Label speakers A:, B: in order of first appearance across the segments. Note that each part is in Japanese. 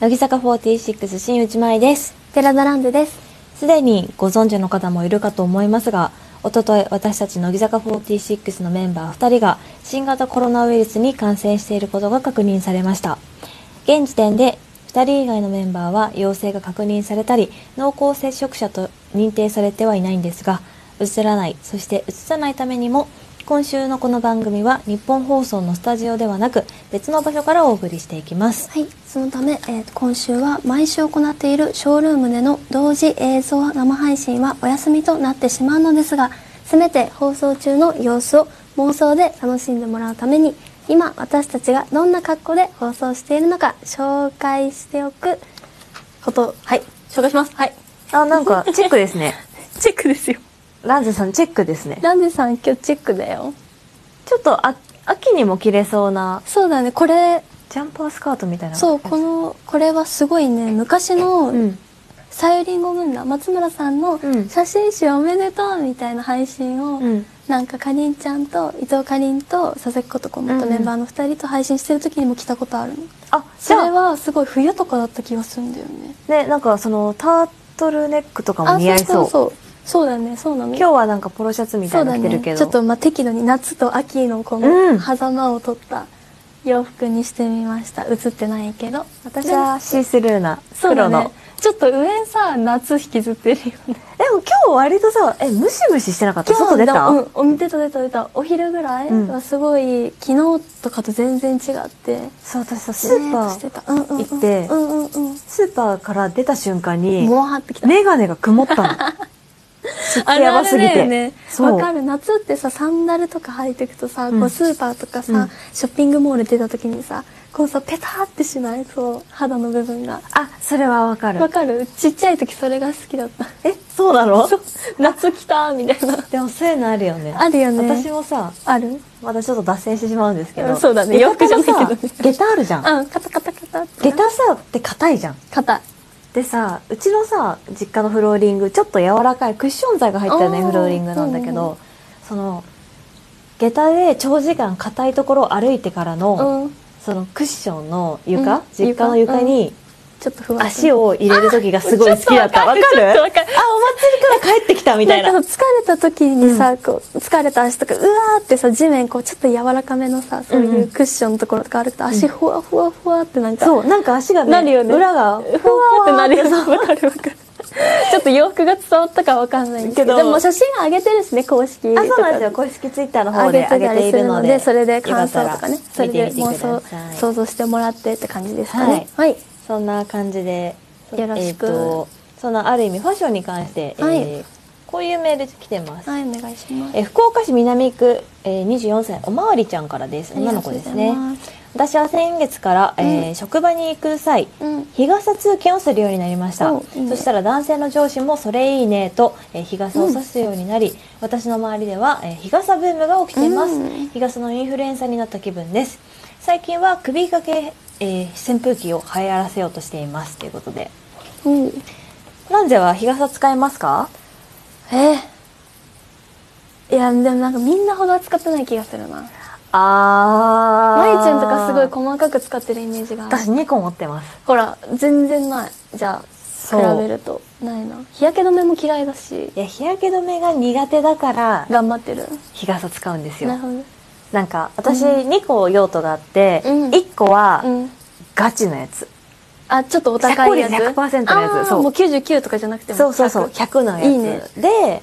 A: 乃木坂46新内舞です
B: 寺田ランズです。
A: すでにご存知の方もいるかと思いますがおととい私たち乃木坂46のメンバー2人が新型コロナウイルスに感染していることが確認されました現時点で2人以外のメンバーは陽性が確認されたり濃厚接触者と認定されてはいないんですがうつらないそしてうつさないためにも今週のこの番組は日本放送のスタジオではなく別の場所からお送りしていきます
B: はい、そのため、えーと今週は毎週行っているショールームでの同時映像生配信はお休みとなってしまうのですがせめて放送中の様子を妄想で楽しんでもらうために今私たちがどんな格好で放送しているのか紹介しておくことはい紹介しますはい
A: あなんかチェックです ね
B: チェックですよ
A: ランズさんチェックですね
B: ランデさん今日チェックだよ
A: ちょっとあ秋にも着れそうな
B: そうだねこれ
A: ジャンパースカートみたいな
B: そうこのこれはすごいね昔の
A: うん
B: さゆりんごムンナ松村さんの
A: うん
B: 写真集おめでとうみたいな配信を、
A: うん
B: なんかかりんちゃんと伊藤かりんと佐々木琴子元メンバーの2人と配信してる時にも来たことあるの、
A: あじ
B: それ
A: ゃあ
B: はすごい冬とかだった気がするんだよね
A: ねなんかそのタートルネックとかも
B: あ
A: 似合いそう
B: そうそうそうそうだねそうなの
A: 今日はなんかポロシャツみたいなの着てるけど
B: そうだね、ちょっとまあ適度に夏と秋のこ
A: うん
B: の狭間を取った洋服にしてみました映ってないけど私
A: じゃあ
B: は
A: シースルーな
B: そうだ
A: 黒の、
B: ねちょっと上さ夏引きずってるよね
A: でも今日割とさえムシムシしてなかった外出た、
B: うんうん、出た出た出たお昼ぐらい
A: うん
B: はすごい、昨日とかと全然違って
A: そう私さスーパ
B: し
A: ー
B: てたうんうんうん
A: 行って
B: うんうんうん
A: スーパーから出た瞬間に
B: もわーってきた
A: メガネが曇 ったの
B: あ
A: やばすぎ
B: あるあるだ
A: て、
B: よね
A: そう
B: わかる夏ってさサンダルとか履いてくとさ、
A: うん
B: こうスーパーとかさ、
A: うん
B: ショッピングモール出た時にさこうさペタってしないそう肌の部分が
A: あそれはわかる
B: わかるちっちゃい時それが好き だった
A: えそうなの
B: そう夏来たみたいな
A: でもそういうのあるよね
B: あるよね
A: 私もさ
B: ある
A: またちょっと脱線してしまうんですけ
B: う
A: ど
B: んそうだね
A: 下駄
B: 洋服じゃない
A: が
B: けどね
A: さ下駄あるじゃん
B: うんカタカタカタって
A: 下駄さって硬いじゃん
B: 硬い
A: でさうちのさ実家のフローリングちょっと柔らかいクッション材が入ったね
B: あー
A: フローリングなんだけ
B: うんう
A: ど、その下駄で長時間硬いところを歩いてからの、
B: うん
A: そのクッションの床、
B: うん
A: 実家の床に
B: ちょっと不安
A: 足を入れる時がすごい好きだったわかる
B: ちょっとわかる
A: あお祭りから帰ってきたみたいな
B: なんかさ疲れた時にさ、こう疲れた足とかうわーってさ地面こうちょっと柔らかめのさそう
A: うん
B: いううんクッションのところとかあると足ふわふわふわってなんか、
A: そうなんか足がね
B: なるよね
A: 裏がふわ
B: ふわーってなる よねわかるわかるちょっと洋服が伝わったかわかんないんですけど
A: けど
B: でも写真上げてるしね公式とか
A: あそうなんですよ公式ツイッターの方で上
B: 上げてた
A: げて
B: り
A: い
B: す
A: る
B: る
A: の
B: の
A: で
B: でそれで感想とかね
A: よった
B: そ
A: ら
B: れ
A: 見て
B: で
A: みてくだ
B: 妄
A: さい
B: 想想像してもらってって感じですかねはい
A: そんな感じで
B: よろしく
A: えーとそんなある意味ファッションに関して、えー
B: はい
A: こういうメール来てます、
B: はい、お願いします
A: えー福岡市南区、えー、24歳おまわりちゃんからです女の子です
B: あ
A: ね
B: りがとうございます
A: 私は先月から、えー
B: うん
A: 職場に行く際
B: うん
A: 日傘通勤をするようになりました
B: おいいね
A: そしたら男性の上司も「それいいねと」えー日傘を差すようになり、私の周りでは、えー日傘ブームが起きています、
B: うん
A: 日傘のインフルエンサーになった気分です最近は首掛け、えー扇風機を流行らせようとしていますということで
B: うん
A: ランゼは日傘使えますか
B: えーいやでもなんかみんなほど使ってない気がするな
A: あ
B: まいちゃんとかすごい
A: こ
B: 細かく使ってるイメージがある
A: 私2個持ってます
B: ほら全然ないじゃ
A: そ
B: あ
A: う
B: 比べるとないな日焼け止めも嫌いだし
A: いや日焼け止めが苦手だから
B: 頑張ってる
A: 日傘使うんです
B: な
A: よ
B: るほど
A: なんか私2個用途があって、
B: うん
A: 1個は
B: うん
A: ガチのやつ、
B: あちょっとお高いやつ
A: 100%のやつ
B: あー
A: そう
B: もう99とかじゃなくても
A: そうそうそう
B: 100
A: 100のやつ
B: いいね
A: で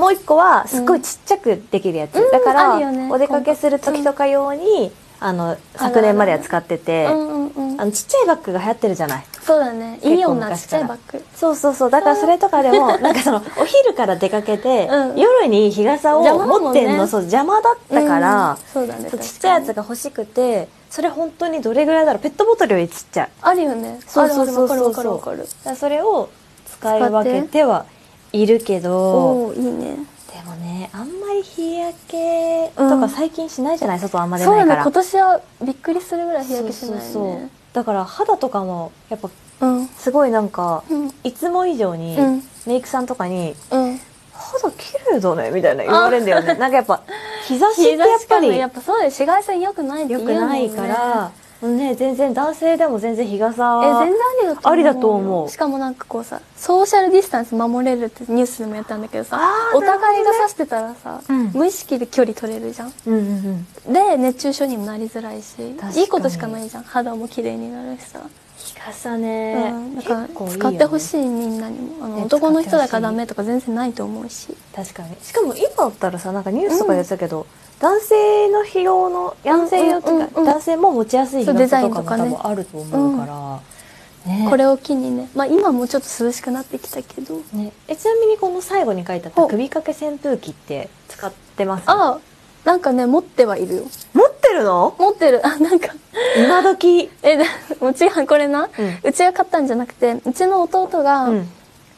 A: もう一個はすっごいちっちゃくできるやつ、
B: うん
A: だか
B: ある
A: ら、
B: よね
A: お出かけする時とか用に、あの昨年までは使っててあ
B: うんうんうん
A: のちっちゃいバッグが流行ってるじゃない
B: そうだね
A: 結構
B: いい女ち
A: 昔
B: っちゃい
A: から
B: バッグ
A: そうそうそうだからそれとかでもなんかそのお昼から出かけて、
B: うん
A: 夜に日傘を
B: 邪魔だ
A: 持
B: も
A: っ
B: んね
A: てんのそう邪魔だったから
B: うん、そうだね
A: そうちっちゃいやつ
B: が
A: が欲しくてそれ本当にどれぐらいだろうペットボトルよりちっちゃい
B: あるよね
A: そうそうそうそう
B: あるあるわかるわかるわかる
A: だからそれを使い分けてはいるけど
B: おおーいいね
A: でもねあんまり日焼けとか最近しないじゃない、外あんま出ないから
B: そうだね今年はびっくりするぐらい日
A: そ
B: 焼
A: う
B: けし
A: そ
B: な
A: う
B: い
A: そう
B: ね
A: だから肌とかもやっぱ
B: うん
A: すごいなんか
B: うん
A: いつも以上に
B: うん
A: メイクさんとかに
B: うん
A: 「肌綺るぞねみたいな言われるんだよね なんかやっぱ日差しってやっぱり
B: やっぱそうです紫外線良くないって
A: 良
B: 言う
A: く
B: もん
A: な
B: ね
A: いからね全然男性でも全然日
B: え
A: 傘
B: 全然ありだと思う
A: ありだと思う
B: しかもなんかこうさソーシャルディスタンス守れるってニュースでもやったんだけどさ
A: あー
B: お互いが指してたらさ、
A: うん
B: 無意識で距離取れるじゃん
A: うんうんうん
B: で熱中症にもなりづらいし
A: かに
B: いいことしかないじゃん肌も綺麗になるしさ、
A: 日傘ね、
B: うん、だ
A: 結
B: から
A: 構いいよね
B: 使ってほしいみんなにもあの
A: ね
B: 男の人だ
A: 使っ
B: か
A: てほし
B: らダ
A: い
B: メとか全然ないと思うし
A: 確かにしかも今だったらさなんかニュースとかで言ってたけど、男性の疲労の男性用とか、
B: うんうんうんうん
A: 男性も持ちやすい
B: そう
A: 日
B: デ
A: 傘
B: ザイ
A: と
B: ン
A: か
B: と
A: も
B: か
A: 多分
B: ね
A: あると思うから、ね
B: これを機にねまあ今もうちょっと涼しくなってきたけど
A: ねえちなみにこの最後に書いてあった
B: お
A: 首掛け扇風機って使ってます
B: ああなんかね持ってはいるよ
A: 持ってるの
B: 持ってるあなんか
A: 今時
B: えでもちろんこれな、
A: うん
B: うちが買ったんじゃなくてうちの弟が、
A: うん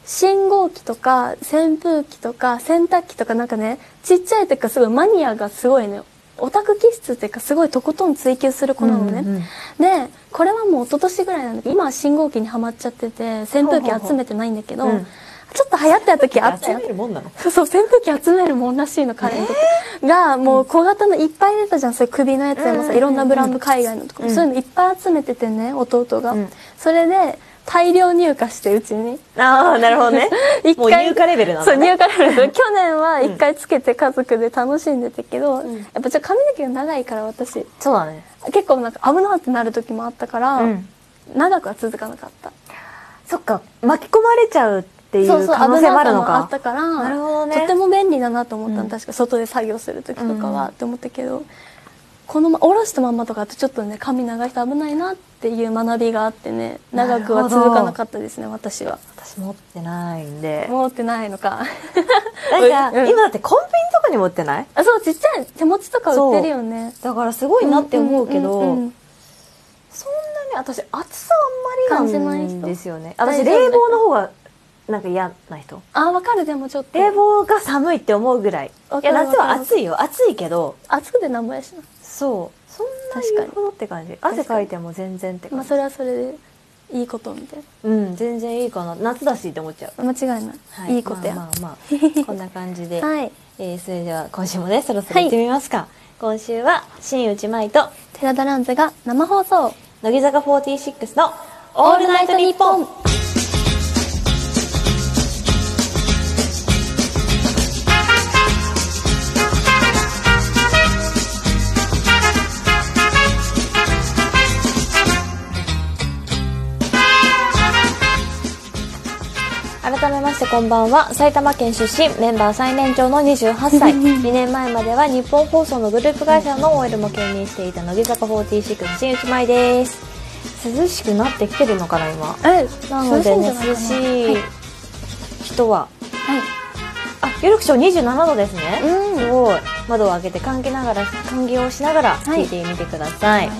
B: 信号機とか扇風機とか洗濯機とかなんかねちっちゃい時からすごいマニアがすごいのよオタク気質っていうかすごいとことん追求する子なのね、
A: うんうんうん
B: でこれはもう一昨年ぐらいなんだけど今は信号機にはまっちゃってて扇風機集めてないんだけど、
A: ほうほうほう
B: ちょっと流行ってた時あっ
A: 集
B: たよ
A: めるもんなの
B: そうそう扇風機集めるもんらしいの彼にとって、がもう小型のいっぱい出たじゃんそういう首のやつでも
A: うんうんうんう
B: さ
A: ん
B: いろんなブランド海外のとか、
A: うん
B: そういうのいっぱい集めててね弟が、
A: うん
B: それで大量入荷してうちに
A: ああなるほどね
B: 一回
A: もう入荷レベルなん
B: そ
A: だ
B: う
A: ね
B: 入荷レベル去年は一回つけて家族で楽しんでたけど、
A: うん
B: やっぱちょっと髪の毛が長いから私
A: そうだね
B: 結構なんか危なってなる時もあったから、
A: うん
B: 長くは続かなかった
A: そっか巻き込まれちゃうっていう
B: そうそう
A: 可能性もあるの
B: 危なさもあ
A: か
B: ったから
A: なるほどね
B: とても便利だなと思ったの、
A: うん
B: 確か外で作業する時とか
A: うん
B: はって思ったけど、このま下ろしたまんまとかだとちょっとね髪長い人危ないなっていう学びがあってね長くは続かなかったですね私は
A: 私持ってないんで
B: 持ってないのか
A: なん
B: う
A: か
B: ん
A: 今だってコンビニとかに持ってない
B: あそうちっちゃい手持ちとか売ってるよね
A: だからすごいなって思うけど、
B: んんうん
A: そんなに私暑さあんまりなん
B: 感じない人
A: ですよね
B: 大
A: 私
B: 丈夫
A: 冷房の方がなんか嫌な人
B: あわかるでもちょっと
A: 冷房が寒いって思うぐらい
B: わ
A: い
B: か
A: や
B: る
A: 夏
B: わ
A: は
B: かる
A: 暑いよ暑いけど
B: 暑くてなんぼやしな
A: そうそんなに
B: 確か
A: 言
B: に
A: うほどって感じ
B: かに
A: 汗かいても全然って
B: ま
A: 感
B: あ
A: じ、
B: それはそれでいいことみたい
A: うん全然いいかな夏だしって思っちゃう、
B: な間違いない、い、いことや、
A: まあまあ、ま あ、こんな感じで、
B: はい
A: えーそれでは今週もねそろそろ行ってみますか、今週は新内舞と
B: 寺田ランズが生放送
A: 乃木坂46の「オールナイトニッポン」改めましてこんばんは埼玉県出身メンバー最年長の28歳 2年前までは日本放送のグループ会社の OL も兼任していた乃木坂46新内舞です涼しくなってきてるのかな今
B: え
A: なのでね涼しい人はあ有楽町27度ですね、
B: うん
A: すごい窓を開けて換気ながら換気をしながら聞いてみてください、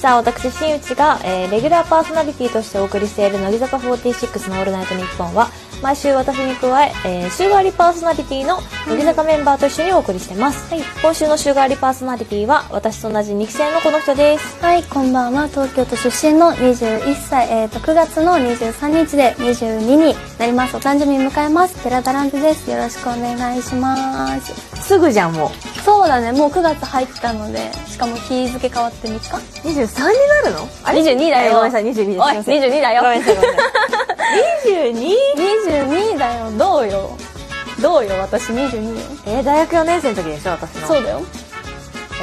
A: さあ私新内が、えーレギュラーパーソナリティとしてお送りしている乃木坂46の「オールナイトニッポン」は毎週私に加ええー週替わりパーソナリティの乃木坂メンバーと一緒にお送りしてます、今週の週替わりパーソナリティは私と同じ2期生のこの人です
B: はいこんばんは東京都出身の21歳、えー、と9月の23日で22になりますお誕生日迎えます寺田ランズですよろしくお願いします
A: すぐじゃんも
B: そうだねもう9月入ったのでしかも日付変わって3日
A: う23になるのあれ
B: 22だよ
A: えーごめんなさい22です
B: おい
A: すいません
B: 22だよ
A: ごめんなさいごめんなさい 22?
B: 22だよどうよどうよ私22よ
A: えー、大学4年生の時でしょ私の
B: そうだよ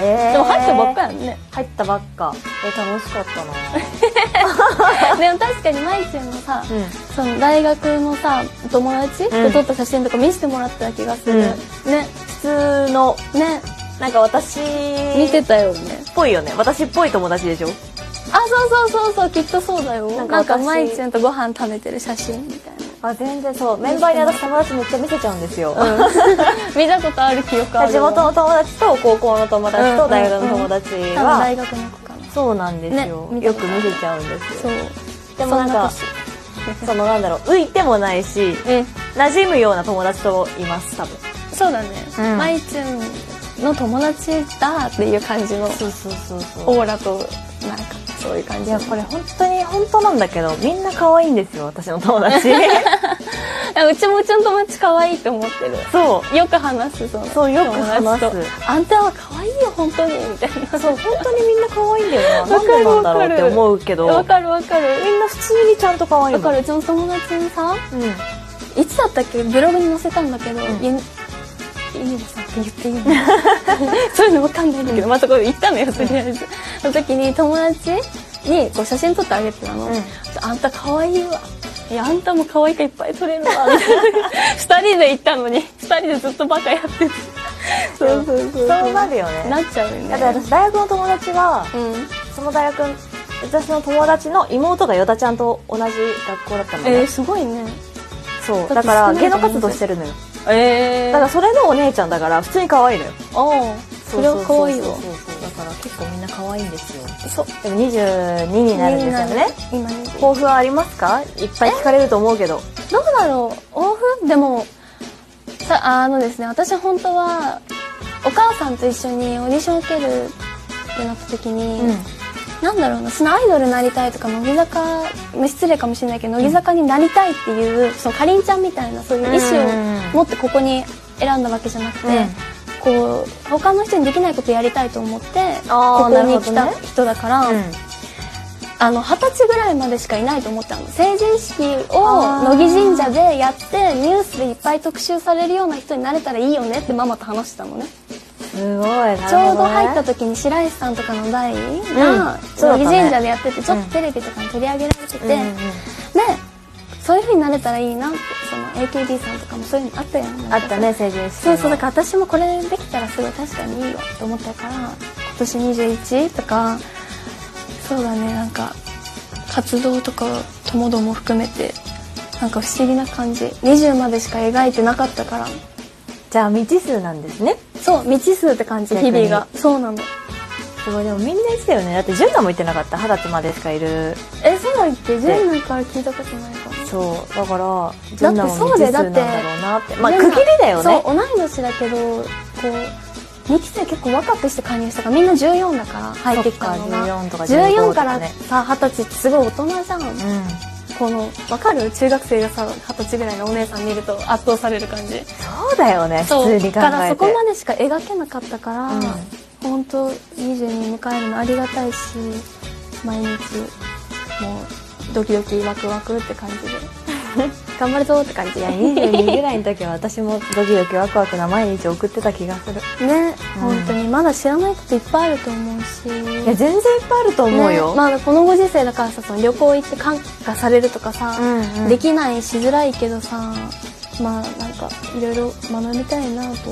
A: えー
B: でも入ったばっかやんね
A: 入ったばっかえー楽しかったな
B: でも確かに舞ちゃんもさ、
A: うん
B: その大学のさ友達
A: う
B: と
A: ん
B: 撮った写真とか見せてもらってた気がする、
A: うん
B: ね
A: 普通の
B: ね
A: なんか私
B: 見てたよね
A: ぽいよね私っぽい友達でしょ
B: あそうそうそうそうきっとそうだよ
A: なんか
B: なんか
A: 私
B: 舞ちゃんとご飯食べてる写真みた い
A: あ全然そうメンバーに私友達めっちゃ見せちゃうんですよ、
B: な、見たことある記憶ある
A: 地元の友達と高校の友達
B: う
A: と
B: ん
A: 大学の友達
B: 多分
A: は、
B: 大学の子かな
A: そうなんですよ、
B: ね見
A: よ
B: た
A: く
B: ことある
A: 見せちゃうんです
B: そ
A: よ
B: う
A: でもなんか
B: そ
A: そのなんだろう浮いてもないし
B: 年うん
A: 馴染むような友達といます多分
B: そうだね
A: うん
B: 舞ちゃんの友達だっていう感じの
A: そうそうそうそ
B: オーラとなんかそういう感
A: うい
B: じ
A: やこれ本当に本当なんだけどみんな可愛いんですよ私の友達い
B: やうちもうちの友達可愛いと思ってる
A: そ
B: よく話すその
A: そうよく話す
B: 友達とあんたは可愛いよ本当にみたいな
A: うそう本当にみんな可愛いんだよななんでなんだろうって思うけど
B: わかるわかる
A: みんな普通にちゃんと可愛い
B: だ
A: もん
B: からうちの友達にさ
A: うん
B: いつだったっけブログに載せたんだけど、
A: ん
B: ゆユニバさんって言っていいの そういうのわかんないんだけど、まあそこで行ったのよとりあえずその時に友達にこう写真撮ってあげてたの、
A: うん
B: あんた可愛いわいやあんたも可愛いからいっぱい撮れるわ みたいな二人で行ったのに二人でずっとバカやっててそうそうそうそう
A: そうなるよね
B: なっちゃうよね
A: だって私大学の友達は
B: うん
A: その大学私の友達の妹がヨダちゃんと同じ学校だったの
B: えー、
A: ね、
B: すごいね
A: そう
B: だ
A: だ
B: って
A: から
B: 少ない
A: 芸能
B: と思う
A: 活動してるのよ
B: ええ
A: だからそれのお姉ちゃんだから普通に可愛いのよ
B: おうそれは可愛い
A: そう
B: わ
A: そうそうだから結構みんな可愛いんですよ
B: そう
A: でも22になるんですよね
B: 今に
A: 抱負はありますかいっぱい聞かれると思うけど
B: どうだろう抱負でもさあのですね私本当はお母さんと一緒にオーディションを受けるってなった時に、なんだろうなそのアイドルになりたいとか乃木坂失礼かもしれないけど乃木坂になりたいっていうそのかりんちゃんみたいなそういう意思を持ってここに選んだわけじゃなくて、
A: うん
B: こう他の人にできないことやりたいと思って
A: あー
B: ここに
A: なるほど
B: 来
A: ね
B: た人だから、あの二十歳ぐらいまでしかいないと思ったの成人式
A: あ
B: を
A: ー
B: 乃木神社でやってニュースでいっぱい特集されるような人になれたらいいよねってママと話してたのね
A: すごいなるほね
B: ちょうど入った時に白石さんとかの代が
A: うん
B: 乃木
A: そうだね
B: 神社でやっててちょっとテレビとかに取り上げられてて、
A: うんうん
B: でそういう風になれたらいいなってその AKB さんとかもそういうのあったよね
A: あったね成人式
B: そうそうだから私もこれできたらすごい確かにいいよと思ったから今年21とかそうだねなんか活動とかともども含めてなんか不思議な感じ20までしか描いてなかったから
A: じゃあ未知数なんですね
B: そう未知数って感じ
A: 逆
B: 日
A: に
B: 々がそうなの
A: すごいでもみんな言ってたよねだって純奈も言ってなかった二十歳までしかいる
B: えそうだっけジェンナから聞いたことないかも
A: そうだから純奈も
B: そう
A: 未知
B: で
A: 数なんだろうなってまあ区切りだよ
B: そう
A: ね
B: 同い年だけどこう2期生結構若くして加入したからみんな14だから入ってきたのが
A: そっか14とか15
B: 14
A: と
B: か
A: からね
B: さ二十歳ってすごい大人じゃん、
A: うん
B: この分かる中学生がさ二十歳ぐらいのお姉さん見ると圧倒される感じ
A: そうだよね普
B: そ
A: 通
B: う
A: に考えて
B: だからそこまでしか描けなかったから、
A: うん
B: 本当22迎えるのありがたいし毎日もうドキドキワクワクって感じで 頑張るぞって感じ
A: いや22ぐらいの時は私もドキドキワクワクな毎日送ってた気がする
B: ね、
A: うん
B: 本当にまだ知らないこといっぱいあると思うし
A: いや全然いっぱいあると思うよ、
B: ねまあ、このご時世だからさその旅行行って感化されるとかさ、
A: うんうん
B: できないしづらいけどさまあなんかいろいろ学びたいなと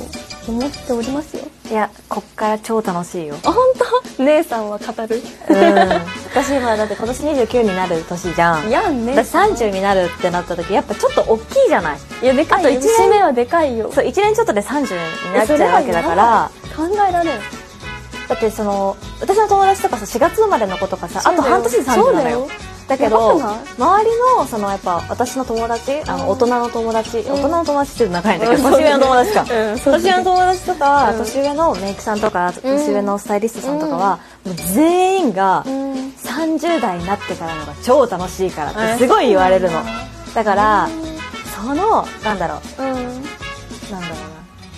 B: 思っておりますよ
A: いやこっから超楽しいよ
B: あ本当姉さんは語る
A: うん 私今だって今年29になる年じゃん
B: やんね
A: 私30になるってなった時やっぱちょっと大きいじゃない
B: いやでかい
A: あと
B: よ
A: 一年
B: 節目はでかいよ
A: そう1年ちょっとで30になっちゃうわけだから
B: やばい考えられん
A: だってその私の友達とかさ4月生まれの子とかさあと半年で
B: そ
A: 30な
B: う
A: の
B: だ
A: よ
B: よ
A: だけ
B: やば
A: ど
B: くない
A: 周りのそのやっぱ私の友達あ
B: う
A: の
B: ん
A: 大人の友達、大人の友達っていうと長いんだけど、
B: うん
A: 年上の友達か、
B: うんそうだね
A: 年上の友達とか、
B: うん
A: 年上のメイクさんとか
B: うん
A: 年上のスタイリストさんとかは、もう全員が
B: うん
A: 30代になってからのが超楽しいからってすごい言われるの
B: うん
A: だからそのなんだろ
B: うん
A: うなんだろうな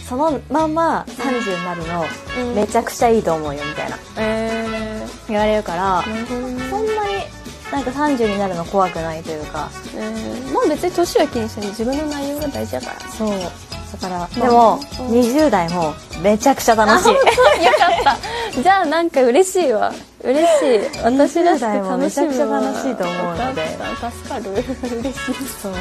A: そのまんま30になるの
B: うん
A: めちゃくちゃいいと思うよみたいな
B: え
A: 言われるから、
B: ーなるほどね
A: そんなになんか30になるの怖くないというか
B: えーまあ別に年は気にせず自分の内容が大事だから
A: そうだからで
B: まあ
A: も
B: うん
A: 20代もめちゃくちゃ楽しい
B: よかったじゃあなんか嬉しいわ嬉しい私らしく楽しむわ
A: めちゃくちゃ楽しいと思うので
B: よかった助かる嬉しい
A: そう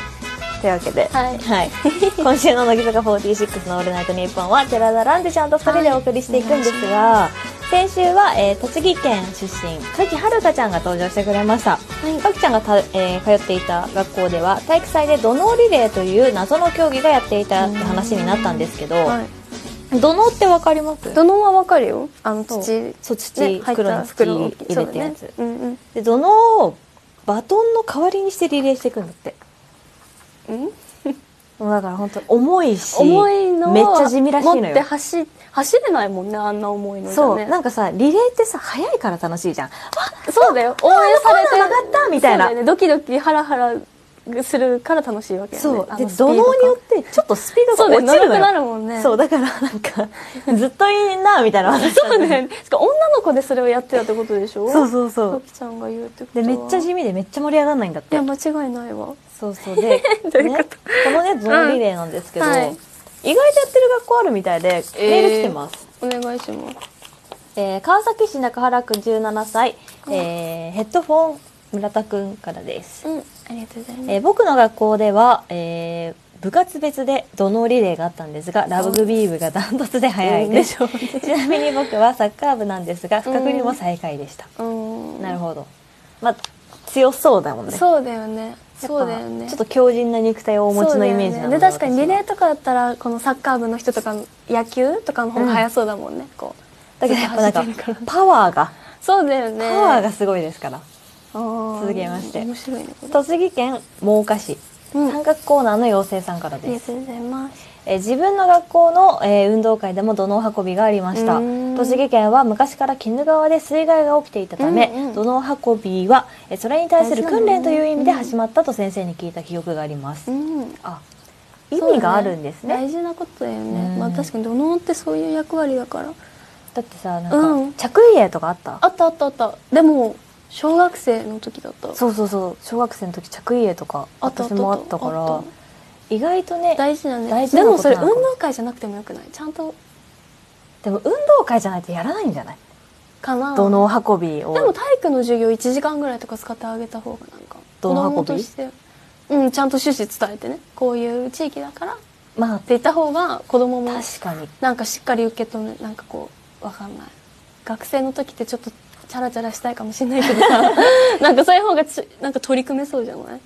A: というわけで、
B: はい
A: 今週の乃木坂46の「オールナイトニッポン」は寺田蘭でちゃんと2人でお送りしていくんですが、先週は、えー栃木県出身柿はるかちゃんが登場してくれました、
B: い
A: 柿ちゃんがた、えー通っていた学校では体育祭で土のうリレーという謎の競技がやっていたって話になったんですけど、
B: はい
A: 土のうってわかります
B: 土のうはわかるよあの
A: そう
B: 土
A: そう土、
B: ね入っ
A: 黒
B: た
A: に土
B: 袋
A: 入
B: そ
A: れ
B: うだ
A: てやつ、
B: ねうんうん
A: で土のうをバトンの代わりにしてリレーしていくんだって
B: ん
A: もうだから本当重いし
B: 重いの
A: めっちゃ地味らしいの
B: 持っ
A: よ
B: て走走れないもんねあんな重いのじ
A: そ
B: ゃ
A: う、
B: ね
A: なんかさリレーってさ早いから楽しいじゃんあ
B: そうだよ応援されて
A: あそうなんだ上がったみたいな
B: そうだよねドキドキハラハラするから楽しいわけだね
A: そう
B: あ
A: で
B: スピ
A: 土
B: ー
A: の
B: ド感
A: うによってちょっとスピード
B: そう
A: が
B: ね
A: 落ちるの
B: 長く
A: よ
B: なるもんね
A: そうだからなんかずっといいなみたいな私
B: そうねしかも女の子でそれをやってたってことでしょ
A: そうそうそ
B: さ
A: う
B: きちゃんが言うってこと
A: で
B: は
A: めっちゃ地味でめっちゃ盛り上がらないんだっ
B: い
A: て
B: や間違いないわ
A: そう そうで
B: どういう
A: ね、
B: こと
A: このねゾーンリレーなんですけど、
B: うんはい
A: 意外とやってる学校あるみたいで、メール来てます、
B: お願いします
A: えー川崎市中原区17歳、えーヘッドフォン村田くんからです、
B: うんありがとうございます
A: えー僕の学校では、えー部活別で土のうリレーがあったんですがラグビー部がダントツで早いです、
B: ょう
A: ちなみに僕はサッカー部なんですが不覚にも最下位でした、
B: うん
A: なるほどまあ強そうだもんね
B: そうだよね
A: やっぱ
B: そうだよね
A: ちょっと強靭な肉体をお持ちのイメージ
B: そうだ
A: なの
B: よねで確かにリレ
A: 私
B: ーとかだったらこのサッカー部の人とか野球とかの方が早そうだもんね、こう
A: はだけどやっぱなん
B: ずと走って
A: か
B: るら
A: パワーが
B: そうだよね
A: パワーがすごいですから
B: が
A: 続けまして
B: 面白いねこれ
A: 栃木県真岡市
B: うん
A: 三角コーナーの妖精さんから
B: あり
A: で
B: が
A: す
B: とうございます
A: えー自分の学校の、えー運動会でも土のう運びがありました
B: うーん
A: 栃木県は昔から鬼怒川で水害が起きていたため、
B: うんうん
A: 土のう運びは、えーそれに対する訓練という意味で
B: 大事だもんね
A: 始まったと先生に聞いた記憶があります、
B: うん
A: あ意味があるんです
B: そうだ
A: ね
B: 大事なことだよね、
A: うん
B: まあ確かに土のうってそういう役割だから
A: だってさなん
B: うん
A: か着衣絵とかあった
B: あったあったあったでも小学生の時だった
A: そうそうそう小学生の時着衣絵とか
B: あったあっ
A: 私
B: たあった
A: もあったか
B: あっ
A: ら意外とね
B: 大事だね
A: 大事
B: で
A: なこ
B: も
A: と
B: それ
A: な
B: 運
A: のか
B: 動会じゃなくてもよくないちゃんと
A: でも運動会じゃないとやらないんじゃない
B: かな
A: 土のう運びを
B: でも体育の授業1時間ぐらいとか使ってあげた方がなんか
A: どの運び
B: 子供としてうんちゃんと趣旨伝えてねこういう地域だからって
A: まあ
B: 言った方が子供も
A: 確かに
B: なんかしっかり受け止めなんかこうわかんない学生の時ってちょっとチャラチャラしたいかもしれないけど さなんかそういう方がちなんか取り組めそうじゃない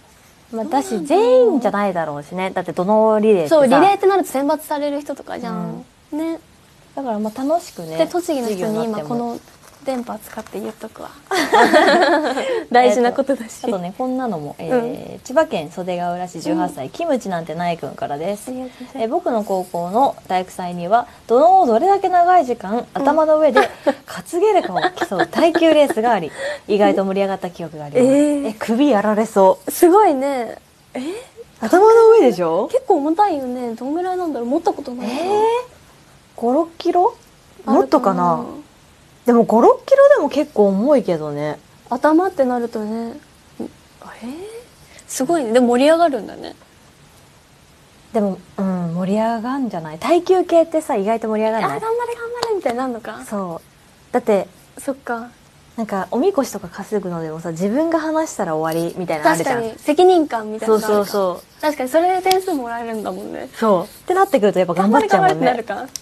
A: まあ、だし全員じゃないだろうしねだってどのリレーってさ
B: そうリレーってなると選抜される人とかじゃん、ね
A: だからまあ楽しくね
B: で栃木の人に今
A: 授業
B: こ
A: になっても
B: の電波使って言っとくわ 大事なことだし、
A: あとねこんなのも、えー千葉県袖ケ浦市18歳、キムチなんてないくんからです
B: ありがとうございます
A: えー僕の高校の体育祭にはどのどれだけ長い時間頭の上で 担げるかを競う耐久レースがあり意外と盛り上がった記憶があります、
B: え
A: え
B: ー
A: 首やられそう
B: すごいねえ
A: 頭の上でしょ
B: 結構重たいよねどんぐらいなんだろう持ったこと
A: え
B: ないな
A: ー、56キロ
B: ある
A: もっとかなでも56キロでも結構重いけどね
B: 頭ってなるとねうんあえー、すごいねでも盛り上がるんだね
A: でもうん盛り上がんじゃない耐久系ってさ意外と盛り上
B: あ
A: が
B: 頑
A: ん
B: 張
A: な
B: れ
A: い
B: 頑張れみたいになるのか
A: そうだって
B: そっか
A: なんかおみこしとか担ぐのでもさ自分が話したら終わりみたいなのある
B: 確
A: じゃ
B: か
A: ん
B: に責任感みたい
A: そ
B: な
A: う
B: のがある
A: そう
B: う
A: そう
B: 確かにそれで点数もらえるんだもんね
A: そうってなってくるとやっぱ頑張っちゃうもん
B: 頑張
A: ね
B: れ頑張れってなるか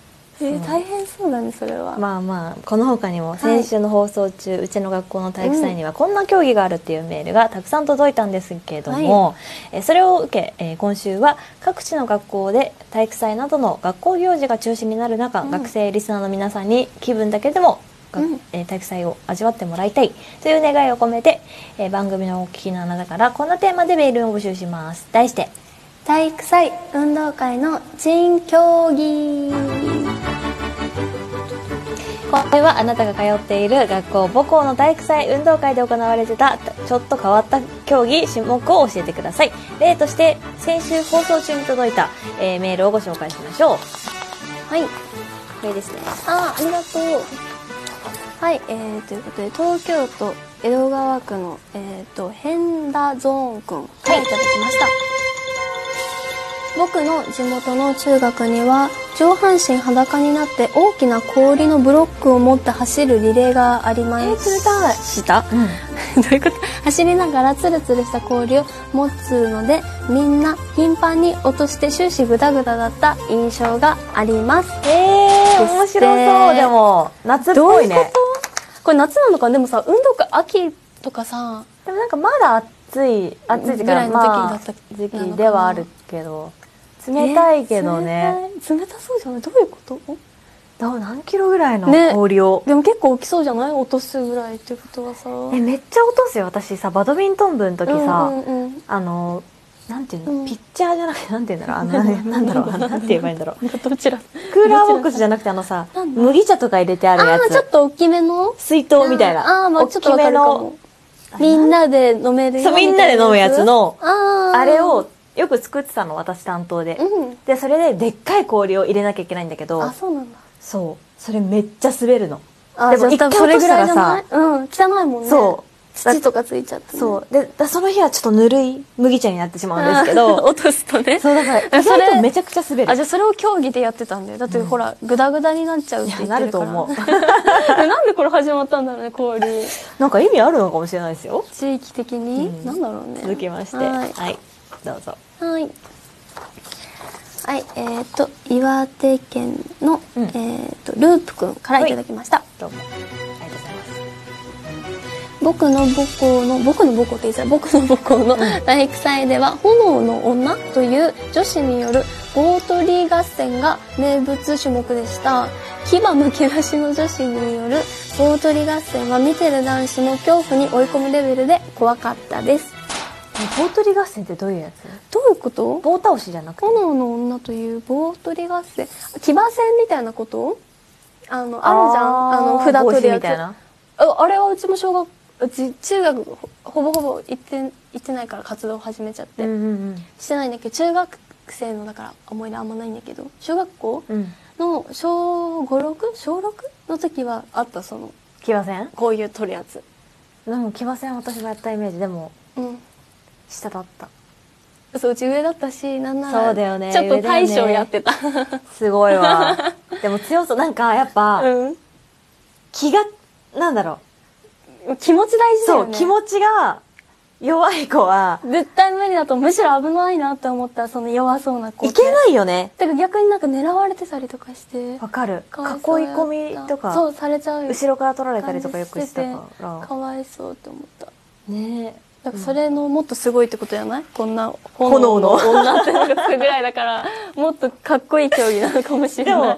B: えー、大変そうだねそれは、
A: まあまあこの他にも
B: い
A: 先週の放送中、うちの学校の体育祭にはこんな競技があるっていうメールがたくさん届いたんですけども、えーそれを受け、えー今週は各地の学校で体育祭などの学校行事が中止になる中、
B: うん
A: 学生リスナーの皆さんに気分だけでもが
B: うん
A: えー体育祭を味わってもらいたいという願いを込めて、えー番組のお聞きのあなたからこんなテーマでメールを募集します題して
B: 体育祭運動会の珍競技
A: 今回はあなたが通っている学校母校の体育祭運動会で行われてたちょっと変わった競技種目を教えてください例として先週放送中に届いた、えーメールをご紹介しましょう
B: はい
A: これですね
B: あーありがとうはいえー、ということで東京都江戸川区のえっ、と変田ゾーンくんからいただきました、僕の地元の中学には上半身裸になって大きな氷のブロックを持って走るリレーがありま
A: たい
B: した
A: うん
B: どういうこと走りながらツルツルした氷を持つのでみんな頻繁に落として終始グダグダだった印象があります
A: えー、面白そうでも夏っぽいね
B: とこれ夏なのかなでもさ運動会秋とかさ
A: でもなんかまだ暑い暑い時
B: ぐら
A: 間
B: いの
A: まあ
B: 時だった
A: 時
B: なのか
A: 期
B: な
A: ではあるけど冷たいけどね、
B: え冷たい冷たそうじゃないどういうこと
A: どう何キロぐらいの
B: ね
A: 氷を、
B: でも結構起きそうじゃない落とすぐらいってことはさ
A: えめっちゃ落とすよ私さバドミントン部の時さ、
B: うんうんうん
A: あのなんていうの、
B: うん
A: ピッチャーじゃなくてなんて言うんだろうあの なんだろうあのなんて言えばいいんだろう
B: どちら
A: クーラーボックスじゃなくてあのさ
B: なんだ
A: 麦茶とか入れてあ
B: あ
A: るや
B: あーちょっ
A: つ
B: と大きめの
A: 水筒みたいな
B: あーまあちょっとわかるか
A: 大き
B: も
A: めの
B: みんなで飲める
A: そうみんなで飲むやつの
B: あー
A: あれをよく作ってたの私担当で、
B: うん
A: でそれででっかい氷を入れなきゃいけないんだけど
B: あそうなんだ
A: そうそれめっちゃ滑るの
B: あ
A: でも
B: じゃあ
A: 一回落としたらさ
B: それぐらいじゃないうん汚いもんね
A: そう
B: 土とかついちゃってね、
A: そうでだその日はちょっとぬるい麦茶になってしまうんですけ ど
C: 落とすとね
A: そうだから
C: え
A: 意
C: それ
A: 外とめちゃくちゃ滑る
C: あじゃあそれを競技でやってたんだよだってほら、グダグダになっちゃうって言ってるから
A: なると思う
C: え なんでこれ始まったんだろうね氷
A: なんか意味あるのかもしれないですよ
C: 地域的に、
A: うん
C: なんだろうね
A: 続きまして
B: は
A: はいい、どうぞ
B: はい。はい、えっ、と、岩手県の、
A: うん
B: えっ、と、ループくんからいただきました。
A: どうもありがとうございます
B: 僕の母校の、僕の母校って言ってた僕の母校の体育祭では、炎の女という女子によるゴートリー合戦が名物種目でした。牙むき出しの女子によるゴートリー合戦は見てる男子も恐怖に追い込むレベルで怖かったです。
A: 棒取り合戦ってどういうやつ
B: どういうこと
A: 棒倒しじゃなくて
B: 炎の女という棒取り合戦騎馬戦みたいなことあのあるじゃんあの
A: 帽
B: 札取り
A: 子
B: や
A: み
B: つ
A: たいな
C: ああれはうちも小学うち中学ほほぼほぼ行って行ってないから活動始めちゃって、
A: うんうん
C: してないんだけど中学生のだから思い出あんまないんだけど小学校
A: うんうん
C: の小56小 6? の時はあったその
A: 騎馬戦
C: こういう取るやつ
A: でも騎馬戦私がやったイメージでも
C: うん
A: 下だった
C: そううち上だったしなんなら
A: そうだよね
C: ちょっと大将やってた、
A: すごいわ でも強そうなんかやっぱ、 気がなんだろ
C: うん気持ち大
A: う
C: 事だ
A: そ
C: よ
A: う
C: ね
A: 気持ちが弱い子は
C: 絶対無理だとむしろ危ないなって思ったその弱そうな子
A: い
C: って
A: けないよね
C: てか逆になんか狙われてたりとかして
A: わかる囲
C: かわいそう
A: い
C: やった
A: 込みとか
C: そうされちゃうよ
A: 後ろから取られたりとかよくしてたから
C: かわいそうって思った
A: ねえ
C: だからそれのもっとすごいってことじゃないこんな
A: 炎の
C: 女ってなんかつくぐらいだから もっとかっこいい競技なのかもしれ
A: で
C: ない
A: も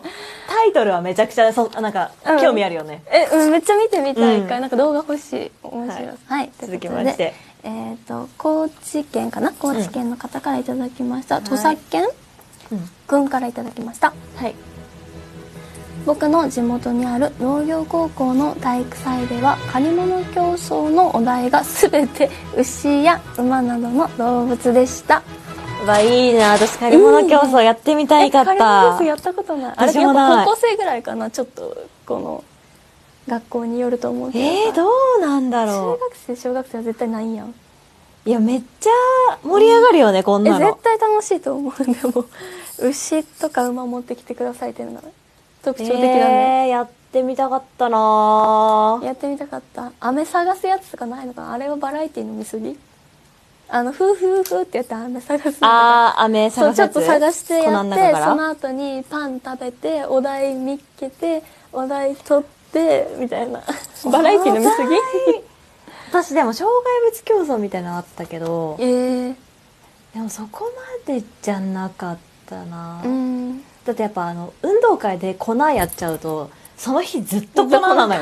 A: タイトルはめちゃくちゃそなんか
C: うん
A: 興味あるよね、
C: え、うん、めっちゃ見てみたい、
A: うん
C: 一回なんか動画欲しい面白い、
A: はい
B: はいとい
A: 続
B: うこ
A: き
B: と
A: ま
B: で
A: して
B: えっ、と高知県かな高知県の方からいただきました、
A: い
B: 土佐県
A: うん
B: くんからいただきました
A: はい
B: 僕の地元にある農業高校の体育祭では借り物競争のお題が全て牛や馬などの動物でした
A: わいいな私借り物競争やってみたいかっ
C: えカレー
A: た
C: ソースやったことないあれ
A: 私
C: や
A: も
C: っ
A: ない
C: ぱ高校生ぐらいかなちょっとこの学校によると思うけど
A: えー、どうなんだ
C: 中
A: ろ
C: 学生小学生は絶対ないやん
A: ういやめっちゃ盛り上がるよね、こん
C: え
A: な
C: 絶
A: の
C: 対楽しいと思うでも牛とか馬持ってきてくださいっていうのが特徴的だね、
A: えーやってみたかったな
C: やってみたかった飴探すやつとかないのかなあれはバラエティの見過ぎあのフーフーフーってやって飴探すのとか
A: あー飴
C: そ
A: 探
C: う
A: す
C: ちょ
A: や
C: っ
A: つ
C: と探して
A: 粉
C: や
A: の
C: って
A: 中か
C: そ
A: ら
C: の後にパン食べてお題見っけてお題取ってみたい なバラエティの見過ぎ
A: 私でも障害物競争みたいなのあったけど
C: ええ
A: でもそこまでじゃなかったな、
C: うん
A: だってやっぱあの運動会で粉やっちゃうとその日ずっと粉なのよ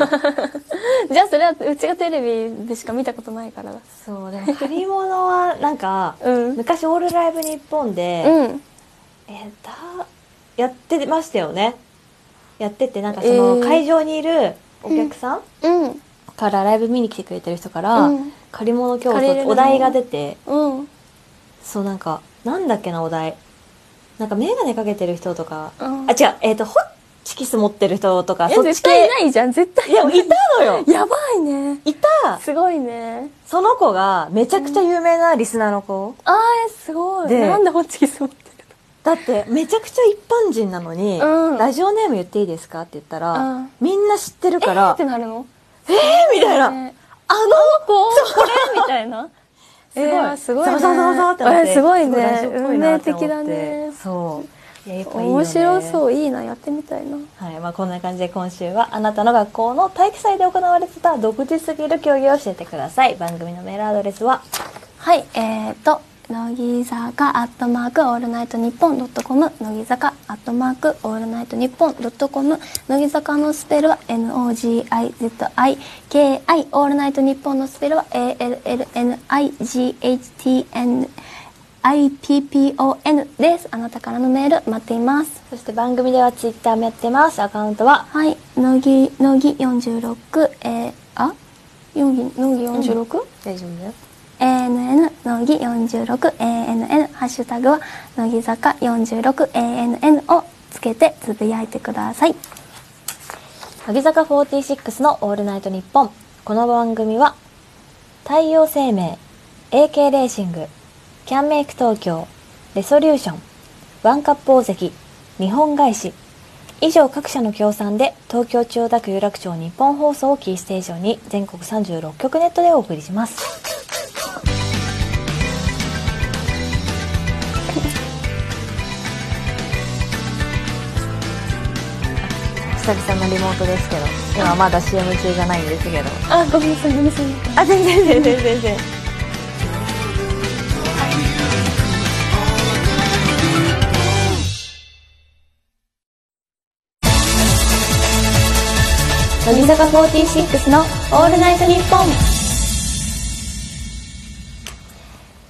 C: じゃあそれはうちがテレビでしか見たことないからだ
A: そうでも借り物はなんか
C: うん
A: 昔「オールライブ日本で、
C: うん
A: えーだやってましたよねやっててなんかその
C: えー
A: 会場にいるお客さん
C: うん
A: からライブ見に来てくれてる人から、
C: うん
A: 借り物競争
C: 借りれる
A: お
C: の
A: 題が出て
C: うん
A: そうなんかなんだっけなお題なんか眼鏡かけてる人とか、
C: うん
A: あ違うえっ、とホッチキス持ってる人とか
C: え
A: そっち
C: 絶対
A: 系
C: ないじゃん絶対
A: いやいたのよ
C: やばいね
A: いた
C: すごいね
A: その子がめちゃくちゃ有名なリスナーの子、
C: あーすごい
A: で
C: なんでホッチキス持ってる
A: だってめちゃくちゃ一般人なのに、
C: うん
A: ラジオネーム言っていいですかって言ったら、
C: うん
A: みんな知ってるか
C: のっ
A: ら
C: てなるの
A: えー、みたいな、
C: ね
A: あの
C: こうこれみたい な
A: えー
C: すごいね
A: ざわざわざわざわってなって
C: えすごいね
A: ごラジオっぽいなって思っ
C: 運命
A: て
C: 的だね
A: そういややっぱいいよね
C: 面白そうういいなやってみたいな
A: はいまあ、こんな感じで今週はあなたの学校の体育祭で行われてた独自すぎる競技を教えてください番組のメールアドレスは
B: はいえっ、ー、と乃木坂アットマークオールナイトニッポンドットコム乃木坂アットマークオールナイトニッポンドットコム乃木坂のスペルは NOGIZIKI オールナイトニッポンのスペルは ALLNIGHTNIPPON ですあなたからのメール待っています
A: そして番組ではツイッターもやってますアカウントは
B: はい乃木乃木46えー、あ
C: 四ぎのぎ 46?、
A: 大丈夫だよ
B: ANN 乃木46 ANN ハッシュタグは乃木坂46 ANN をつけてつぶやいてください
A: 乃木坂46のオールナイトニッポンこの番組は太陽生命 AK レーシングキャンメイク東京レソリューションワンカップ大関日本外資以上各社の協賛で東京千代田区有楽町日本放送をキーステーションに全国36局ネットでお送りします久々のリモートですけど今まだ CM 中じゃないんですけど
C: あごめんなさいごめんなさい
A: あ全然全然全然乃木坂46の「オールナイトニッポン」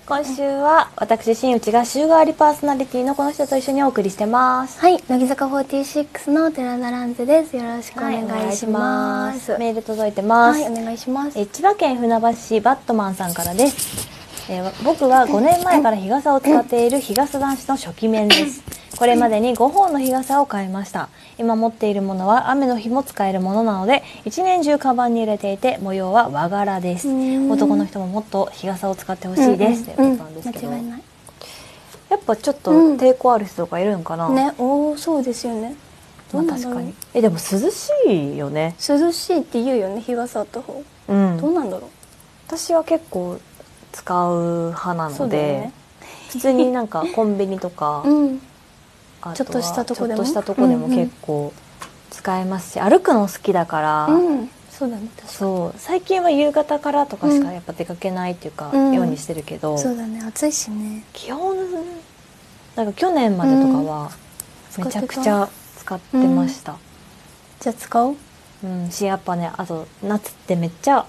A: 今週は私新内が週替わりパーソナリティのこの人と一緒にお送りしてます
B: はい乃木坂46の寺田蘭世ですよろしくお願いしますはい
A: メール届いてます、
B: お願いします
A: え千葉県船橋市バットマンさんからです、えー僕は5年前から日傘を使っている日傘男子の初期面ですこれまでに5本の日傘を買いました今持っているものは雨の日も使えるものなので一年中カバンに入れていて模様は和柄です
B: うん
A: 男の人ももっと日傘を使ってほしいです、
B: うん
A: ということなんですけど、
B: 間違いない
A: やっぱちょっと
B: うん
A: 抵抗ある人とかいるんかな、
C: ねおおそうですよね
A: まあ、
C: どうなんだ
A: 確
C: ろう
A: かにえでも涼しいよね
C: 涼しいって言うよね日傘あった方、
A: うん
C: どうなんだろ
A: 私は結構使う派な
C: そ
A: の
C: う
A: で、
C: だよね
A: 普通になんかコンビニとか、
B: うん
A: あは
C: ちょっとしたとこでも
A: ちょっとしたとこでも
B: うんうん
A: 結構使えますし、歩くの好きだから、
B: うん
C: うそうだね確か
A: そう最近は夕方からとかしかやっぱ出かけないっていうか、
B: うん
A: ようにしてるけど、
B: そうだね暑いしね
A: 基本なんか去年までとかはめちゃくちゃ使ってました、
B: じゃあ使おう
A: うんしやっぱねあと夏ってめっちゃ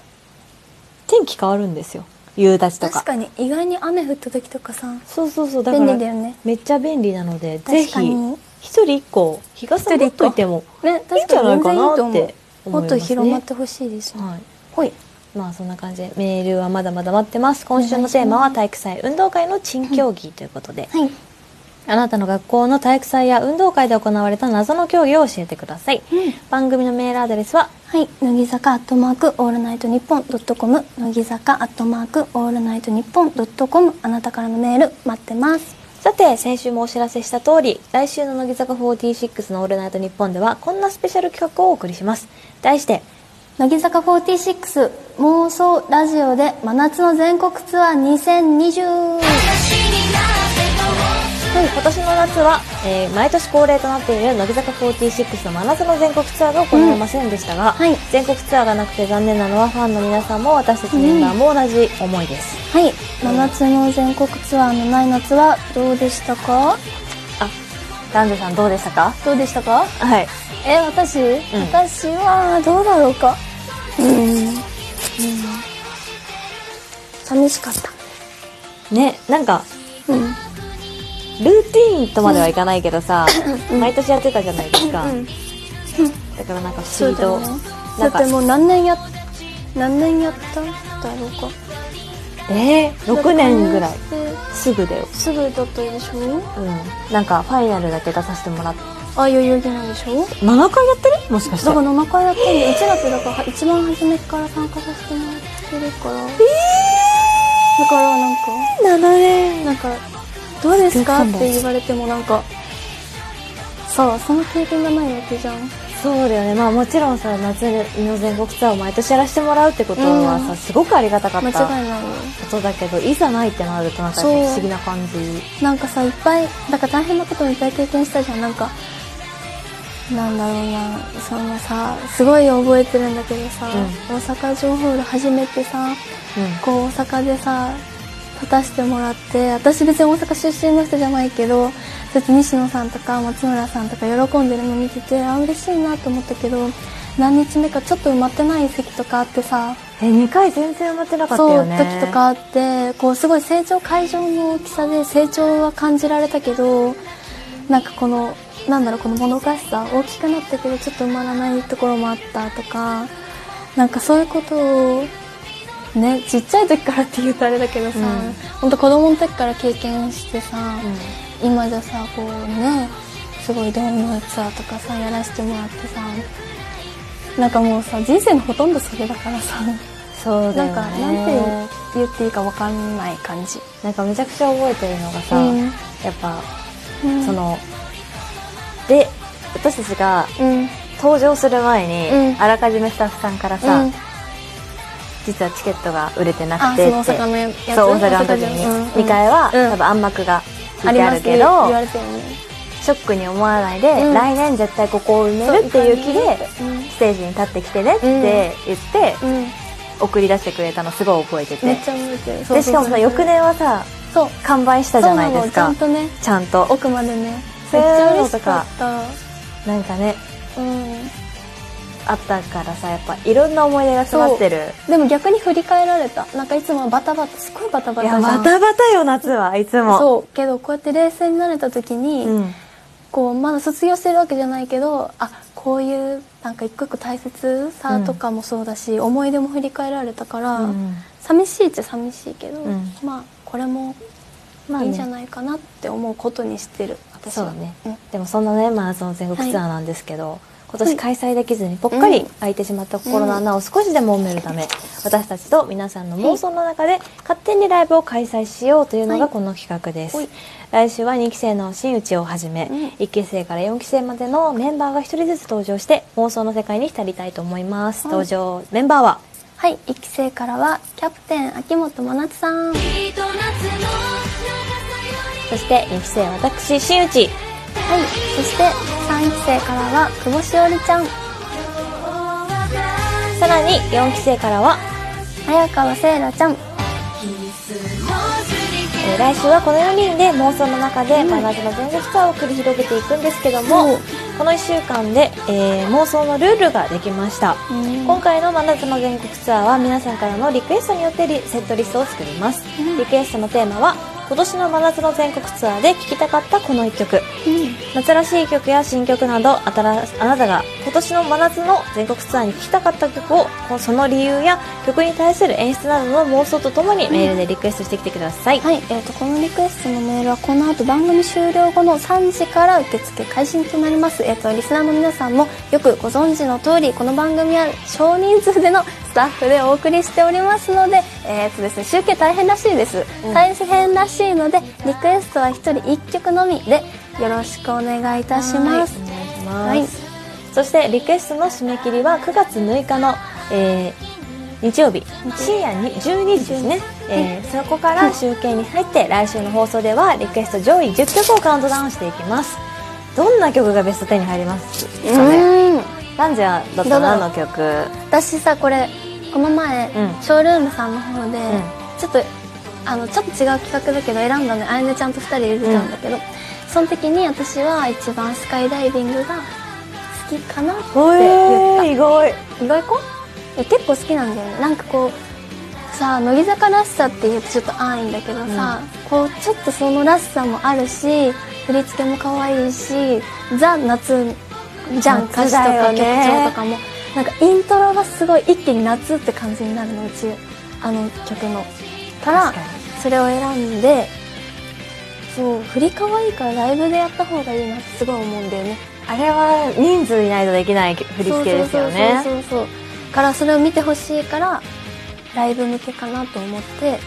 A: 天気変わるに変わるんですよ夕立とか
B: 確かに意外に雨降った時とかさ
A: そうそうそうだか
B: 便利だ
A: ら
B: よね
A: めっちゃ便利なのでぜ
B: 確
A: ひ
B: か
A: 一
B: に
A: 人一個日傘持っといても
B: ね
A: いいん
B: 確
A: じゃな
B: か
A: い
B: に全
A: か
B: 然い
A: なっ
B: いと思う
A: て思いま
B: もっ
A: す、
B: と
A: ね、
B: 広まってほしいですね
A: はい
B: ほい
A: まあそんな感じでメールはまだまだ待ってます今週のテーマは体育祭運動会の珍競技ということで、
B: はい
A: あなたの学校の体育祭や運動会で行われた謎の競技を教えてください、番組のメールアドレスは
B: はい、乃木坂アットマークオールナイトニッポンドットコム乃木坂アットマークオールナイトニッポンドットコムあなたからのメール待ってます
A: さて先週もお知らせした通り来週の乃木坂46の「オールナイトニッポン」ではこんなスペシャル企画をお送りします題して
B: 乃木坂46妄想ラジオで真夏の全国ツアー2020
A: はい、今年の夏は、えー毎年恒例となっている乃木坂46の真夏の全国ツアーが行われませんでしたが、
B: はい
A: 全国ツアーがなくて残念なのはファンの皆さんも私たちメンバーも同じ思いです、
B: はい真夏の全国ツアーのない夏はどうでしたか
A: あ男女さんどうでしたか
B: どうでしたか
A: はい
B: え私、
A: ん
B: 私はどうだろうかうん、うん、寂しかった
A: ねなんか
B: うん
A: ルーティーンとまではいかないけどさ、毎年やってたじゃないですか、
B: うん
A: だからなんか不
B: そ
A: 思
B: う
A: 議
B: だよ
A: と、
B: ね
A: なん
B: だって
A: か
B: もう何年やっ何年やったんだろうか
A: えー、6年ぐらい
B: だって加入し
A: す
B: て
A: ぐだよ
B: すぐだったでしょ
A: うんなんかファイナルだけ出させてもらって
B: ああいうぎなんでしょ
A: 7回やってるもしかし
B: だ
A: て
B: から7回やったんで1月だから一番初めから参加させてもらってるからだからなんか
A: 7年
B: なんか「どうですか?」
A: どうしたん
B: っ
A: だ
B: て言われてもなんかさあその経験がないわけじゃん
A: そうだよねまあもちろんさ夏の全国ツアーを毎年やらせてもらうってことはさ、
B: うん
A: すごくありがたかっ
B: 間
A: た
B: 違
A: こ
B: いないよ
A: とだけどいざないってなるとなんか
B: そう
A: やっぱ不思議な感じ
B: なんかさいっぱいだから大変なこともいっぱい経験したじゃんなんかなんだろうなそのさすごい覚えてるんだけどさ、
A: う
B: 大阪城ホール初めてさこう大阪でさ立たせてもらって私別に大阪出身の人じゃないけどそうやって西野さんとか松村さんとか喜んでるの見ててあ嬉しいなと思ったけど何日目かちょっと埋まってない席とかあってさ
A: え2回全然埋まってなかった
B: そう
A: よね
B: 時とかあってこうすごい成長会場の大きさで成長は感じられたけどなんかこのなんだろうこのもどかしさ大きくなったけどちょっと埋まらないところもあったとかなんかそういうことをねちっちゃい時からって言うとあれだけどさ、
A: うん
B: ほんと子供の時から経験してさ、今じゃさこうねすごいドームツアーとかさやらせてもらってさなんかもうさ人生のほとんどそれだからさ、
A: そうだ
B: な
A: よ
B: ん
A: ね
B: かなんて言っていいかわかんない感じ
A: なんかめちゃくちゃ覚えてるのがさ、
B: うん
A: やっぱ、
B: うん
A: そので私たちが
B: うん
A: 登場する前に、
B: うん
A: あらかじめスタッフさんからさ、
B: うん
A: 実はチケットが売れてな
B: あ
A: く
B: そ
A: て
B: の
A: っ
B: 大
A: て
B: 阪のやつ
A: そう大阪の時
B: 大阪
A: に、
B: でうん
A: 2階は、
B: うん
A: 多分暗幕が引
B: あ
A: い
B: り
A: てあ
B: ます
A: る
B: ね
A: け
B: 言
A: ど
B: われたよね
A: ショックに思わないで、
B: うん
A: 来年絶対ここを埋めるっていう気で
B: うん
A: ステージに立ってきてねって言って、
B: うん
A: 送り出してくれたのすごい覚えて
B: め
A: て
B: っちゃ覚えてるそう
A: でしかもさ翌年はさ
B: そう
A: 完売したじゃないです
B: そうなの
A: か
B: ちゃんとね
A: ちゃんと
B: 奥までねめっ
A: そ
B: ち
A: ういう
B: ゃ嬉
A: の
B: し
A: と
B: か
A: か
B: った
A: なんかね
B: うん
A: あったからさやっぱいろんな思い出が詰まってる
B: でも逆に振り返られたなんかいつもはバタバタすごいバタバ
A: いや
B: タじゃ
A: バ
B: ん
A: タバタよ夏はいつも
B: そうけどこうやって冷静になれた時に、
A: うん
B: こうまだ卒業してるわけじゃないけどあこういうなんか一個一個大切さとかもそうだし、思い出も振り返られたから、
A: うん
B: 寂しいっちゃ寂しいけど、
A: うん
B: まあこれも
A: まあ
B: い
A: ね
B: いんじゃないかなって思うことにしてる私
A: そ
B: は
A: うね
B: ん
A: でもそんなねマラソン全国ツアーなんですけど、今年開催できずにぽっか
B: う
A: り
B: ん
A: 空いてしまった心の穴を少しでも埋めるため、私たちと皆さんの妄想の中で勝手にライブを開催しようというの
B: は
A: が
B: い
A: この企画です、
B: はい
A: 来週は2期生の新内をはじめ、
B: うん
A: 1期生から4期生までのメンバーが1人ずつ登場して妄想の世界に浸りたいと思います、
B: はい
A: 登場メンバーは
B: はい1期生からはキャプテン秋元真夏さんはい
A: そして2期生私新内
B: そして3期生からは久保しおりちゃん
A: さらに4期生からは
B: 早川せいらちゃん
A: えー来週はこの4人で妄想の中でマラソンの全国ツアーを繰り広げていくんですけども、この1週間で、えー妄想のルールができました、
B: うん
A: 今回の真夏の全国ツアーは皆さんからのリクエストによってリセットリストを作ります、リクエストのテーマは今年の真夏の全国ツアーで聴きたかったこの1曲夏らしい曲や新曲などあたらあなたが今年の真夏の全国ツアーに聴きたかった曲をこその理由や曲に対する演出などの妄想とともにメールでリクエストしてきてください、
B: はい、えー、とこのリクエストのメールはこの後番組終了後の3時から受付開始となります、えー、とリスナーの皆さんもよくご存知の通りこの番組は少人数でのスタッフでお送りしておりますので,、えーとですね、集計大変らしいです、
A: うん
B: 大変らしいのでリクエストは1人1曲のみでよろしくお願いいたします
A: はいお願いします、そしてリクエストの締め切りは9月6日の、えー日曜日深夜に12時ですね、えーそこから集計に入って来週の放送ではリクエスト上位10曲をカウントダウンしていきますどんな曲がベスト10に入ります
B: う
A: かね
B: ーん
A: ランジャーだったら何の曲
B: 私さこれこの前、
A: うん
B: ショールームさんの方で、
A: ん
B: ちょっとあのちょっと違う企画だけど選んだのあやねちゃんと2人で出たんだけど、その時に私は一番スカイダイビングが好きかなって言った、
A: えー、意外
B: 意外かいや結構好きなんだよねなんかこうさあ乃木坂らしさって言うとちょっと安易だけどさ、こうちょっとそのらしさもあるし振り付けも可愛いしザ・夏じゃん歌
A: 夏
B: 詞と
A: だよ
B: か曲
A: ね
B: 調とかもなんかイントロがすごい一気に夏って感じになるのうちあの曲のから
A: 確かに
B: それを選んでそう振り可愛いからライブでやった方がいいなってすごい思うんだよね
A: あれは人数いないとできない振り付けですよね
B: そうそうそうそうそうからそれを見てほしいからライブ向けかなと思って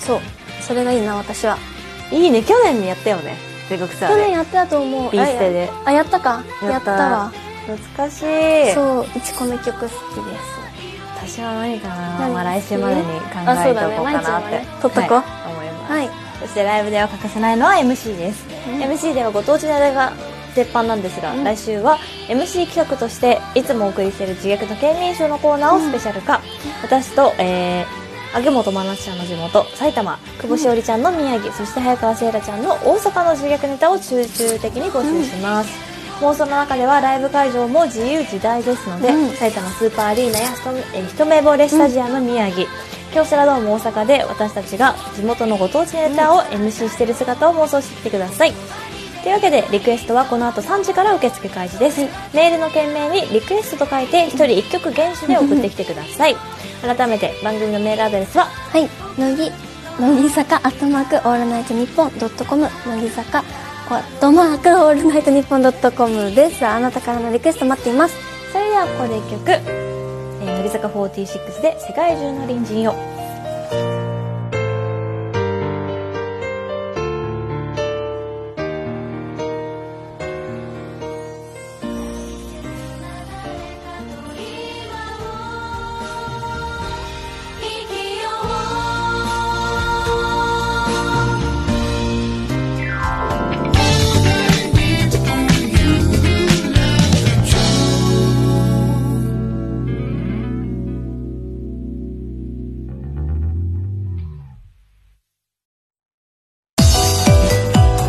B: そうそれがいいな私はい
A: いね去年にやったよね全国ツアー
B: 去
A: で
B: 年やってたと思う
A: ビーステで
B: あやったかやった
A: やった
B: わ
A: 懐かしい
B: そううちこの曲好きです
A: 私は何かな、
B: 何
A: まあ、来週までに考えておこうか
B: あそうだね
A: なって、
B: まいちゃんはね撮っとこう
A: はい思います、
B: はい
A: そしてライブでは欠かせないのは MC です、
B: うん
A: MC ではご当地ネタが鉄板なんですが、
B: うん
A: 来週は MC 企画としていつもお送りしている自虐と県民賞のコーナーをスペシャル化、私と、えー、揚本真夏ちゃんの地元埼玉久保しおりちゃんの宮城、そして早川せいらちゃんの大阪の自虐ネタを集中的に募集します、妄想の中ではライブ会場も自由自在ですので、
B: うん
A: 埼玉スーパーアリーナやひとえー一目惚れスタジアム宮城、京セラドーム大阪で私たちが地元のご当地ネタを MC している姿を妄想していてください、というわけでリクエストはこの後3時から受付開始です、メールの件名にリクエストと書いて1人1曲厳守で送ってきてください改めて番組のメールアドレスは
B: はい、乃木、乃木坂アットマークオールナイトニッポンドットコム、乃木坂アットマークオールナイトニッポンドットコムです。あなたからのリクエスト待っています。
A: それではここで一曲、えー、乃木坂46で「世界中の隣人よ」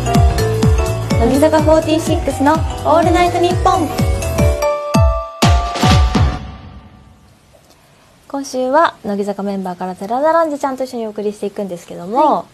A: 乃木坂46の「オールナイトニッポン」今週は乃木坂メンバーから寺田ランジちゃんと一緒にお送りしていくんですけども、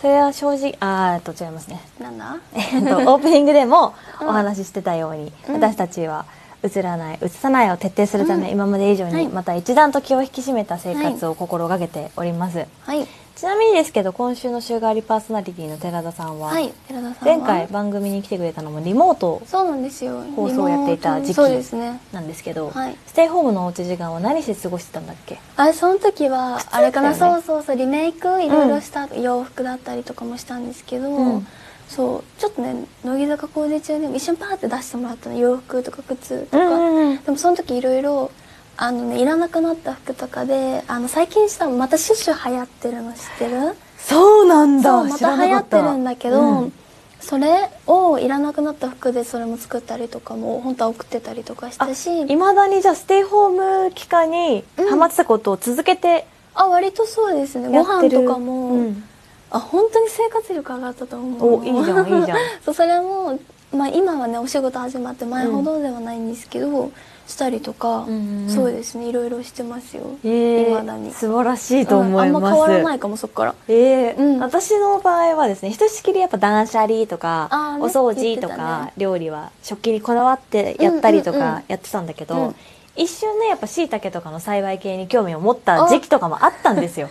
A: それは正直あーえっと違いますね
B: なんだ
A: えっと オープニングでもお話ししてたように、私たちは映らない映さないを徹底するため、今まで以上に、
B: はい
A: また一段と気を引き締めた生活を心がけております、
B: はい。
A: ちなみにですけど今週の週替わりパーソナリティの寺田さんは、
B: はい、寺田さんは
A: 前回番組に来てくれたのもリモート
B: そうなんですよ。
A: 放送をやっていた時期
B: リモートそうですね。
A: なんですけど、
B: はい
A: ステイホームのおうち時間は何して過ごしてたんだっけ
B: あれその時はあれかな、
A: 靴だよね
B: そうそうそうリメイクいろいろした洋服だったりとかもしたんですけど、
A: うん
B: そうちょっとね乃木坂工事中でも一瞬パーって出してもらったの洋服とか靴とか、
A: うん
B: でもその時いろいろあのねいらなくなった服とかであの最近したのまたシュッシュ流行ってるの知ってる
A: そうなん
B: そうまた流行ってるんだけど、
A: うん
B: それをいらなくなった服でそれも作ったりとかも本当は送ってたりとかし
A: あ
B: たし
A: いまだにじゃあステイホーム期間に
B: うん
A: ハマってたことを続けて
B: あ割とそうですね
A: や
B: ご
A: っ
B: 飯
A: てる、
B: とかも、
A: うん
B: あ本当に生活力上がったと思う
A: おいいじゃんいいじゃん
B: そうそれも、まあ、今はねお仕事始まって前ほどではないんですけど、したりとか、
A: うんうんうん
B: そうですねいろいろしてますよ
A: えー
B: 未だに
A: 素晴らしいと思います、
B: うんあんま変わらないかもそっから
A: えー
B: うん
A: 私の場合はですねひとしきりやっぱ断捨離とか、
B: あーね
A: お掃除と
B: 言ってた
A: か、
B: ね
A: 料理は食器にこだわってやったりと
B: うんうんう
A: か
B: ん
A: やってたんだけど、
B: うん
A: 一瞬ねやっぱ椎茸とかの栽培系に興味を持った時期とかもあったんですよ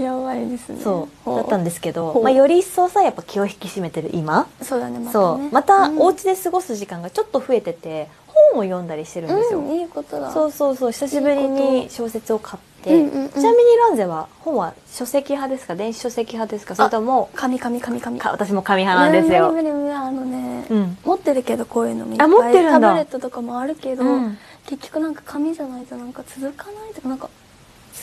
B: やばいですね
A: そう
B: ほ
A: だったんですけ
B: ほ
A: ど、
B: う
A: まあ、より一層さやっぱ気を引き締めてる今、
B: そうだねまた
A: そ
B: ね
A: うまた
B: うん
A: お家で過ごす時間がちょっと増えてて本を読んだりしてるんですよ、
B: うんいいことだ
A: そうそうそう久しぶり
B: いい
A: に
B: こ
A: 小説を買って、
B: うんうんうん
A: ちなみにランゼは本は書籍派ですか電子書籍派ですかそれとも
B: 神神神神
A: か私も紙派なんですよ、
B: 無理無理無理あのね、
A: うん
B: 持ってるけどこういうのもいっぱ
A: あ
B: い
A: 持ってるんだ
B: タブレットとかもあるけど、
A: うん
B: 結局なんか紙じゃないとなんか続かないとかなんか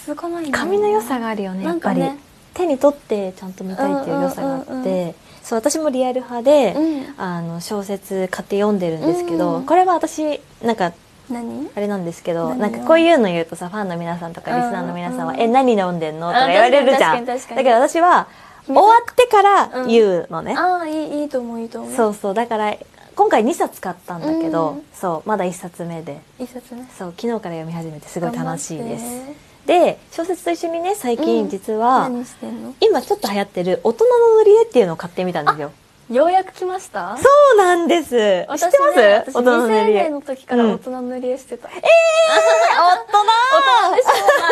B: 続かないんだよね
A: 紙の良さがあるよねや
B: な
A: っ
B: ん
A: ぱ
B: か
A: り、
B: ね
A: 手に取ってちゃんと見たいっていう良さがあって、
B: うんうんうん
A: そう私もリアル派で、
B: うん
A: あの小説買って読んでるんですけど、
B: うん
A: これは私なんか
B: 何
A: あれなんですけど
B: 何
A: なんかこういうの言うとさファンの皆さんとかリスナーの皆さんは「
B: うんうん
A: え何飲んでんの?」とか
B: あ
A: 言われるじゃん
B: 確かに確
A: だ
B: かに
A: けど私は終わってから言うのね、
B: ああいいいいと思ういいと思う
A: そうそうだから今回2冊買ったんだけど、
B: うん
A: そうまだ1冊目で
B: いい冊ね
A: そう昨日から読み始めてすごい楽しいです
B: 頑張って
A: で小説と一緒にね最
B: うん
A: 近実は、
B: 何してんの
A: 今ちょっと流行ってる「大人の塗り絵」っていうのを買ってみたんですよ
B: ようやく来ました
A: そうなんです知ってます、
B: 私ね私
A: 大人の塗
B: 未成
A: り絵
B: 年の時から
A: うん
B: 大人塗り絵してた、え
A: 大人
B: ま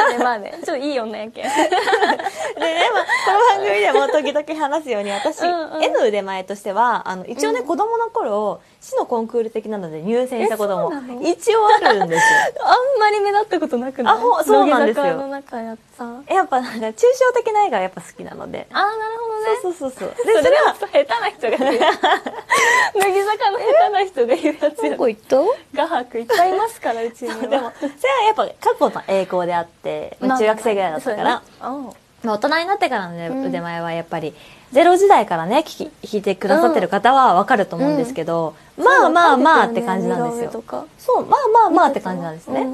B: あねまあねちょっといい女やけ ん
A: でね、まあ、この番組でも時々話すように私
B: うんうん
A: 絵の腕前としてはあの一応ね、
B: うん
A: 子供の頃市のコンクール的なので入選したこと
B: えそうな
A: も
B: の
A: 一応あるんですよ
B: あんまり目立ったことなくない
A: あほそうなんですよ
B: 乃木坂の中やったあーなる
A: やっぱなんか抽象的な絵がやっぱ好きなので
B: ほどね
A: そうそうそうそう
B: そ
A: でそ
B: れ
A: れ
B: は
A: は
B: 下手な人が 言う乃木坂の下手な人が言うやつや
A: 行った
B: 画伯いっぱいいますからうちには
A: でもそれはやっぱ過去の栄光であって、まあ、中学生ぐらいだったから、
B: そう
A: まあ、大人になってからの、ね
B: うん
A: 腕前はやっぱりゼロ時代からね聞き聞いてくださってる方はわかると思うんですけど、まあまあまあって感じなんですよそうまあまあまあって感じなんですね、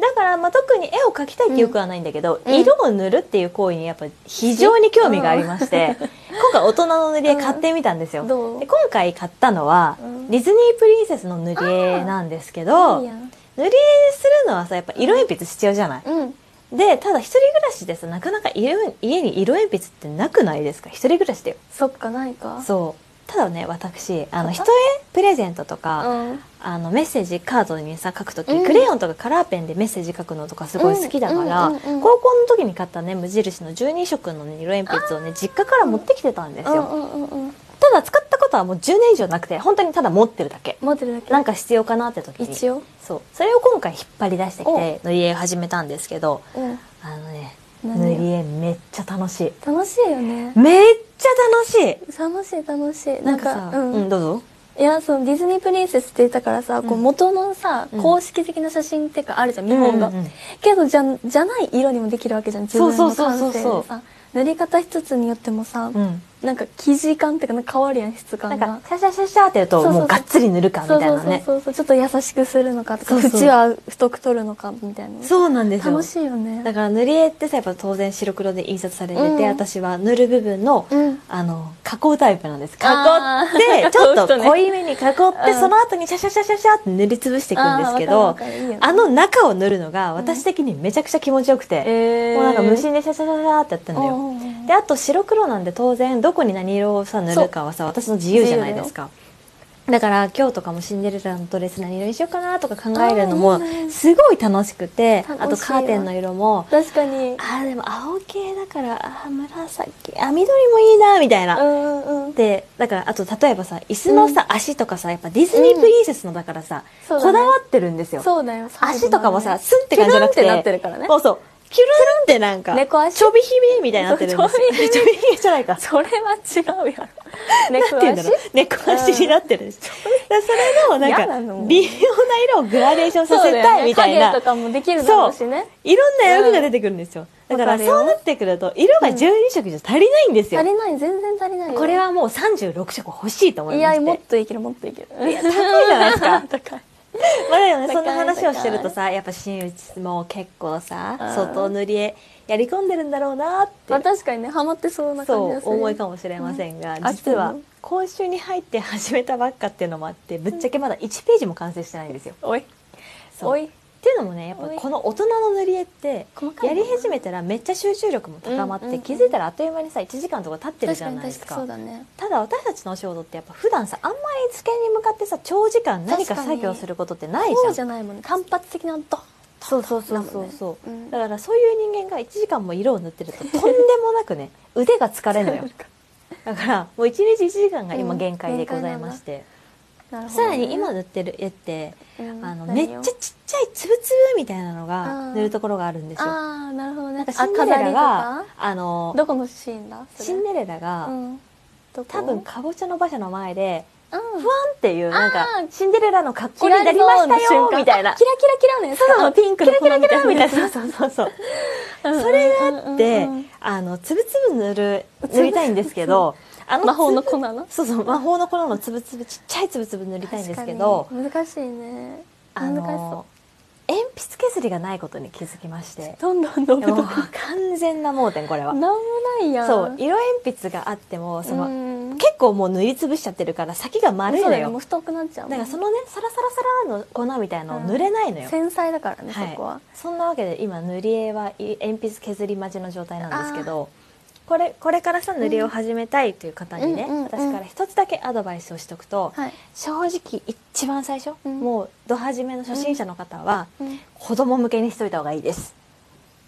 A: だからまあ特に絵を描きたいってよくはないんだけど、
B: うん
A: 色を塗るっていう行為にやっぱ非常に興味がありまして、今回大人の塗り絵買ってみたんですよ、
B: うんどう
A: で今回買ったのは、
B: うん
A: ディズニープリンセスの塗り絵なんですけど
B: い
A: 塗
B: いやん
A: り絵するのはさやっぱ色鉛筆必要じゃない、
B: うん
A: でただ一人暮らしでさなかなか色家に色鉛筆ってなくないですか一人暮らしで
B: そっかないか
A: そただね私あの
B: また
A: 人へプレゼントとか、
B: うん
A: あのメッセージカードにさ書くとき、
B: うん
A: クレヨンとかカラーペンでメッセージ書くのとかすごい好きだから、
B: うんうんうんうん
A: 高校の時に買ったね無印の12色のね色鉛筆をね実家から持ってきてたんです
B: う
A: よ、
B: んうんうんうん
A: ただ使ったことはもう10年以上なくて本当にただ持ってるだけ
B: 持ってるだけ
A: なんか必要かなって時に
B: 一応
A: そうそれを今回引っ張り出してきて塗り絵を始めたんですけど
B: うん
A: あのね
B: 何
A: 塗り絵めっちゃ楽しい
B: 楽しいよね
A: めっちゃ楽し
B: 楽しい楽しい
A: いなん
B: なん
A: かさ
B: かうん、
A: うん、どうぞ
B: いやそのディズニープリンセスって言ったからさ、こう
A: うん
B: 元のさ
A: うん
B: 公式的な写真ってかあるじゃん、見本が、
A: うんうんうん
B: けどじゃじゃない色にもできるわけじゃん自分
A: そう
B: の
A: そう
B: 感
A: そ
B: 性
A: うそう
B: でさ塗り方一つによってもさ、
A: うん
B: なんか生地感っていうかなんか変わるやん質
A: な
B: 感
A: ん
B: が
A: かシャシャシャシャってやると
B: そうそうそう
A: もうがっつり塗るかみた
B: そう
A: い
B: そう
A: な
B: そう
A: ね
B: そうそうちょっと優しくするのかとか
A: そうそう
B: 縁は太く取るのかみたいな
A: そうなんですよ
B: 楽しいよね
A: だから塗り絵ってさやっぱ当然白黒で印刷されてて、
B: うん
A: 私は塗る部分の、
B: うん
A: あの囲うタイプなんです囲
B: あー
A: ってちょっと濃いめに囲って、
B: うん
A: その後にシャシャシャシャシャって塗りつぶしていくんですけど
B: あーわかるわかるいいよね
A: あの中を塗るのが私的にめちゃくちゃ気持ちよくて、
B: えー
A: もうなんか無心でシャシャシャシャってやってんだ
B: う
A: よ
B: んうんうん
A: であと白黒なんで当然どこに何色をさ塗るかはさ私の自由じゃないですかだから今日とかもシンデレラのドレス何色にしようかなとか考えるの
B: あ
A: も
B: ーいいね
A: すごい楽しくて
B: 楽しいわ
A: あとカーテンの色も
B: 確かに
A: あーでも青系だからあー紫あ緑もいいなみたいな、
B: うんうん
A: でだからあと例えばさ椅子のさ、足とかさやっぱディズニープリンセスのだからさ、
B: そうだね
A: こだわってるんですよ、
B: そうだよ
A: 足とかもさスンって感じじゃなくて
B: キュルンってなってるからね
A: そうそうキュルンってなんか
B: 猫足
A: ちょびひびみたいになってるんですよ
B: そうちょびひび
A: ちょびひびじゃないか
B: それは違うやろ
A: なんて
B: 猫
A: 言うんだ
B: 足
A: ろう猫足になってるでしょだからそれの
B: 嫌な
A: なん
B: の
A: か微妙な色をグラデーションさせたいみたいな
B: そうだよね影とかもできるだろうしね
A: いろんな色が出てくるんですよ、
B: うん
A: だか
B: わ
A: ら
B: かるよ
A: そうなってくると色が12色じゃ足りないんですよ、
B: 足りない全然足りないよ
A: これはもう36色欲しいと思い
B: い
A: ま
B: や
A: して
B: もっといけるもっといけるいや高い
A: じゃないですか
B: 高い
A: まあでもね
B: 高い
A: そんな話をしてるとさやっぱ新内も結構さ
B: うん
A: 相当塗り絵やり込んでるんだろうなって、
B: まあ確かにねハマってそうな感じ
A: そ
B: が
A: う
B: する
A: 思いかもしれませんが、
B: うん
A: 実
B: 飽き
A: は
B: てる
A: 今週に入って始めたばっかっていうのもあってぶっちゃけまだ1ページも完成してないんですよ。
B: おい
A: そう
B: おい
A: っていうのもねやっぱ
B: おい
A: この大人の塗り絵って
B: 細かい
A: や
B: もん
A: り
B: な
A: 始めたらめっちゃ集中力も高まって、
B: うんうんうん
A: 気づいたらあっという間にさ1時間とか経ってるじゃないですか
B: 確かに確かにそうだね
A: ただ私たちのお仕事ってやっぱ普段さあんまり机に向かってさ長時間何か作業することってないじ
B: そ
A: ゃ
B: うんじゃないもんね単発的なドン
A: そうそうそう
B: な
A: そ
B: の
A: う
B: ね
A: そう、
B: うん
A: だからそういう人間が1時間も色を塗ってるととんでもなく ね腕が疲れるのよだからもう1日1時間が今
B: うん
A: 限界でございまして、
B: なるほ
A: さ
B: ど
A: ら
B: ね
A: に今塗ってる絵って、
B: うん
A: あのめっ
B: 何
A: ち
B: を
A: ゃちっちゃいつぶつぶみたいなの
B: あ
A: が
B: ー
A: 塗るところがあるんですよな
B: ああなるほどね
A: んかシンデレラが
B: あ飾りとか
A: あの
B: どこのシーンだそれ
A: シンデレラが、
B: うんどこ
A: 多分かぼちゃの馬車の前で
B: うん
A: ふわんっていうなんか
B: あー
A: シンデレラの格好
B: キ
A: に
B: ラ
A: なりましたよみたいな
B: キラキラキラのやつ
A: そうそうピンクの
B: キラキラキラ
A: み
B: み
A: た
B: た
A: い
B: い
A: な
B: な
A: そうそうそう
B: うん
A: それがあって、
B: うんうんうん
A: あのつぶつぶ塗る塗りたいんですけ どあの
B: 魔法の
A: つぶ
B: 粉の
A: そうそう魔法の粉のつぶつぶちっちゃいつぶつぶ塗りたいんですけど
B: 確かに難しいね
A: あ
B: 難しそ
A: の鉛筆削りがないことに気づきまして
B: うどんどんどんどん
A: も
B: な
A: うん
B: も
A: 完全な盲点これは
B: ないやん
A: そう色鉛筆があってもその、
B: うん
A: 結構もう塗りつぶしちゃってるから先が丸い
B: そう
A: の
B: だよも
A: よ
B: う太くなっちゃう
A: だからそ
B: の
A: のねサラサラサラの粉みたいのを塗れないのよ、
B: 繊細だからねそ
A: はい
B: こは
A: そんなわけで今塗り絵はい鉛筆削り待ちの状態なんですけどこれこれからさ塗り絵を始めたいという方にね、
B: うんうんうんうん
A: 私から一つだけアドバイスをしておくと、
B: はい
A: 正直一番最初、
B: うん
A: もうド始めの初心者の方は、
B: うん
A: 子供向けにしといた方がいいです、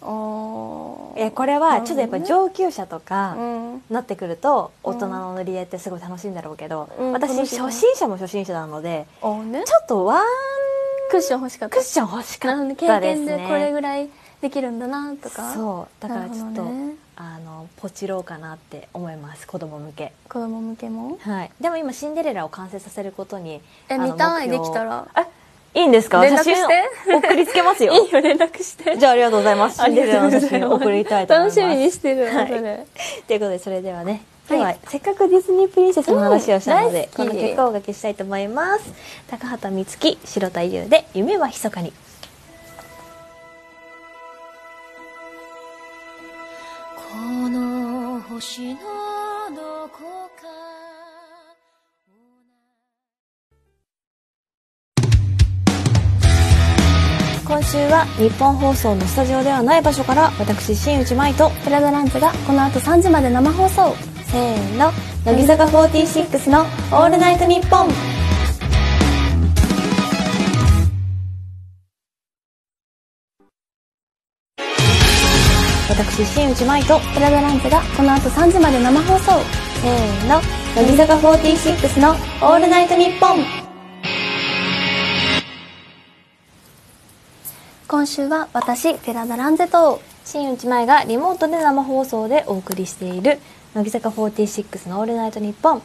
B: お
A: えーこれはちょっとやっぱ上級者とか、
B: うん
A: なってくると
B: う
A: 大
B: ん
A: 人の塗り絵ってすごい楽しいんだろうけど、
B: うん
A: 私
B: 楽しいね
A: 初心者も初心者なので
B: おーね
A: ちょっとワン
B: クッション欲しかった
A: クッション欲しか
B: なるほ
A: っ
B: ど
A: た
B: 経
A: です
B: 験
A: ね
B: でこれぐらいできるんだなとか
A: そうだからちょっ
B: なる
A: と、
B: ほどね
A: あのポチろうかなって思います子供向け
B: 子供向けも
A: はいでも今シンデレラを完成させることに
B: え
A: あの
B: 見たい
A: 目標
B: できたら
A: えいいんですか
B: 連絡して
A: 写真を送りつけますよ
B: いいよ連絡して
A: じゃあありがとうございます
B: あ
A: シン
B: りが
A: デレ
B: と
A: ラ
B: うご
A: の写真
B: ざいます
A: を送りたいと思います
B: 楽しみにしてるわ、
A: はい
B: それ
A: ということでそれではね
B: は
A: 今
B: い
A: 日はせっかくディズニープリンセスの話をしたので、
B: うん大好
A: こ
B: き
A: の結果をおかけしたいと思います高畑充希白田優で夢は密かに
D: この星のどこか
A: 今週は日本放送のスタジオではない場所から私新内舞と
B: プラザランチがこの後3時まで生放送
A: せーの乃木坂46の「オールナイトニッポン」私新内舞と
B: プラダランズがこの後3時まで生放送
A: せーの乃木坂46の「オールナイトニッポン」
B: 今週は私ペラダランゼと
A: 新内前がリモートで生放送でお送りしている乃木坂46の「オールナイトニッポン」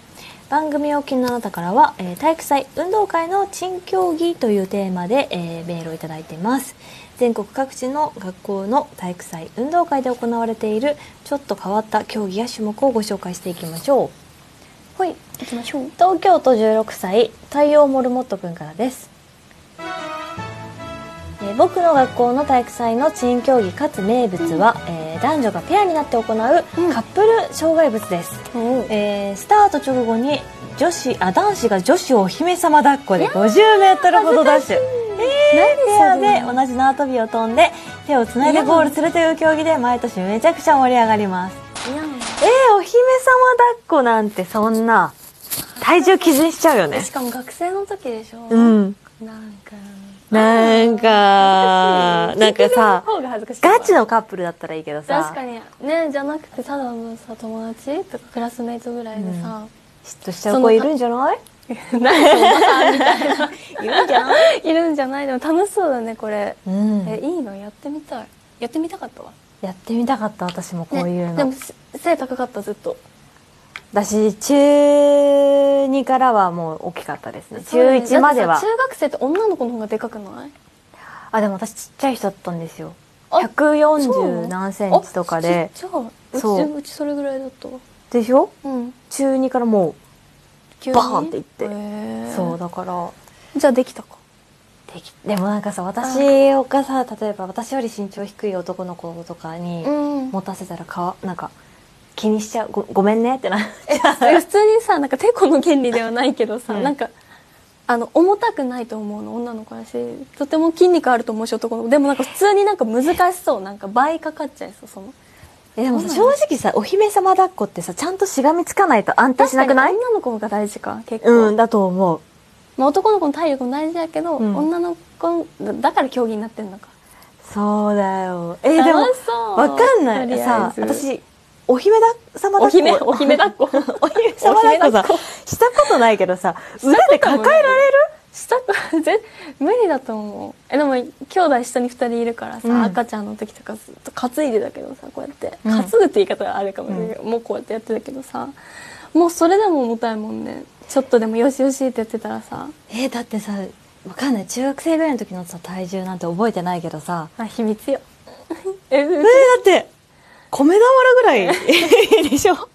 A: 番組をお聞きのあなたからは、えー体育祭運動会の珍競技というテーマで、えーメールをいただいています全国各地の学校の体育祭運動会で行われているちょっと変わった競技や種目をご紹介していきましょう
B: はい行きましょう
A: 東京都16歳太陽モルモットくんからです、えー僕の学校の体育祭の珍競技かつ名物は、えー男女がペアになって行うカップル障害物です、えースタート直後に女子あ男子が女子をお姫様抱っこで 50m ほどダッシュえー、ペアで同じ縄跳びを飛んで手をつないでゴールするという競技で毎年めちゃくちゃ盛り上がりますえー、お姫様抱っこなんてそんな体重気にしちゃうよね
C: しかも学生の時でしょ、
A: うん
C: なんか
A: なんかなんかさ
C: 方が恥ずかしい
A: ガチのカップルだったらいいけどさ
C: 確かにねじゃなくてただのさ友達とかクラスメイトぐらいでさ、
A: 嫉妬しちゃう子いるんじゃない
C: いるんじゃないでも楽しそうだねこれ、
A: うん
C: えいいのやってみたいやってみたかったわ
A: やってみたかった私もこういうの、
C: でもせ背高かったずっと
A: 私中2からはもう大きかったですね中1まで
C: だっ
A: は
C: てさ中学生って女の子の方がでかくない
A: あでも私ちっちゃい人だったんですよ
C: あ
A: 140何センチとかで
C: あちっちゃいうち
A: そう
C: うちそれぐらいだったわ
A: でしょ
C: うん
A: 中2からも
C: 急
A: バーンっていって
C: へー
A: そうだから
C: じゃあできたか
A: できでもなんかさ私がさ例えば私より身長低い男の子とかに
C: ん
A: 持たせたらかわなんか気にしちゃうごごめんねってな
C: 普通にさなんかてこの原理ではないけどさ、
A: うん
C: なんかあの重たくないと思うの女の子だしとても筋肉あると思うし男の子でもなんか普通になんか難しそうなんか倍かかっちゃいそうその
A: えでもさ
C: そう
A: 正直さお姫様抱っこってさちゃんとしがみつかないと安定しなくない
C: 確かに女の子が大事か結構、
A: うんだと思う
C: まあ、男の子の体力も大事だけど、
A: うん
C: 女の子だから競技になってんのか
A: そうだよえでも
C: 楽しそう
A: わかんな
C: と
A: い
C: りあえず
A: さ私お姫だ様
C: お
A: 抱っこ
C: 姫お姫抱っこ
A: お姫様抱っこさしたことないけどさ腕で抱えられる
C: したとぜ無理だと思うえでも兄弟下に2人いるからさ、
A: うん
C: 赤ちゃんの時とかずっと担いでたけどさこうやって
A: うん
C: 担ぐって言い方はあるかもしれないけど、もうこうやってやってたけどさもうそれでも重たいもんねちょっとでもよしよしってやってたらさ
A: えだってさわかんない中学生ぐらいの時のさ体重なんて覚えてないけどさ
C: あ秘密よ え
A: えだって米俵ぐら いでしょ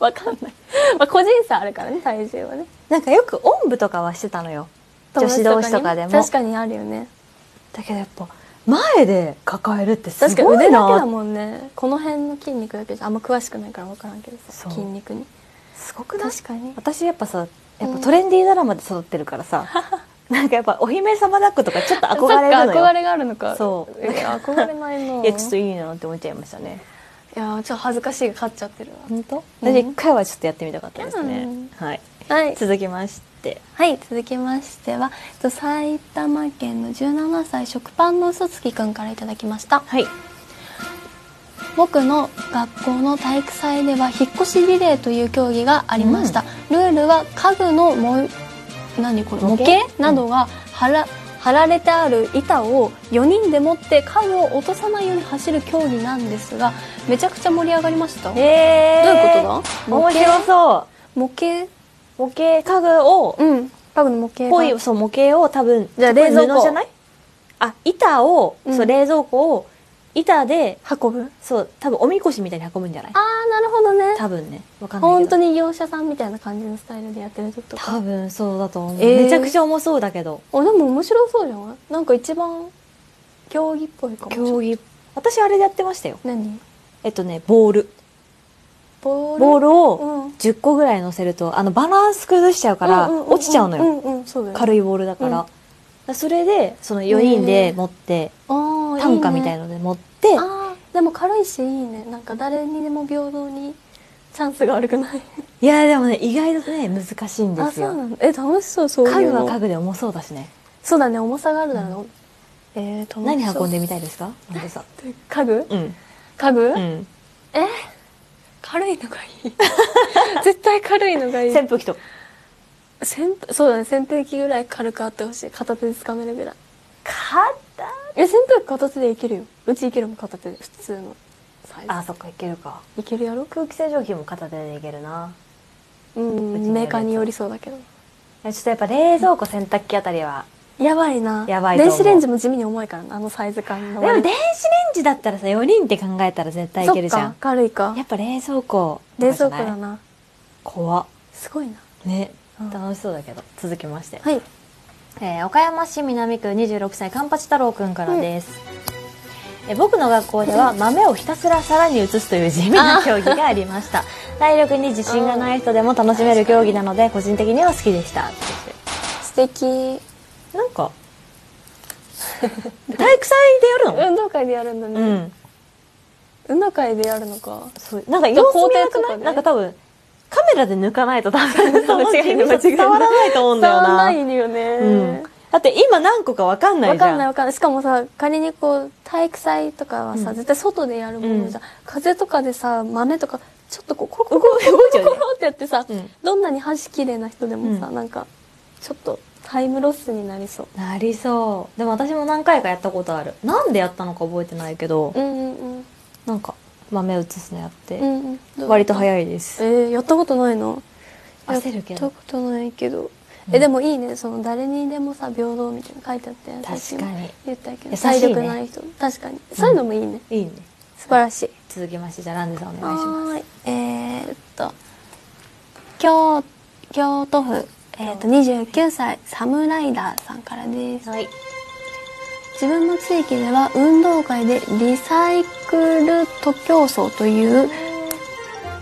C: わかんない、まあ、個人差あるからね体重はね
A: なんかよくおんぶとかはしてたのよ女子同士とかでも
C: 確かにあるよね
A: だけどやっぱ前で抱えるってす
C: 確かに
A: ご
C: 腕
A: い
C: だけだ
A: な
C: もんねこの辺の筋肉だけじゃあんま詳しくないから分からんけど
A: そ
C: さ
A: う
C: 筋肉に
A: すごくない
C: 確かに
A: 私やっぱさやっぱトレンディードラマで育ってるか らさ、なんかやっぱお姫様抱っことかちょっと憧れるの
C: そっか憧
A: よ
C: れがあるのか
A: そう
C: いや憧れないの
A: いやちょっといいなって思っちゃいましたね
C: いやちょっと恥ずかしいが勝っちゃってる
A: 本当
C: うん
A: 私一回はちょっとやってみたかったですね、
C: うん
A: はい
C: わはい
A: 続きまして
B: はい続きましてはえっと埼玉県の17歳食パンの嘘つきくんからいただきました
A: はい
B: 僕の学校の体育祭では引っ越しリレーという競技がありました、ルールは家具のも何これ模
A: 模型
B: 型などが貼ら,、貼られてある板を4人で持って家具を落とさないように走る競技なんですがめちゃくちゃ盛り上がりましたどういう
A: え
B: ことだ模
A: 面
B: 型
A: 白そう
B: 模型
A: 模型家具を
B: うん家具の模型が
A: ぽいそう模型を多分
B: じゃあ冷蔵庫
A: これ布じゃないあ板を、
B: うん
A: そう冷蔵庫を板で
B: 運ぶ
A: そう多分おみこしみたいに運ぶんじゃない
B: ああなるほどね
A: 多分ねわかんないけ
B: 本
A: ど
B: 当に業者さんみたいな感じのスタイルでやってる人とか
A: 多分そうだと思う、
B: えー
A: めちゃくちゃ重そうだけど
B: あでも面白そうじゃないなんか一番競技っぽいかもしれない
A: 競技私あれでやってましたよ
B: 何
A: えっとねボール
B: ボール
A: ボールを
B: うん
A: 10個ぐらい乗せるとあのバランス崩しちゃうから落ちちゃうのよ、
B: うんうんそうだよ
A: 軽いボールだから,、
B: うん
A: だからそれでその4人で持って、
B: あ
A: 担架みたい
B: な
A: ので持って
B: あーでも軽いしいいねなんか誰にでも平等にチャンスが悪くない
A: いやでもね意外とね難しいんで
B: あ
A: す
B: そうな
A: よ
B: のえ楽しそうそう
A: 家
B: いう
A: 具は
B: の
A: 家具で重そうだしね
B: そうだね重さがあるだろうね、えー、楽しそう
A: 何運んでみたいですか本当さん
B: 家具
A: うん
B: 家具、
A: うん
B: え軽いのがいい絶対軽いのがいい
A: 扇風機と
B: 扇風そうだね扇風機ぐらい軽くあってほしい片手で掴めるぐらい
A: 肩
B: え扇風機片手でいけるようちいけるもん片手で普通のサイズ
A: あそっかいけるか
B: いけるやろ
A: 空気清浄機も片手でいけるなうちにあるや
B: う
A: つ
B: んメーカーによりそうだけど
A: いやちょっとやっぱ冷蔵庫洗濯機あたりは
B: やばいな
A: やばいと
B: 電
A: 思う
B: 子レンジも地味に重いからなあのサイズ感
A: で
B: の
A: も電子レンジだったらさ4人って考えたら絶対いけるじゃ
B: そっ
A: ん
B: か軽いか
A: やっぱ冷蔵庫
B: 冷蔵庫
A: じゃ
B: だ
A: ない
B: な
A: 怖っ
B: すごいな
A: ね
B: うん
A: 楽しそうだけど続きまして
B: はい
A: えー岡山市南区26歳カンパチ太郎くんからです、えー僕の学校では豆をひたすら皿に移すという地味な競技がありました体力に自信がない人でも楽しめる競技なので個人的には好きでした
B: 素敵
A: なんか 体育祭でやるの
B: 運動会でやるんだね、
A: うん
B: 運動会でやるのか
A: そうなんか様子見なく
B: 校庭と
A: な
B: か
A: い
B: ね
A: なんか多分カメラで抜かないと多分その
B: 間違いない
A: 地味さ伝わらないと思うんだよ
B: 伝わ
A: な
B: らないよね、
A: うん、だって今何個か分かんない
B: わ
A: じゃん
B: かんないわかんないしかもさ仮にこう体育祭とかはさ、
A: うん
B: 絶対外でやるものじゃん、風とかでさ豆とかちょっとこうコロコロコ
A: 動
B: ロ
A: いちゃうね
B: コロコロってやってさ、
A: うん
B: どんなに箸綺麗な人でもさ、
A: う
B: なんかちょっとタイムロスになりそう
A: なりそうでも私も何回かやったことあるなんでやったのか覚えてないけど、
B: うんうんうん
A: なんか豆移すのやって、
B: うんうんどう
A: 割と早いです、
B: えー、やったことないの
A: 焦るけど
B: やったことないけど、
A: う
B: え
A: ん
B: でもいいねその誰にでもさ平等みたいなの書いてあって
A: 確かに
B: 言ったけど
A: 優しいね
B: 体力ない人確かにそういうのもいいね、
A: いいね
B: 素晴らしい
A: 続きましてじゃあランデさんお願いします
B: はーいえーっと京京都府、えーっと29歳サムライダーさんからです
A: はい
B: 自分の地域では運動会でリサイクル徒競走という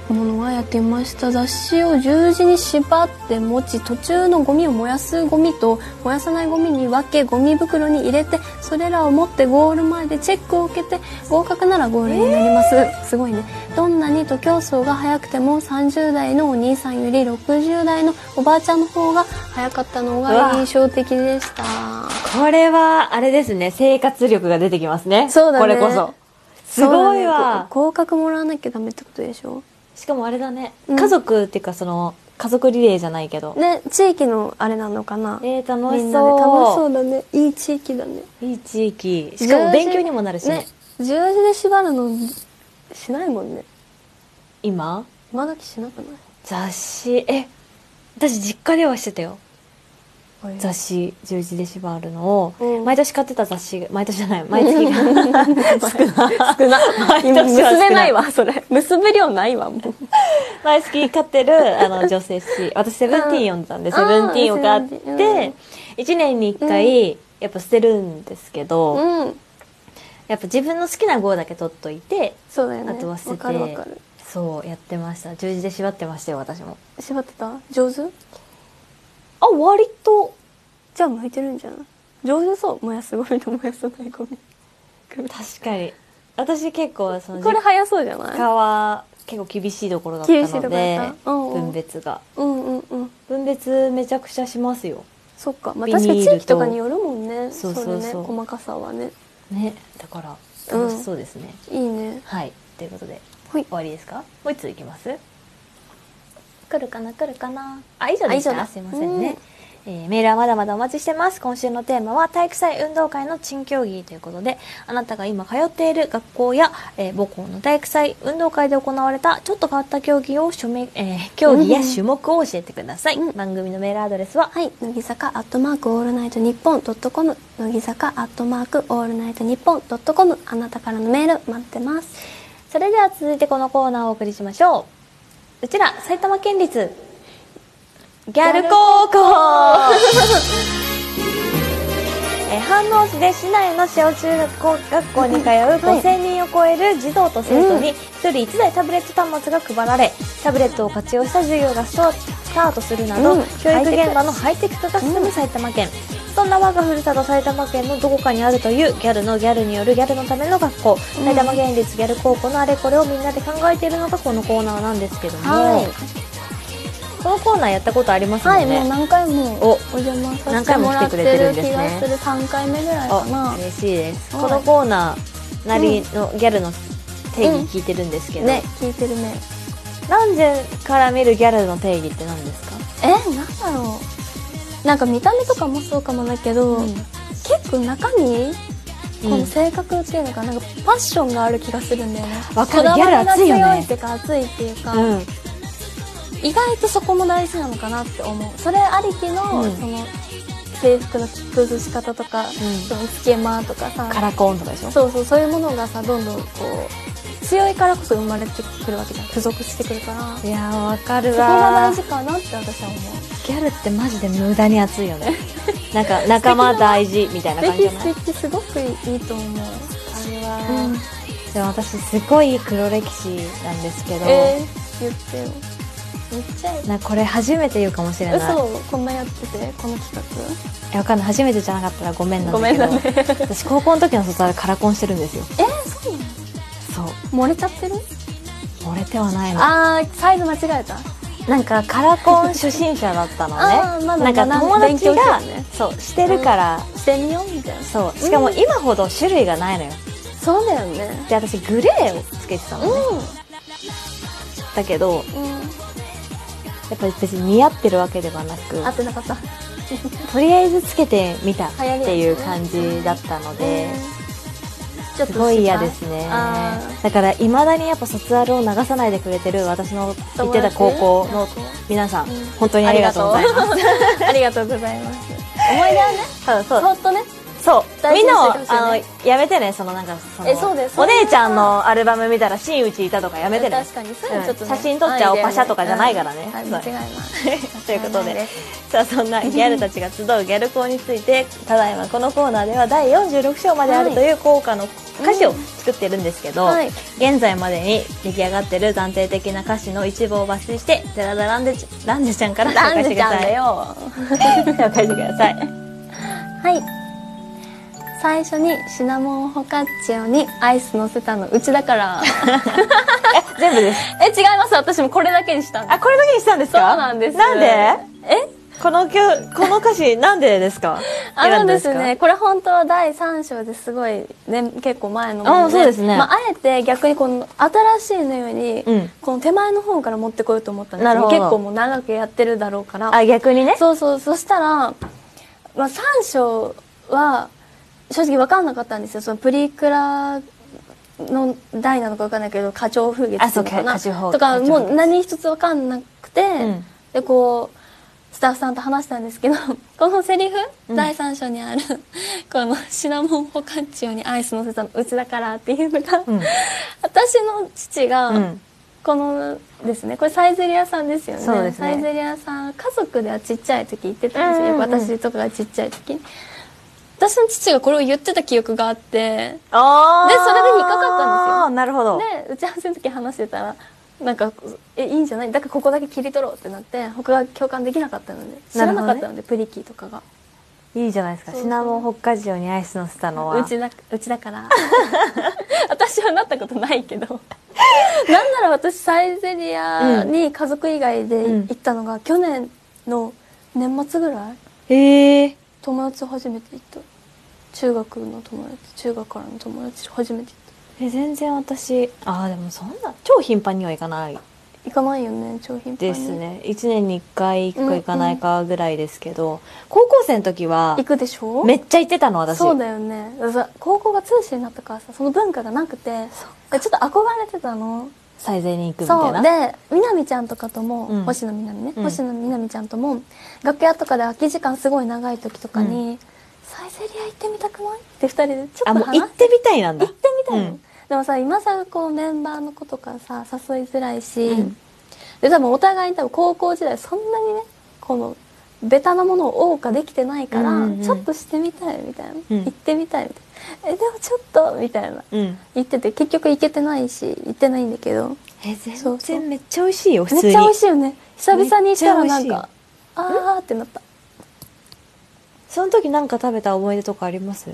B: ものがやっていました雑誌を十字に縛って持ち途中のゴミを燃やすゴミと燃やさないゴミに分けゴミ袋に入れてそれらを持ってゴール前でチェックを受けて合格ならゴールになります、すごいねどんなに徒競走が速くても30代のお兄さんより60代のおばあちゃんの方が速かったの
A: うわ
B: が印象的でした
A: これはあれですね生活力が出てきますね
B: そうだね
A: これこそすごい
B: そうだ
A: わ
B: ね、ご合格もらわなきゃダメってことでしょ
A: しかもあれだね、
B: うん
A: 家族っていうかその家族リレーじゃないけど、
B: ね地域のあれなのかな
A: えー、楽し
B: みんなで楽しそ
A: そう
B: うだねいい地域だね
A: いい地域しかも勉強にもなるしね
B: 十字で縛るのしないもんね
A: 今
B: 今時しなく
A: 雑誌え私実家ではしてたよ
B: ない
A: 雑誌「十字で縛る」の
B: う
A: を
B: ん
A: 毎年買ってた雑誌が毎年じゃない毎 月が
B: 少な
A: 毎年は
B: 今
A: 少ない
B: 結べないわそれ結べ量ないわもう
A: 毎月買ってるあの女性誌私「セブンティーン読んでたんで「
B: うん
A: セブンティーンを買っ
B: あーセブンティーン
A: て1年に1回やっぱ捨てるんですけど、
B: うん
A: やっぱ自分の好きな号だけ取っといて
B: そうだよね
A: あとは捨
B: わ
A: て
B: か
A: て
B: るわかる
A: そうやってました十字で縛ってましたよ私も
B: 縛ってた上手
A: あ割と
B: じゃあ向いてるんじゃない上手そう燃やすゴミと燃やさないゴミ
A: 確かに私結構その
B: これ
A: 実
B: 早そうじゃない
A: 家は結構厳しいところだった
B: 厳しいとこ
A: の
B: ろだ
A: で
B: ったうんうん
A: 分別が
B: うんうんうん
A: 分別めちゃくちゃしますよ
B: そっかまあ
A: ビニール
B: 確か
A: と
B: に地域とかによるもんね
A: そうそう
B: れね
A: そう
B: 細かさはね
A: ねだから
B: うん
A: 楽しそうですね、
B: いいね
A: はいということで
B: ほい
A: 終わりですかもう一ついきます来るかな来るかなあ以上
B: あ
A: で
B: 以
A: した
B: 上だ
A: すいませんね、えーメールはまだまだお待ちしてます今週のテーマは体育祭運動会の珍競技ということであなたが今通っている学校や、えー母校の体育祭運動会で行われたちょっと変わった競技を署名、えー競技や種目を教えてください、番組のメールアドレスは
B: はい、乃木坂アットマークオールナイトニッポンドットコム乃木坂アットマークオールナイトニッポンドットコムあなたからのメール待ってます
A: それでは続いてこのコーナーをお送りしましょううちら埼玉県立ギャル高校ええー飯能市で市内の小中学校学校に通う5000人を超える児童と生徒に1人1台タブレット端末が配られタブレットを活用した授業がスタートするなど、
B: うん
A: 教育現場のハイテク化が進む埼玉県、そんな我がふるさと埼玉県のどこかにあるというギャルのギャルによるギャルのための学校、埼玉県立ギャル高校のあれこれをみんなで考えているのがこのコーナーなんですけども、
B: はい
A: このコーナーやったことあります
B: は
A: も
B: い、
A: んね、
B: もう何回も
A: お
B: お邪魔させてもらっ
A: 何回も来てく
B: てる気が
A: れてるん
B: す
A: で
B: る、3回目ぐらいか
A: あ
B: な。
A: 嬉しいです、
B: は
A: こ
B: い
A: のコーナーなりのギャルの定義聞いてるんですけど、
B: ね、聞いてるね。
A: 何時から見るギャルの定義って何ですか
B: え、なんだろう。なんか見た目とかもそうかもだけど、
A: うん
B: 結構中身、この性格っていうのか、なんかパッションがある気がするんだよね。
A: わかる
B: こだわりが
A: ギャル熱いよね
B: 強いっていうか、熱いっていうか、
A: うん
B: 意外とそこも大事なのかなって思うそれありきの,、
A: うん
B: その制服の着崩し方とか、そのつけ間とかさ
A: カラコンとかでしょ
B: そうそうそういうものがさどんどんこう強いからこそ生まれてくるわけじゃん付属してくるからそ
A: いやーわかる
B: こが
A: わ
B: 大事かなって私は思う
A: ギャルってマジで無駄に熱いよ ねなんか仲間大事みたいな
B: ぜ
A: 感じ
B: ひ
A: じゃない
B: 素敵すごくいいと思うあれは、
A: でも私すごい黒歴史なんですけど、
B: えー、言ってよ言っちゃえ
A: なこれ初めて言うかもしれない
B: 嘘こんなやっててこの企
A: いやわかんない初めてじゃなかったらごめんな
B: 画
A: ん
B: ご
A: だ
B: め
A: け
B: ん
A: ど
B: なね
A: 私高校の時の卒アルカラコンしてるんですよ
B: えー、そうなの
A: そう
B: 漏れちゃってる
A: 漏れてはないの
B: あーサイズ間違えた
A: なんかカラコン初心者だったの
B: あー
A: ね
B: まだ
A: なんか
B: まだ
A: 友達
B: 勉強
A: が、
B: してるね
A: そうしてるから、
B: してみようみたいな
A: そうしかも今ほど種類がないのよ
B: そうだよね
A: で私グレーをつけてたの、ねだけど
B: うんうん
A: やっぱり別に似合ってるわけではなく
B: 合ってな かった
A: とりあえずつけてみたっ
B: 流行りですね
A: ていう感じだったので、
B: ちょっと
A: すごい嫌ですね
B: あ
A: だからいまだにやっぱ卒アルを流さないでくれてる私の行ってた高校の皆さん、
B: うん
A: 本当にありがとうございます
B: ーありがとうございます思い出はね
A: そうそう
B: ほっとね
A: そう
B: 大
A: み
B: 事
A: ん
B: に
A: なを
B: してほしいね
A: あのやめてねそのなんかその
B: えそうです
A: お姉ちゃんのアルバム見たら真打ちいたとかやめてね
B: 確かにそれはちょっとね、
A: うん写真撮っちゃおう
B: アイデアね
A: パシャとかじゃないからね
B: うんはい
A: そう
B: 間違 いない
A: ということ
B: 間違いない
A: で
B: で
A: さあそんなギャルたちが集うギャル校についてただいまこのコーナーでは第46章まであるという効果の歌詞を作ってるんですけど、
B: はい
A: 現在までに出来上がってる暫定的な歌詞の一部を抜粋してゼラダランデランデちゃんから紹
B: ラン
A: 介して
B: ジ
A: く
B: ちゃん
A: ださ
B: だ
A: い
B: よ
A: 紹介してください
B: はい最初にシナモンホカッチョにアイス乗せたのうちだから
A: え 全部です
B: え違います私もこれだけにしたんで
A: あこれだけにしたんですか
B: そうなんです
A: なんで
B: え
A: このきょこの歌詞なんでです か
B: あ
A: 選
B: の
A: んだ
B: で
A: ん
B: すね、これ本当は第3章ですごい、ね、結構前のも
A: あ
B: の
A: そうですね
B: まあ、あえて逆にこの新しいのより、
A: うん
B: この手前の方から持ってこようと思ったんです
A: な
B: け
A: る
B: ど
A: ほど
B: 結構もう長くやってるだろうから
A: あ逆にね
B: そうそうそしたら、まあ、3章は正直分かんなかったんですよそのプリクラの題なのか分かんないけど花鳥風月っていうのか
A: あ
B: な
A: そうか花鳥風
B: とか
A: 花鳥風
B: もう何一つ分かんなくて、
A: ん
B: でこうスタッフさんと話したんですけど このセリフ、第3章にある この「シナモンホカッチオにアイス乗せたのうちだから」っていうのが、
A: うん
B: 私の父が、
A: うん
B: このですねこれサイゼリアさんですよね
A: そうですね
B: サイゼリアさん家族ではちっちゃい時行ってたんですよ、
A: うんうんうん
B: 私とかがちっちゃい時に私の父がこれを言ってた記憶があって
A: あー
B: でそれで引っかかったんですよ
A: あーなるほど
B: で打ち合わせの時話してたらなんかえいいんじゃないだからここだけ切り取ろうってなって他が共感できなかったので知らなかったので、プリキーとかが
A: いいじゃないですか
B: そうそ
A: シ
B: う
A: ナモン北海道にアイスのせたのは
B: うちだうちだから 私はなったこと ないけどなんなら私サイゼリアに家族以外で行ったのが去年の年末ぐらい
A: へえ
B: 友達と初めて行った中学の友達中学からの友達と初めて行っ
A: え全然私ああでもそんな超頻繁にはいかない
B: た行かないよね超頻繁に
A: ですね1年に1回行く
B: うんう
A: か
B: ん
A: 行かないかぐらいですけど、高校生の時は
B: 行くでしょ
A: めっちゃ行ってたの私
B: そうだよねだから高校が通信になったからさその文化がなくてでちょっと憧れてたの
A: 最善に行くみ
B: そ
A: たいうな
B: でみなみちゃんとかとも、
A: うん
B: 星野みなみね、
A: うん
B: 星野みなみちゃんとも楽屋とかで空き時間すごい長い時とかに、
A: う
B: サイゼリア行ってみたくないって二人でちょ
A: あ
B: っと
A: もう
B: 話
A: 行ってみたいなんだ
B: 行ってみたい
A: う
B: の、
A: ん
B: でもさ今さらこうメンバーの子とかさ誘いづらいし、
A: うん
B: で多分お互いに多分高校時代そんなにねこのベタなものを謳歌できてないから、
A: うんうん
B: ちょっとしてみたいみたいな、
A: うん
B: 行ってみたいみたいなえでもちょっとみたいな
A: うん
B: 言ってて結局行けてないし行ってないんだけど
A: え
B: そ
A: 全
B: うそう
A: 然めっちゃ美味しいよ普
B: めっ
A: 通に
B: ちゃ美味しいよね久々にしたらなん
A: めっちゃ美味
B: かあーってなった
A: その時なんか食べた思い出とかあります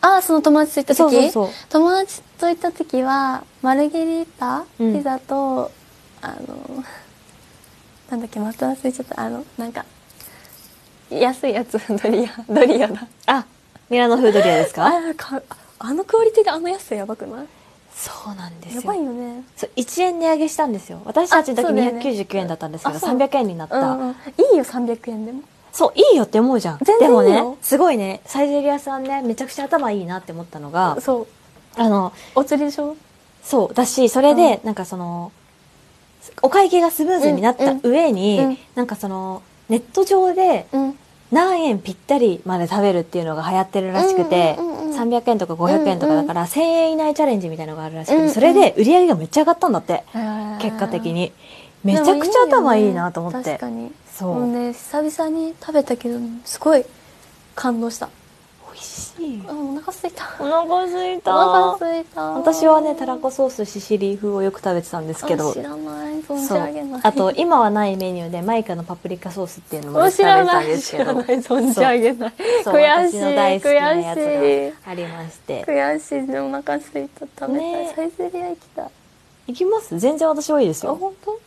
B: あーその友達と行った時
A: そうそうそう
B: 友達と行った時はマルゲリータ、
A: うん
B: ピザとあのなんだっけまた忘れちゃったあのなんか安いやつドリア ドリアだ
A: あミラノフードリアですか
B: あかあのクオリティであの安さやばくない
A: そうなんです
B: や
A: よ
B: ばいよね
A: そう1円値上げしたんですよ私たちの
B: あ
A: 時
B: そうだよね
A: 299円だったんですけど、
B: あそう
A: 300円になっ
B: う
A: た、
B: んうん、いいよ300円でも
A: そういいよって思うじゃん
B: 全然いいよ
A: でもねすごいねサイゼリアさんねめちゃくちゃ頭いいなって思ったのが
B: そう
A: あの
B: お釣りでしょ
A: そうだしそれで、なんかそのお会計がスムーズになった上に、
B: うんうん
A: なんかそのネット上で
B: うん
A: 何円ぴったりまで食べるっていうのが流行ってるらしくて、
B: うんうんうんうん
A: 300円とか500円とかだから、1000円以内チャレンジみたいのがあるらしくて、
B: うんうん
A: それで売り上げがめっちゃ上がったんだって結
B: 結
A: 果的にめちゃくちゃ頭いいなと思って
B: 確かに
A: そう
B: もうね久々に食べたけどすごい感動した
A: 美味しい
B: あお腹すいた
A: お腹すい
B: お腹すいた
A: 私はねたらこソースシシリー風をよく食べてたんですけ
B: あ
A: ど
B: 知らない
A: そ
B: 存じ上げな
A: う
B: い
A: あと今はないメニューでマイカのパプリカソースっていうのも よく
B: お
A: 食
B: 知
A: べ
B: ら
A: てた
B: なん
A: で
B: い
A: す
B: 知
A: け
B: ら
A: ど
B: ない存じ上げない
A: そう
B: 悔しい
A: 私の大好きなや
B: 悔し
A: つがありまして
B: い悔しいでお腹すいた食べたい、
A: ね
B: サイゼリア行きたいあ
A: 行きます全然私はいいですよ
B: 本当行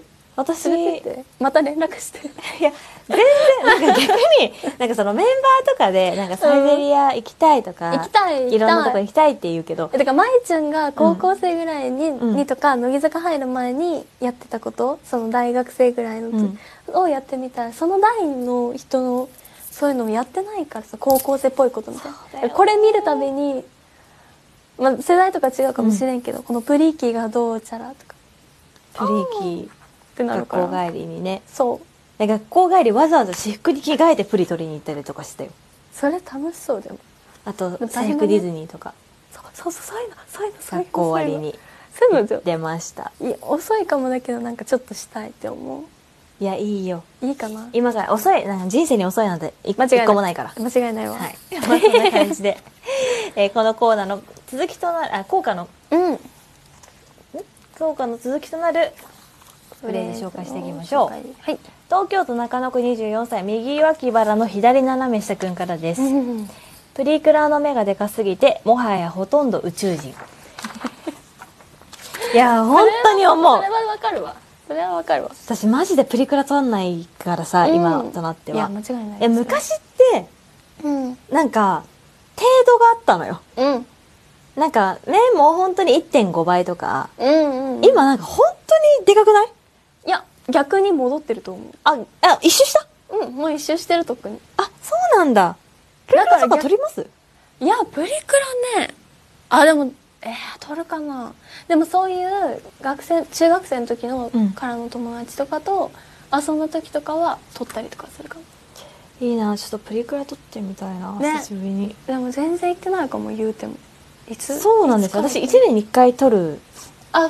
B: く
A: 私
B: 連れてってまた連絡して
A: いや全然なんか逆に なんかそのメンバーとかでなんかサイゼリア行きたいとか、
B: 行きたい行きたい
A: いろんなとこ行きたいって言うけど
B: えだからまいちゃんが高校生ぐらいに,、
A: ん
B: にとか乃木坂入る前にやってたことその大学生ぐらいの時、
A: うん
B: をやってみたいその代の人のそういうのをやってないからさ高校生っぽいことみたい
A: だ
B: な、
A: よね
B: これ見るたびに、まあ、世代とか違うかもしれんけど、このプリーキーがどうちゃらとか
A: プリーキ
B: って
A: ー
B: なる
A: 学
B: から
A: 校帰りにね
B: そう
A: で学校帰りわざわざ私服に着替えてプリ取りに行ったりとかしてたよ
B: それ楽しそうでも
A: あと
B: 大変だね
A: 制服ディズニーとか
B: そうそうそうそういうのそういうのそういうの
A: 学校終わり
B: そういうの
A: に
B: そういうのじゃ
A: 出ました
B: いや遅いかもだけどなんかちょっとしたいって思
A: いやいいよ
B: ういいかな
A: 今から遅いなんか人生に遅いなんてい
B: 間違いない
A: 一個もないから
B: 間違 いないわ、
A: はい、まあ、そんな感じで、 えーこのコーナーの続きとなるあ効果の
B: うん
A: 効果の続きとなるプレイで紹介していきましょう
B: はい。
A: 東京都中野区24歳右脇腹の左斜め下くんからです、プリクラの目がでかすぎてもはやほとんど宇宙人 いやー本当に思う
B: それはわかるわ。それはわかるわ。
A: 私マジでプリクラ撮んないからさ、
B: うん
A: 今となって
B: いや
A: は
B: 間違いない。
A: え昔って
B: うんうん
A: なんか程度があったのよ
B: うん
A: なんか目も本当に1.5倍とか
B: うんうん。
A: 今なんか本当にでかくない
B: いや逆に戻ってると思
A: ああ一周した
B: う。うんもう一周してるとこに。
A: あそうなんだプリクラとか撮ります
B: いやプリクラね。あでもえー、撮るかな。でもそういう学生中学生の時の、
A: うん
B: からの友達とかと遊んだ時とかは撮ったりとかするかも。
A: いいなちょっとプリクラ撮ってみたいな、
B: ね
A: 久しぶりに
B: でも全然行ってないかも言うても。いつ
A: そうなんですよ
B: いつ
A: 私
B: か
A: 1年に1回撮る
B: あ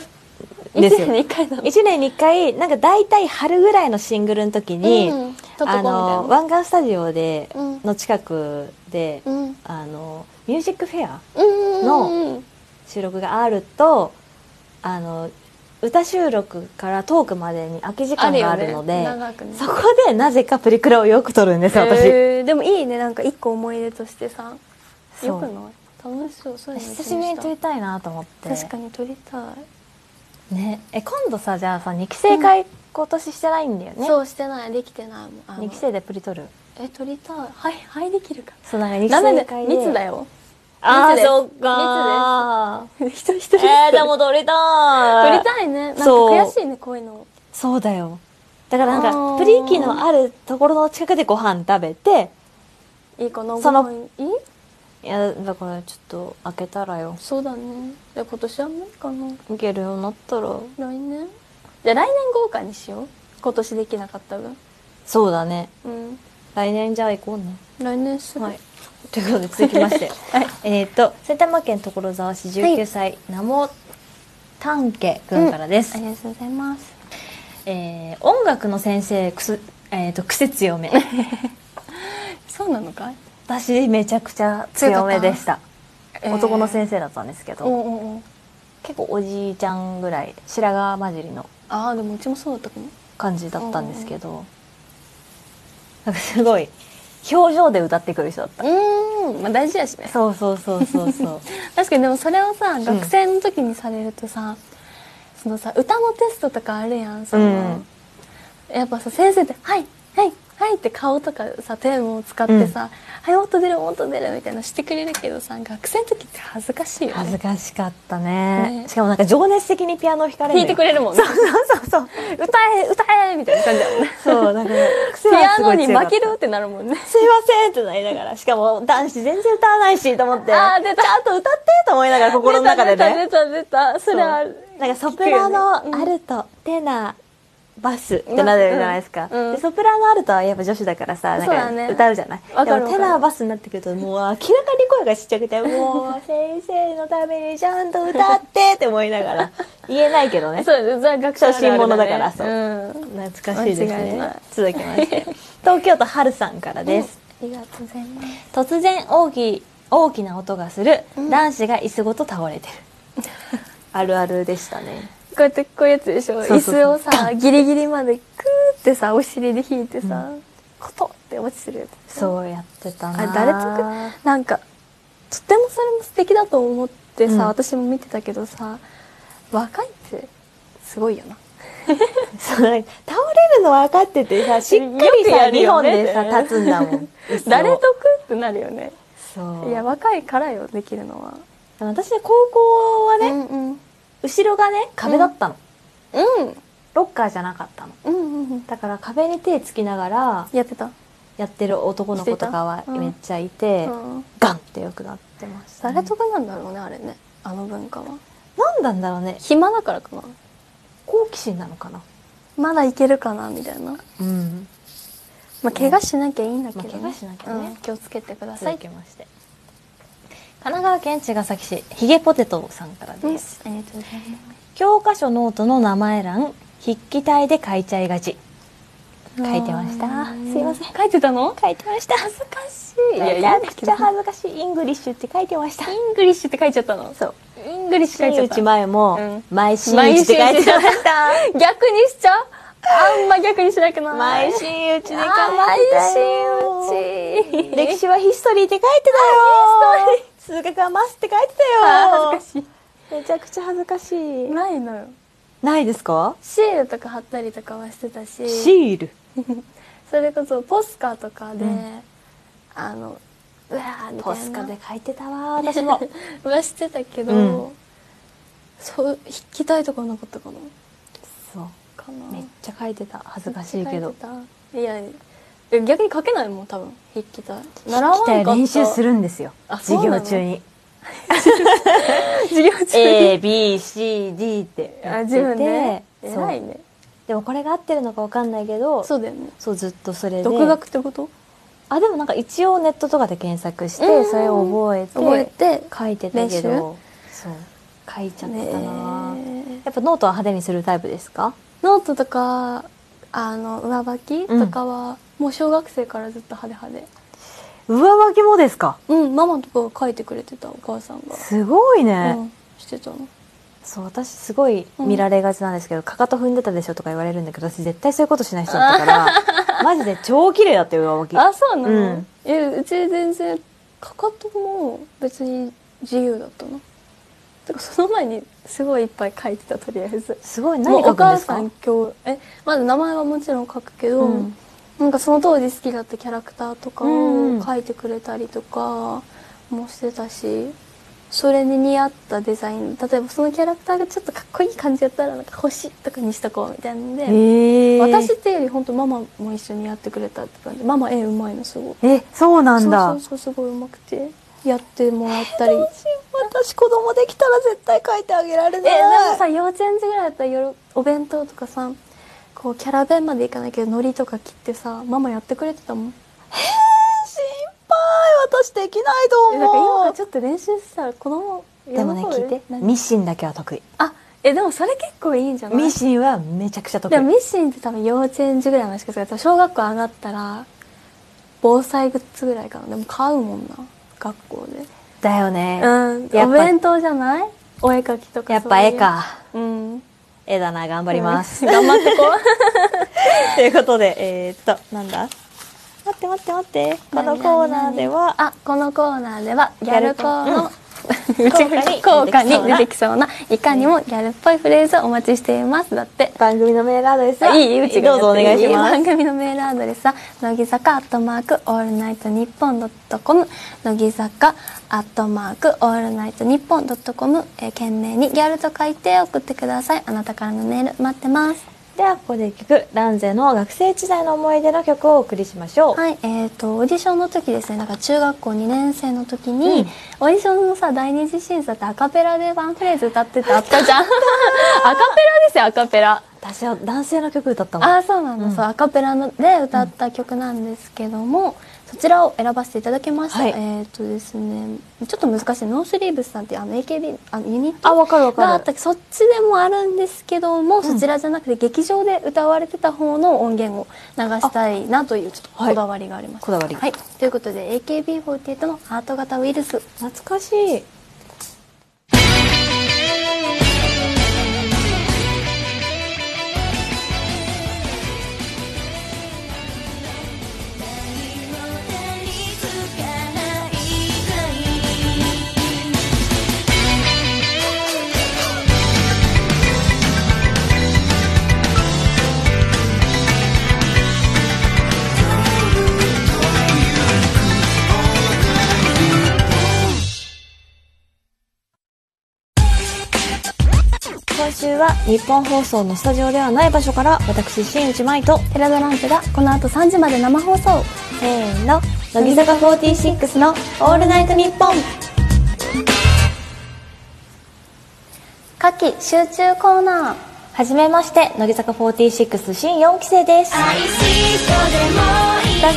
B: 一
A: ですよ
B: 年に一回 なの。
A: 1年に1回なんか大体春ぐらいのシングルの時に、
B: うん、撮っとこうみた
A: あ
B: いな
A: の湾岸スタジオで
B: うん
A: の近くで、
B: うん
A: あのミュージックフェア
B: の
A: 収録があるとあの歌収録からトークまでに空き時間があるので
B: 長くね
A: そこでなぜかプリクラをよく撮るんです私、
B: えーでもいいねなんか一個思い出としてさ
A: そう
B: よくない楽しそうそういうの
A: 久しぶりに撮り
B: り
A: たいなと思って
B: 確かに撮りたい、
A: ねえ今度さじゃあさ2期生会今年してないんだよね、
B: そうしてないできてないもんあの
A: 2期生でプリ撮る
B: え撮りたいはいはいできるか
A: そうなんか2期
B: ダメ
A: 生
B: だ
A: 会
B: よ
A: で
B: 密だよ
A: ああ
B: 密です
A: そっか
B: 一人一人
A: ーえー、でも撮り
B: 撮
A: たい
B: りたいねなんか
A: そう
B: 悔しいねこういうの
A: そうだよだからな
B: あ
A: んか
B: ー
A: プリキのあるところの近くでご飯食べて
B: いいかな
A: その
B: ご飯いい
A: いやだからちょっと開けたらよ
B: そうだねで今年は無理かな
A: 行けるようになったら
B: 来年じゃあ来年豪華にしよう今年できなかった分
A: そうだね
B: うん
A: 来年じゃあ行こうね
B: 来年する、
A: はいということで続きま して、えっと埼玉県所沢市19歳、名も丹家くんからです、
B: ありがとうございます
A: えー音楽の先生くすえっ、と癖強め
B: そうなのかい
A: 私めちゃくちゃ強めでした
B: えー
A: 男の先生だったんですけ
B: おう
A: ど
B: おうおう
A: 結構おじいちゃんぐらい白髪混じりの
B: ああでもうちもそうだったかも
A: 感じだったんですけどなんかすごい表情で歌ってくる人だった
B: うーんまあ大事やしね
A: そうそうそうそうそう
B: 確かにでもそれをさ
A: ん
B: 学生の時にされるとさ、そのさ歌のテストとかあるやんそ
A: うん
B: の、やっぱさ先生って「はいはいはい」って顔とかさ手も使ってさ「はい音出る音出る」みたいなしてくれるけどさ学生の時って恥ずかしいよ
A: 恥
B: ね
A: ずかしかったね
B: ね
A: しかもなんか情熱的にピアノを弾かれる
B: 弾いてくれるもんね
A: そうそうそうそう
B: 歌え歌えみたいな感じだもんね
A: そうなんか癖
B: ピ
A: は
B: ア
A: す
B: ノ
A: ごい
B: に
A: 強か
B: 負
A: った
B: けるってなるも んね
A: すいませんってなりながらしかも男子全然歌わないしと思って
B: あー出た
A: ちゃんと歌ってと思いながら心の中でね
B: 出た出た出たそれは
A: そうなんかソプラ
B: 聞くよ
A: ノ、
B: ねうん
A: アルトテナーバスってなるじゃないですか、
B: うんうん
A: でソプラノアルトはやっぱ女子だからさなん
B: そうだね
A: か歌うじゃない、
B: わか
A: で
B: る
A: もテ
B: わか
A: ナー
B: る
A: バスになってくるともう明らかに声がちっちゃくてもう先生のためにちゃんと歌ってって思いな がら言えないけどね
B: そうですそれは学生あるある
A: 初心者だからそう
B: うん
A: 懐かしいです
B: 間違いな
A: ね
B: い
A: 続きまして 東京都春さんからです、
B: ありがとうございます
A: 突然大きい大きな音がする、男子が椅子ごと倒れてる あるあるでしたね
B: こうやってこういうやつでしょ
A: そうそうそう
B: 椅子をさギリギリまでクーってさお尻で引いてさ、コトって落ちてるやつ
A: そうやってた
B: あ
A: な
B: れ誰とくなんかとってもそれも素敵だと思ってさ、
A: うん私
B: 私も見てたけどさ若いってすごいよな
A: そう倒れるの分かっててさしっかり
B: よく
A: さ、
B: やる
A: 2
B: よ
A: 本
B: ね
A: でさ立つんだも ん
B: 誰
A: と
B: 得ってなるよね
A: そう
B: いや若いからよできるのは
A: 私ね高校はね、
B: うんうん
A: 後ろがね壁だったの、
B: うん
A: ロッカーじゃなかったの
B: うんうんうん
A: だから壁に手つきながら
B: やってた、
A: やってる男の子とかは
B: してたうん
A: めっちゃいて、
B: うん、
A: ガンってよくなってました、ね、
B: 誰得なんだろうねあれねあの文化は
A: 何なんだろうね
B: 暇だからかな
A: 好奇心なのかな
B: まだいけるかなみたいな
A: うん
B: まあ、怪我しなきゃいいんだけど、ね
A: まあ怪我しなきゃね
B: うん気をつけてください
A: 続きまして神奈川県茅ヶ崎市ひげポテトさんから
B: うんあり
A: で
B: が
A: す、
B: とうござい
A: 教科書ノートの名前欄筆記体で書いちゃいがち
B: ます
A: 書いてましたすいません
B: 書いてたの
A: 書いてました恥ずかし
B: い
A: め
B: や
A: ちゃ
B: や
A: くちゃ恥ずかしいイングリッシュって書いてました
B: イングリッシュって書いちゃったの
A: そう
B: イングリッシュ書いちゃ
A: 新
B: っ
A: 内
B: た
A: 前
B: う
A: も
B: ん
A: 毎新内って書いてました
B: 逆にしちゃうあんま逆にしなくない
A: 毎新内で書いてたよ
B: 毎新内
A: 歴史はヒストリーって書いてたよ数学はマスって書いて
B: あー
A: たよ
B: 恥ずかし
A: めちゃくちゃ恥ずかしい
B: いないのよ
A: ないですか
B: シールとか貼ったりとかはしてたし
A: シール
B: それこそポスカとかで、
A: うん
B: あのうわーみた
A: ポ
B: いな
A: スカで書いてたわ私も
B: はしてたけど、
A: うん
B: そう引きたいとかなかったかな
A: そう
B: かな
A: めっちゃ書いてた恥ずかしいけど
B: いや逆に書けないもん多分筆記体習わん
A: 来
B: か
A: た
B: っ
A: よ
B: た
A: 練習するんですよ
B: あそう
A: 授
B: なの
A: 業中に
B: 授業中に、
A: ABCD ってや
B: あ
A: って
B: 自分で
A: て
B: 偉い
A: そう
B: ね
A: でもこれが合ってるのか分かんないけど
B: そうだよね
A: そうずっとそれで
B: 独学ってこと
A: あでもなんか一応ネットとかで検索して
B: うん
A: それを覚えて
B: 覚えて
A: 書いてたけど
B: 練
A: そう書いちゃったな
B: ねえ
A: やっぱノートは派手にするタイプですか
B: ノートとかあの上履きとかは、もう小学生からずっと派手派
A: 上書きもですか
B: 手うんママとかが書いてくれてたお母さん
A: すごいね、
B: が、うん、してたの
A: そう私すごい見られがちなんですけど、かかと踏んでたでしょとか言われるんだけど私絶対そういうことしない人だった からマジで超綺麗だったよ上履き
B: あそうなの、
A: うん
B: いやうち全然かかとも別に自由だったなてかその前にすごいいっぱい書いてたとりあえず
A: すごい
B: も
A: 何
B: うお
A: 書くん
B: 母
A: です
B: さ
A: か
B: ん今日えまず名前はもちろん書くけど、
A: うん
B: なんかその当時好きだったキャラクターとか
A: うんう
B: を
A: ん
B: 書いてくれたりとかもしてたしそれに似合ったデザイン例えばそのキャラクターがちょっとかっこいい感じやったらなんか星とかにしとこうみたいなんで、
A: えー、
B: 私っていうより本当ママも一緒にやってくれたって感じママ絵うまいのすごい
A: えそうなんだ
B: そうそうそうすごいうまくてやってもらったりえでも
A: 私子供できたら絶対書いてあげられ
B: さ幼稚園児ぐらいだったら夜お弁当とかさこうキャラ弁までいかないけど海苔とか切ってさママやってくれてたもん
A: 心配私できないと
B: えなんか今ちょっと練習したら子供
A: でもね
B: 喜
A: 聞
B: ぶ
A: いて
B: 何
A: ミシンだけは得意
B: あえでもそれ結構いいんじゃない
A: ミシンはめちゃくちゃ得
B: でも
A: 意
B: ミシンって多分幼稚園児ぐらいまでしか使えない小学校上がったら防災グッズぐらいかなでも買うもんな学校で
A: だよね、
B: うん
A: やっぱ
B: お弁当じゃないお絵描きとか
A: やっぱ絵か
B: そういううん
A: 絵だな頑張ります、
B: 頑張ってこ う
A: ということでえー、っとなんだ待って待って待って このコーナーでは
B: あこのコーナーではギャル校の、
A: うん
B: 効果に 出て
A: き
B: きそうないかにもギャルっぽいフレーズをお待ちしていますだって
A: 番組のメールアドレスはい
B: いいうちが
A: どうぞお願いします
B: 番組のメールアドレスは乃木坂アットマークオールナイトニッポンドットコム乃木坂アットマークオールナイトニッポンドットコム懸命にギャルと書いて送ってくださいあなたからのメール待ってます
A: ではここで一曲ランゼの学生時代の思い出の曲をお送りしましょう、
B: はいえー、とオーディションの時ですねだから中学校2年生の時に、
A: うん
B: オーディションのさ第二次審査ってアカペラでワンフレーズ歌ってたあったじゃん アカペラですよアカペラ
A: 私は男性の曲歌ったもん
B: ああそうなの、
A: うん
B: そうアカペラので歌った曲なんですけども、そちらを選ばせていただきました、
A: はい
B: えっ、とですねちょっと難しいノースリーブスさんっていうあの AKB あのユニッ
A: あ
B: ト
A: わかるわ
B: があ
A: か
B: った
A: る
B: そっちでもあるんですけども、
A: ん
B: そちらじゃなくて劇場で歌われてた方の音源を流したいなというちょっと
A: はい
B: こだわりがあります、
A: こだわり
B: はい、ということで AKB48 のハート型ウイルス
A: 懐かしい今週は日本放送のスタジオではない場所から私新内舞と
B: 寺田ランチがこの後3時まで生放送
A: せーの乃木坂46の「オールナイトニッポン
B: 夏季集中コーナー」
A: はじめまして乃木坂46新4期生です
B: 私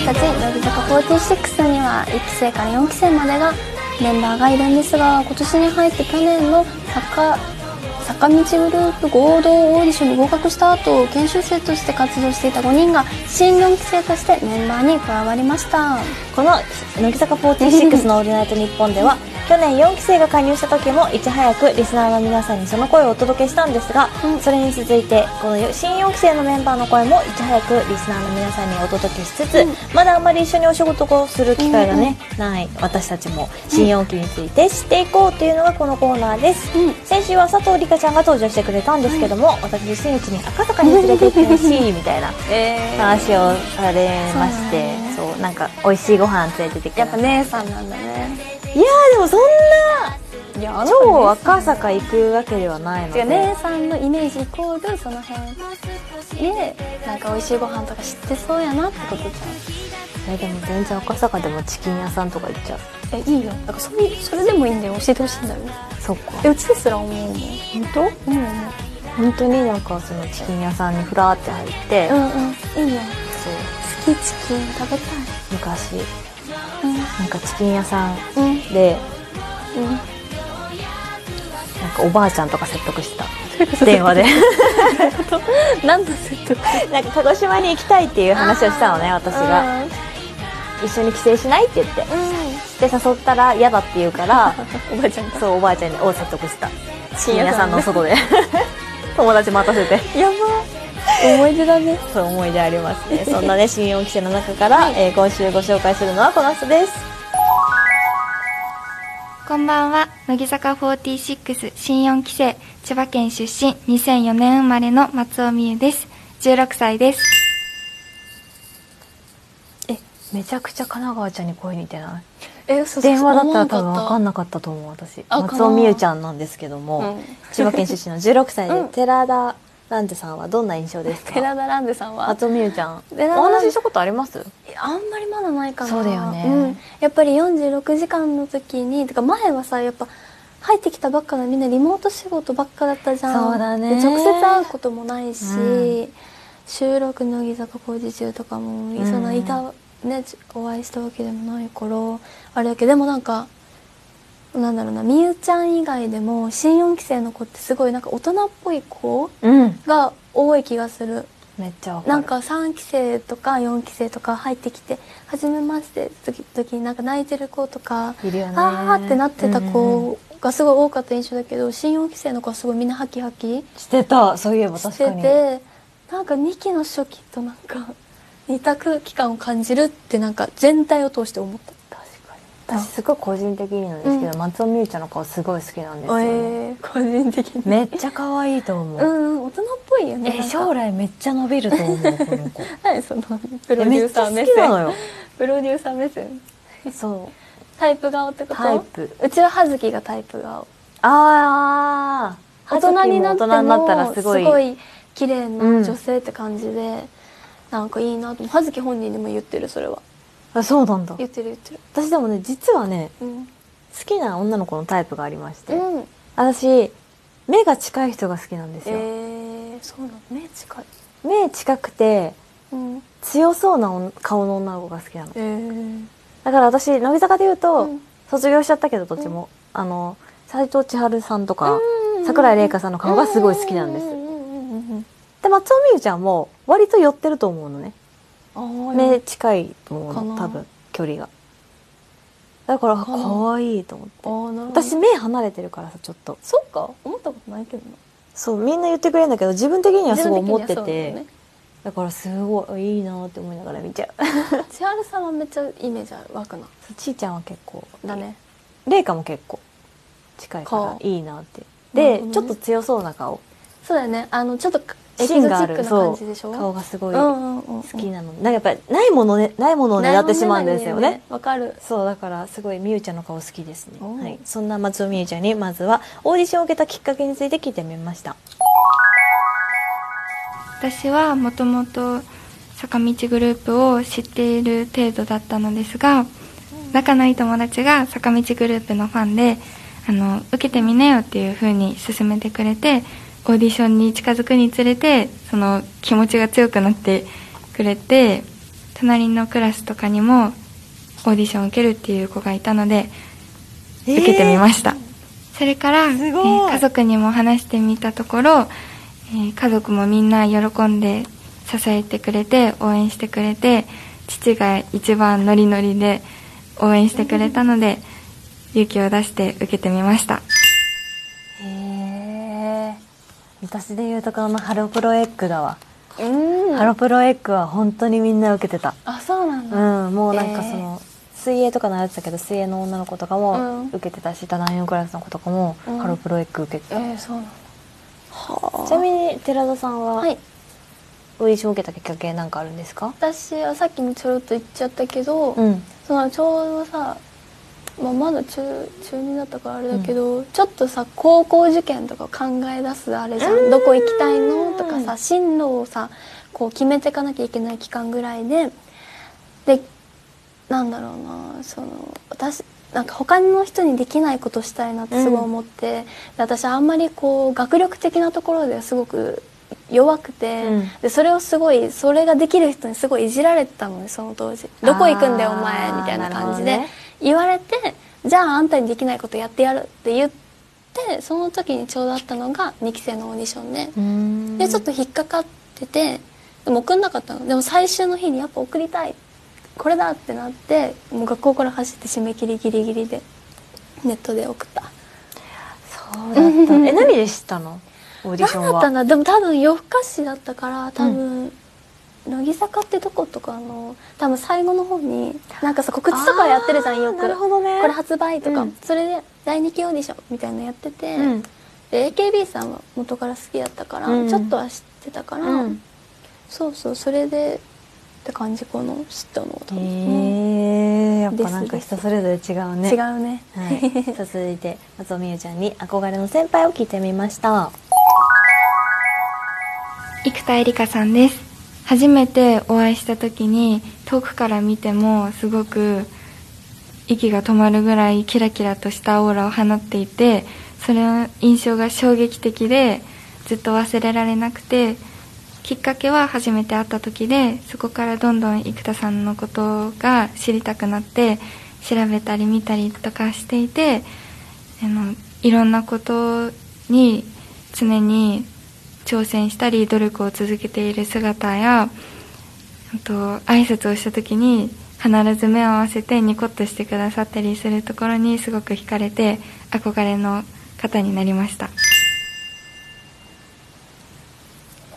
B: たち乃木坂46には1期生から4期生までがメンバーがいるんですが今年に入って去年の坂坂道グループ合同オーディションに合格した後研修生として活動していた5人が新4期生としてメンバーに加わりました
A: この乃木坂46の「オールナイトニッポン」では去年4期生が加入した時もいち早くリスナーの皆さんにその声をお届けしたんですが、
B: うん
A: それに続いてこの新4期生のメンバーの声もいち早くリスナーの皆さんにお届けしつつ、まだあんまり一緒にお仕事をする機会がね、ない私たちも新4期について知っていこうというのがこのコーナーです、
B: うん
A: 先週は佐藤里香ちゃんが登場してくれたんですけども、私新内に赤坂に連れてってほしいみたいな
B: え
A: 話をされまして
B: そ
A: そう,、なんか美味しいご飯連れてってくれ
B: やっぱ姉さんなんだね
A: いやーでもそん
B: いや
A: な超赤坂行くわけではないので、
B: 姉さんのイメージイコールその辺でなんか美味しいご飯とか知ってそうやなってことじゃん
A: いやでも全然赤坂でもチキン屋さんとか行っちゃう
B: えいいよなんかそういうそれでもいいんだよ教えてほしいんだよ
A: そっか
B: えうちですら思うもんうん
A: 本
B: うんうん
A: 当本当になんかそのチキン屋さんにふらーって入って、
B: うんいいよ
A: そう
B: 好きチキン食べ
A: 昔
B: た
A: なんかチキン屋さん
B: いうんうん
A: で
B: うん
A: なんかおばあちゃんとか説得して た電話で
B: 何の説得
A: なんか鹿児島に行きたいっていう話をしたのね私が
B: うん
A: 一緒に帰省しないって言ってで誘ったら嫌だって言うから
B: おばあちゃん が
A: そうおばあちゃんにを説得したチ
B: キ
A: キ
B: ン
A: ン
B: 屋
A: 屋
B: さ
A: さ
B: ん
A: ん
B: の
A: の 外で友達待たせて
B: やば思い出だね
A: そう思い出あります ねそんなね新4期生の中から、えー今週ご紹介するのはこの人です
E: こんばんは乃木坂46新4期生千葉県出身2004年生まれの松尾美優です16歳です
A: えめちゃくちゃ神奈川ちゃんに声似てない
B: えそう
A: 電話だったら多分分
B: わ
A: かん
B: な
A: なかったと思う私
B: あ
A: 松尾美優ちゃんなんですけども、
B: うん
A: 千葉県出身の16歳で、
B: うん
A: 寺田蘭ンさんはどんな印象です
B: い寺
A: か
B: 田ランデさんは
A: 松尾美優ちゃんお
B: 寺田蘭
A: 話ししたことあります
B: あんまりまだないかな
A: そうだよね
B: ん、やっぱり46時間の時にてか前はさやっぱ入ってきたばっかのみんなリモート仕事ばっかだったじゃん
A: そうだね
B: で直接会うこともないし、
A: う
B: 収録乃木坂工事中とかも、
A: うん
B: そのいたねちお会いしたわけでもないからあれやけどでもなんかなんだろうなみゆちゃん以外でも新4期生の子ってすごいなんか大人っぽい子
A: うん
B: が多い気がする
A: めっちゃわかる
B: なんか3期生とか4期生とか入ってきて初めまして時時になんか泣いてる子とか
A: いるよね
B: あーってなってた
A: うんうん
B: 子がすごい多かった印象だけど新4期生の子はすごいみんなハキハキ
A: してたそういえば
B: し
A: 確
B: て
A: かに
B: てなんか2期の初期となんか似た空気感を感じるってなんか全体を通して思った。
A: 確かに私すごい個人的になんですけど、
B: うん
A: 松尾美優ちゃんの顔すごい好きなんですよ、
B: えー、個人的に
A: めっちゃ可愛いと思
B: う
A: う、
B: んうん大人っぽいよね
A: え将
B: 来
A: 来めっちゃ伸びると思うこの 子
B: 何そのプロ
A: え
B: デ
A: め
B: ュ
A: っ
B: ー
A: ちゃ
B: サ
A: 好
B: ー
A: き
B: 目
A: なの
B: 線
A: よ
B: プロデューサー目線
A: そう
B: タイプ顔ってこと
A: タイプ
B: うちは葉月がタイプ顔
A: ああ
B: 大人になっても
A: 大人になったらすごい
B: 綺麗な女性って感じで、なんかいいなと思う葉月本人にも言ってるそれは
A: あそうなんだ
B: 言ってる言ってる
A: 私でもね実はね
B: うん、
A: 好きな女の子のタイプがありまして、
B: うん、
A: 私目が近い人が好きなんです
B: え
A: よ、
B: ー、そうなの目近い
A: 目近くて
B: うん
A: 強そうな女顔の女の子が好きなの
B: えー、
A: だから私乃木坂で言うと、
B: うん
A: 卒業しちゃったけどどっちも、あの斎藤千春さんとか、
B: うん
A: 桜井玲香さんの顔がすごい好きなんです、
B: うんうんうんうん
A: で松尾美優ちゃんも割と寄ってると思うのね
B: うんうんあ
A: 目
B: ー
A: 近いと思う
B: か
A: の
B: な
A: 多分距離がだから
B: かな
A: 可愛いと思って
B: あーなるほど
A: 私目離れてるからさちょっと
B: そうか思ったことないけどな
A: そうみんな言ってくれるんだけど自分的にはすごい思って
B: 自分的に
A: て
B: は
A: だ,、
B: そうなんだよね
A: からすごいいいなって思いながら見ち ゃう
B: 千春さんはめっちゃイメージ湧くな
A: そうちーちゃんは結構
B: だね
A: 玲香も結構近いから
B: か
A: いいなって
B: なる
A: で、
B: ほどね
A: ちょっと強そうな顔
B: そうだよねあのちょっとエキゾ
A: 芯
B: チ
A: があ
B: ック
A: る
B: な
A: そ
B: 感
A: う
B: じでしょ
A: 顔がすごい好
B: うんうんうんうん、好
A: きなの、なんかやっぱないものねないものを狙ってしまうんですよね
B: わかる
A: そうだからすごいみゆちゃんの顔好きですね、
B: おう
A: はい、そんな松尾みゆちゃんにまずはオーディションを受けたきっかけについて聞いてみました
E: 私はもともと坂道グループを知っている程度だったのですが仲のいい友達が坂道グループのファンであの受けてみなよっていう風に勧めてくれてオーディションに近づくにつれてその気持ちが強くなってくれて隣のクラスとかにもオーディションを受けるっていう子がいたので受けてみました、それから、え
A: すごい
E: ー家族にも話してみたところ、えー家族もみんな喜んで支えてくれて応援してくれて父が一番ノリノリで応援してくれたので、勇気を出して受けてみました
A: へえ私で言うとこのハロプロエッグだわ、
B: うん
A: ハロプロエッグは本当にみんな受けてた
B: あそうなんだ、
A: うんもうなんかその、水泳とか習ってたけど水泳の女の子とか
B: う
A: も
B: ん
A: 受けてたし、隣のクラスの子とかも
B: うん
A: ハロプロエッグ受けてた、
B: えー、そうなんだは
A: ちなみに寺田さんは、
B: はい
A: オーディションを受けたきっかけなんかあるんですか
B: 私はさっきもちょろっと言っちゃったけど、
A: うん
B: そのちょうどさ、まあ、まだ中中2だったからあれだけど、ちょっとさ高校受験とか考え出すあれじゃん、どこ行きたいのとかさ進路をさこう決めていかなきゃいけない期間ぐらいででなんだろうなその私なんか他の人にできないことしたいなってすごい思って、で私あんまりこう学力的なところですごく弱くて、
A: うん
B: でそれをすごいそれができる人にすごいいじられてたのねその当時どこ行くんだよお前
A: あー
B: みたいな感
A: なるほ
B: じで
A: どね
B: 言われて、じゃああんたにできないことやってやるって言ってその時にちょうどあったのが2期生のオーディションで、でちょっと引っかかっててでも送んなかったのでも最終の日にやっぱ送りたいこれだってなってもう学校から走って締め切りギリギリでネットで送った
A: そうだったえ何でしたのオーディ
B: 何
A: ション
B: だ
A: は
B: ったんだでも多分夜更かしだったから多分、乃木坂ってどことかの多分最後の方になんかさ告知とかやってるじゃんよく
A: なるほどね
B: これ発売とか、
A: うん
B: それで第2期オーディションみたいなのやってて、
A: うん
B: で AKB さんは元から好きだったから、
A: うん
B: ちょっとは知ってたから、
A: うん
B: そうそうそれでって感じこの知ったのが多分、
A: へえやっぱなんか
B: です
A: 人それぞれ違うね
B: 違うね
A: はい、さあ続いて松尾美優ちゃんに憧れの先輩を聞いてみました
E: 生田絵梨花さんです初めてお会いした時に遠くから見てもすごく息が止まるぐらいキラキラとしたオーラを放っていてそれの印象が衝撃的でずっと忘れられなくてきっかけは初めて会った時でそこからどんどん生田さんのことが知りたくなって調べたり見たりとかしていてあのいろんなことに常に挑戦したり努力を続けている姿やあと挨拶をした時に必ず目を合わせてニコッとしてくださったりするところにすごく惹かれて憧れの方になりました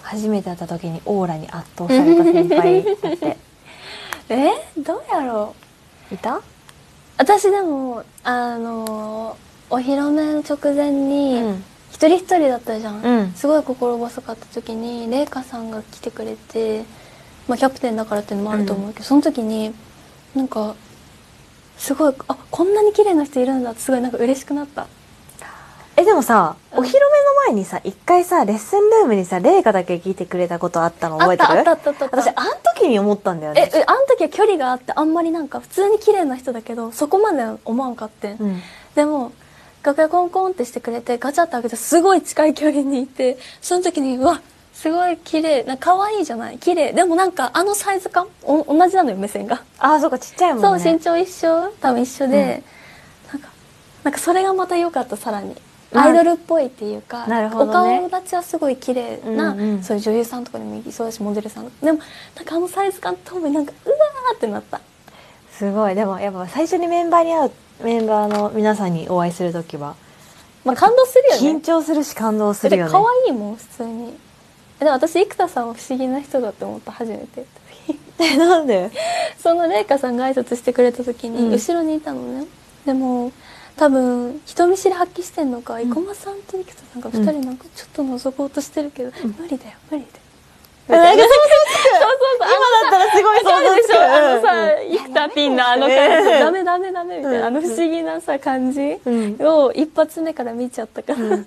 A: 初めて会った時にオーラに圧倒された先 輩だって
B: えどうやろう
A: いた
B: 私でもあのお披露目の直前に、一人一人だったじゃん、
A: うん
B: すごい心細かった時に麗華さんが来てくれて、まあ、キャプテンだからっていうのもあると思うけど、その時になんかすごいあこんなに綺麗な人いるんだってすごいなんか嬉しくなった
A: えでもさお披露目の前にさ一回さレッスンルームにさ麗華だけ聞いてくれたことあったの覚えてる
B: あったあったあったあった
A: 私あの時に思ったんだよ
B: え
A: ね
B: えあの時は距離があってあんまりなんか普通に綺麗な人だけどそこまで思わんかって、
A: うん
B: でも楽屋コンコンってしてくれてガチャって開けてすごい近い距離にいてその時にうわすごい綺麗なんか可愛いじゃない綺麗でもなんかあのサイズ感お同じなのよ目線が、
A: あーそうかちっちゃいも
B: そ
A: ん
B: う
A: ね
B: 身長一緒多分一緒で、なんかなんかそれがまた良かったさらに
A: な
B: アイドルっぽいっていうか
A: なるほどね
B: お顔立ちはすごい綺麗な、
A: うんうん
B: そういう女優さんとかにもいそうだしモデルさんでもなんかあのサイズ感ともになんかうわーってなった
A: すごいでもやっぱ最初にメンバーに会うメンバーの皆さんにお会いする時は
B: まあ感動するよね
A: 緊張するし感動するよね
B: だって可愛いもん普通にでも私生田さんは不思議な人だって思った初めて
A: え なん で
B: その麗華さんが挨拶してくれた時
A: うん
B: に後ろにいたのね、でも多分人見知り発揮してんのか、生駒さんと生田さんが2人なんかちょっと覗こうとしてるけど、無理だよ無理だよ
A: なんか
B: そうそうそう
A: 今だったらすごい想
B: そうでしょあの
A: 像つく
B: さ、生田ピンのあの感じ、
A: うん
B: ダメダメダメみたいな、
A: うん
B: あの不思議なさ感じ
A: うん
B: を一発目から見ちゃったから、なんか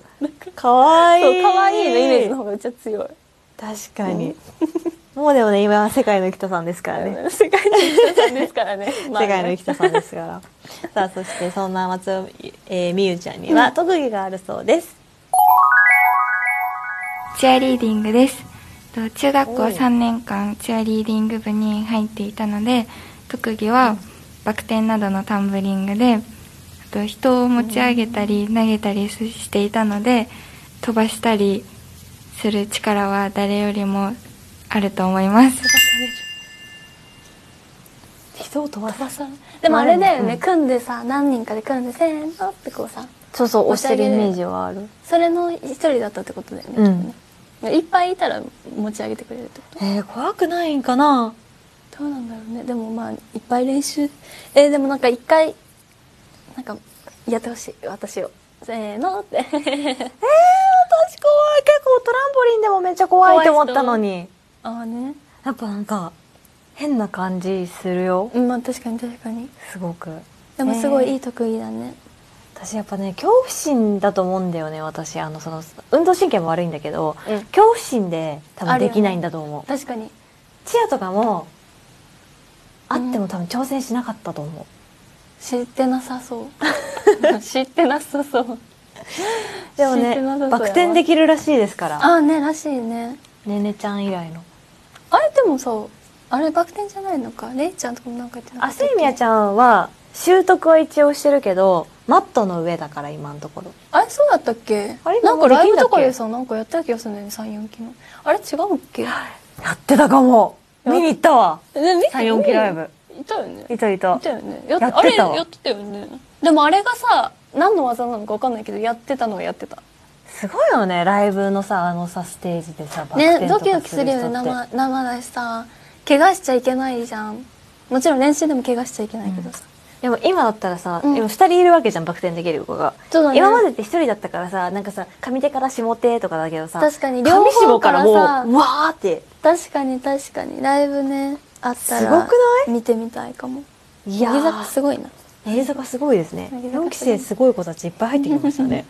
A: 可愛、
B: そう
A: い
B: 可愛いのイメージの方がうちは強い
A: 確かに、もうでもね今は世界の生田さんですからね
B: 世界の生田さんですからねまあ ね
A: 世界の生田さんですから。 さあ、そしてそんな松尾、えー、美優ちゃんには特技があるそうです。
E: チアリーディングですと中学校
A: おう
E: 3年間チアリーディング部に入っていたので特技はバク転などのタンブリングであと人を持ち上げたり投げたりしていたので飛ばしたりする力は誰よりもあると思います
A: 人を飛ば
B: 飛ば
A: す。
B: さないでもあれだよね、
A: うん
B: 組んでさ何人かで組んでせーのってこうさ
A: そうそう、押してるイ
B: 持ち上げる
A: メージはある。
B: それの一人だったってことだよね,、ねいっぱいいたら持ち上げてくれるってこ
A: えー、怖くないんかな
B: とどうなんだろうねでもまあいっぱい練習えーでもなんか一回なんかやってほしい私をせーのって
A: 私怖い。結構トランポリンでもめっちゃ怖いって思ったのに。
B: ああね
A: やっぱなんか、変な感じするよ。
B: うんまあ確かに確かに
A: すごく。
B: でもすごいいい特技だね、
A: 私やっぱね、恐怖心だと思うんだよね、私。あの、その、運動神経も悪いんだけど、
B: うん
A: 恐怖心で多分できないんだと思う。
B: 確かに
A: チアとかも、あっても多分挑戦しなかったと思う。
B: 知ってなさそう 知ってなさそう
A: でも
B: 知っ
A: ね
B: てなさそうや、わ
A: バク転できるらしいですから。
B: ああねらしいね
A: ねねちゃん以来の。
B: あれでもさあれバク転じゃないのかレイちゃんとかもなんか言ってなか
A: あ、
B: っ
A: せ
B: たっ
A: いみやちゃんは、習得は一応してるけど、マットの上だから今のところ。
B: ゃんあれそうだったっけ
A: あれ
B: なんかライブと
A: できんだ
B: か
A: っけ
B: でさなんかやってた気がするんだよね34期のあれ違うっ け
A: やってたかも見に行ったわ
B: 34
A: 34期ライブ。
B: いたよね
A: いたいた
B: い。たよねやっ
A: やって
B: あれ
A: たわ
B: やってたよねでもあれがさ何の技なのか分かんないけどやってたのはやってた
A: すごいよね、ライブのさ、あのさ、ステージでさ、バク転
B: ね
A: と
B: ドキド
A: か
B: キ
A: す
B: す
A: る
B: る
A: 人
B: よね
A: って。
B: 生生だしさ怪我しちゃいけないじゃんもちろん練習でも怪我しちゃいけないけどさ、
A: でも今だったらさ、
B: うん
A: 今二人いるわけじゃん、バク転できる子が。
B: そうだね
A: 今までって一人だったからさ、なんかさ、上手から下手とかだけどさ、
B: 確かに
A: 上
B: 両
A: 下
B: 方
A: か
B: から
A: ら
B: さ
A: もう、わーって。
B: 確かに確かにライブねあった
A: すご
B: ら
A: くな
B: 見てみたいかも
A: い
B: 乃
A: や
B: 木
A: ー
B: 坂すごいな
A: 乃木坂すごいですね
B: 乃木坂すごい
A: 4期生すごい子たちいっぱい入ってきました ね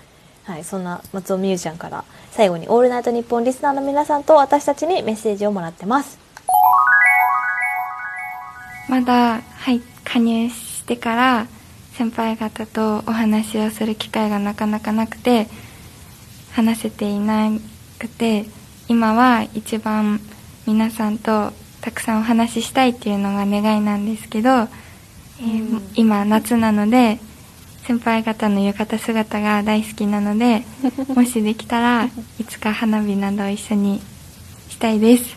A: はいそんな松尾美優ちゃんから最後に「オールナイトニッポン」リスナーの皆さんと私たちにメッセージをもらってます
E: まだ、はい、加入してから先輩方とお話をする機会がなかなかなくて話せていなくて今は一番皆さんとたくさんお話ししたいっていうのが願いなんですけど、えー今夏なので先輩方の浴衣姿が大好きなのでもしできたらいつか花火など一緒にしたいです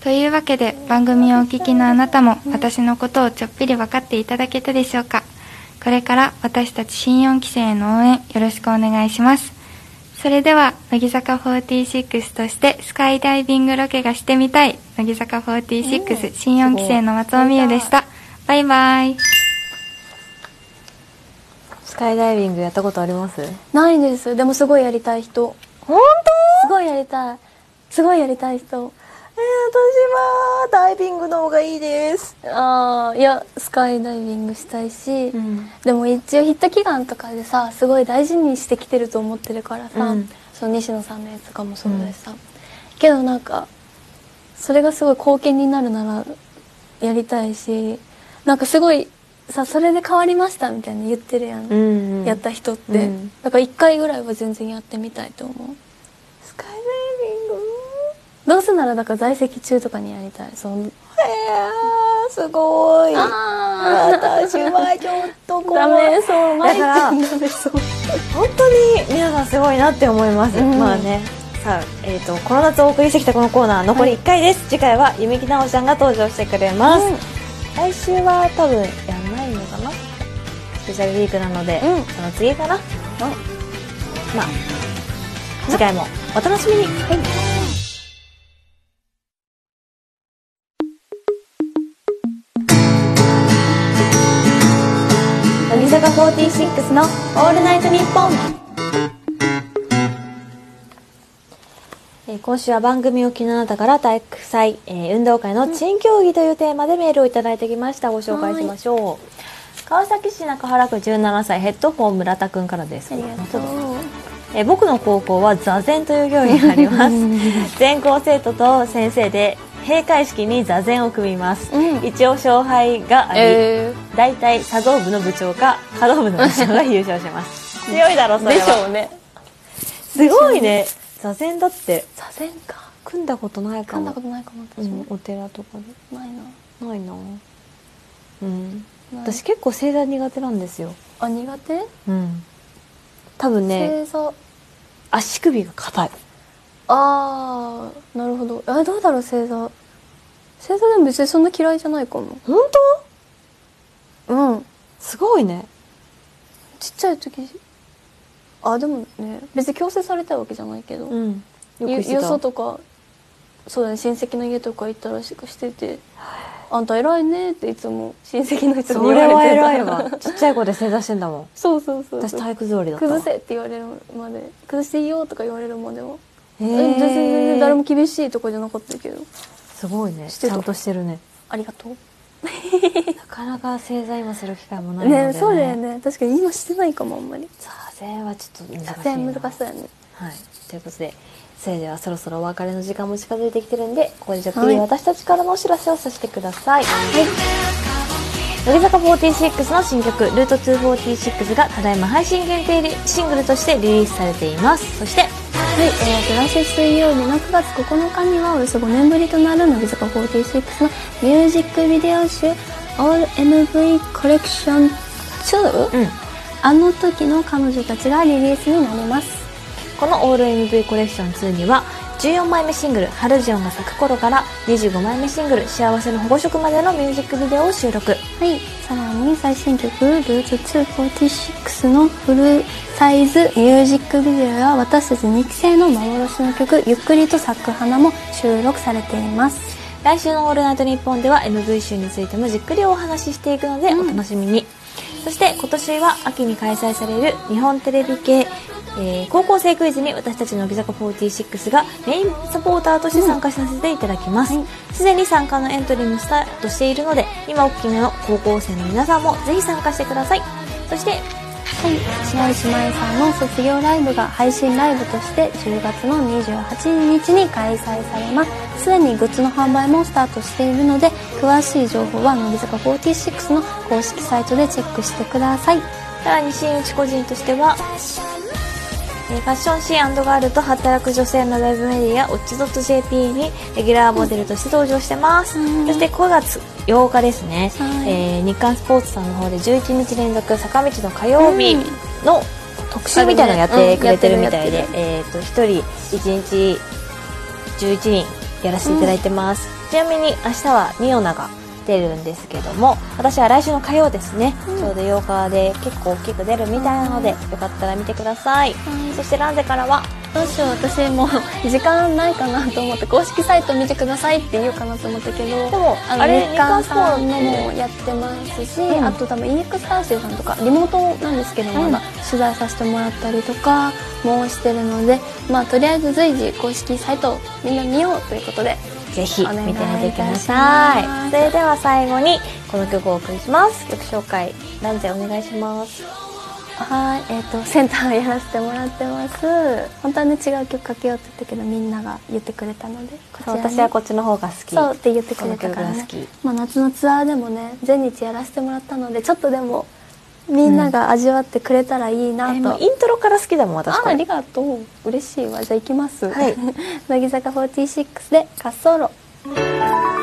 E: というわけで番組をお聞きのあなたも私のことをちょっぴり分かっていただけたでしょうかこれから私たち新4期生への応援よろしくお願いしますそれでは乃木坂46としてスカイダイビングロケがしてみたい乃木坂46新4期生の松尾美優でしたバイバイ
A: スカイダイビングやったことあります
B: ないんですでもすごいやりたい人
A: 本
B: すごいやりたいすごいやりたい人
A: 当えー、私はダイビングの方がいいです。
B: ああいやスカイダイビングしたいし、
A: ん。
B: でも一応ヒット祈願とかでさすごい大事にしてきてると思ってるからさ、
A: うん
B: その西野さんのやつとかもそうだしさ、けどなんかそれがすごい貢献になるならやりたいしなんかすごいさそれで変わりましたみたいに言ってるやん、
A: うん、
B: やった人って、
A: うん
B: だから1回ぐらいは全然やってみたいと思う
A: スカイダイビング
B: どうせならだから在籍中とかにやりたいその
A: えー、すごい。
B: あ
A: 私はちょっと
B: ー
A: こ
B: ダメそう
A: だから
B: マイクにダメそう
A: 本当に皆さんすごいなって思います、
B: うん
A: まあねさあ、えー、とこの夏お送りしてきたこのコーナー残り1回です、次回は夢木奈緒ちゃんが登場してくれます、来週は多分やんないのかなスペシャルウィークなので、
B: うん
A: その次かな、まあ次回もお楽しみに、乃木坂46の「オールナイトニッポン」えー今週は番組を聞きのあなたから体育祭、えー運動会の珍競技というテーマでメールをいただいてきましたご紹介しましょう川崎市中原区17歳ヘッドフォン村田くんからですえー僕の高校は座禅という行事があります 全校生徒と先生で閉会式に座禅を組みます、
B: うん
A: 一応勝敗があり、
B: え
A: 大体茶道部の部長か華道部の部長が優勝します強いだろそ
B: ー、で
A: れ
B: し
A: は
B: ょうね
A: すごいね座禅だって
B: 座禅か
A: 組んだことないか
B: 噛ん
A: も
B: だことないかも
A: う
B: 私
A: ん
B: も、、
A: お寺とか
B: ないな
A: でないなうん
B: ない
A: 私結構正座苦手なんですよ
B: あ苦手、
A: うん多分ね
B: 正座
A: 足首が硬い
B: ああなるほどあどうだろう星座星座でも別にそんな嫌いじゃないかも
A: 本当
B: うん
A: すごいね
B: ちっちゃい時あでもね別に強制されたわけじゃないけど、
A: うんよ
B: ゆ
A: くして
B: よそ
A: た
B: とかそうだね親戚の家とか行ったらしくしてて「あんた偉いね」っていつも親戚の人に
A: そ
B: 言
A: れ
B: わ
A: は
B: れてた
A: 偉いわちっちゃい子で正座してんだ もん
B: そうそうそう
A: 私
B: そう
A: 体育座りだったわ
B: 崩せって言われるまで崩していいよとか言われるまでは、
A: へ
B: え全然全
A: え
B: 然誰も厳しいとかじゃなかったけど
A: すごいね
B: して
A: ち
B: た
A: ゃんとしてるね
B: ありがとう
A: なかなか正座今する機会もないので
B: ねそうだよね確かに今してないかもあんまり
A: 座禅はちょっと難しいな
B: 撮影難しそうやね
A: はい、ということでそれではそろそろお別れの時間も近づいてきてるんでここでちょっぴり私たちからのお知らせをさせてください、乃木坂46の新曲「ルート246」がただいま配信限定でシングルとしてリリースされていますそして
B: はい、えー、来週水曜日の9月9日にはおよそ5年ぶりとなる乃木坂46のミュージックビデオ集 All MV コレクション2、
A: うん
B: あの時の彼女たちがリリースになります
A: この「オール MV コレクション2」には14枚目シングル「春ジオンが咲く頃」から25枚目シングル「幸せの保護色」までのミュージックビデオを収録
B: はいさらに最新曲「ルーツ246」のフルサイズミュージックビデオや私たち2期生の幻の曲「ゆっくりと咲く花」も収録されています
A: 来週の「オールナイトニッポン」では MV 集についてもじっくりお話ししていくのでお楽しみに、そして今年は秋に開催される日本テレビ系、えー高校生クイズに私たち乃木坂46がメインサポーターとして参加させていただきますすで、に参加のエントリーもスタートしているので今お聞きの高校生の皆さんもぜひ参加してくださいそして
B: はい、白石麻衣さんの卒業ライブが配信ライブとして10月の28日に開催されますすでにグッズの販売もスタートしているので詳しい情報は乃木坂46の公式サイトでチェックしてください
A: さらに新内個人としては、えーファッションシーンガールと働く女性のウェブメディア o t c h .jp にレギュラーモデルとして登場してます、そして5月8日ですね、
B: はい
A: えー日刊スポーツさんの方で11日連続坂道の火曜日の特集みたいなのやってくれてるみたいで、
B: うんやって
A: えー、と1人1日11人やらせていただいてます、ちなみに明日はミオナが出るんですけども私は来週の火曜ですね、ちょうど8日で結構大きく出るみたいなので、よかったら見てください、そしてランゼからは
B: どうしよう私もう時間ないかなと思って公式サイト見てくださいって言うかなと思ったけど
A: でも
B: あの
A: あれ
B: 日刊さんの
A: 日刊スポーツ
B: もやってますし、
A: うん
B: あと多分 EX 大生さんとかリモートなんですけどまだ取材させてもらったりとかもしてるのでまあとりあえず随時公式サイトをみんな見ようということで
A: ぜひ
B: お願
A: 見
B: い
A: てみてくだ
B: いたし
A: さ
B: ま
A: い
B: す
A: それでは最後にこの曲をお送りします曲紹介ランゼお願いします
B: はい、えー、とセンターやらせてもらってます本当はね違う曲かけようって言ったけどみんなが言ってくれたのでこちらに
A: 私はこっちの方が好き
B: そうって言ってくれたから、
A: この
B: ね
A: 曲が好き
B: まあ、夏のツアーでもね全日やらせてもらったのでちょっとでもみんなが味わってくれたらいいな
A: えー
B: と、
A: もうイントロから好きだもん私
B: あ
A: こ
B: あ
A: れ
B: りがとう嬉しいわじゃあ行きます、
A: はい
B: 乃木坂46で滑走路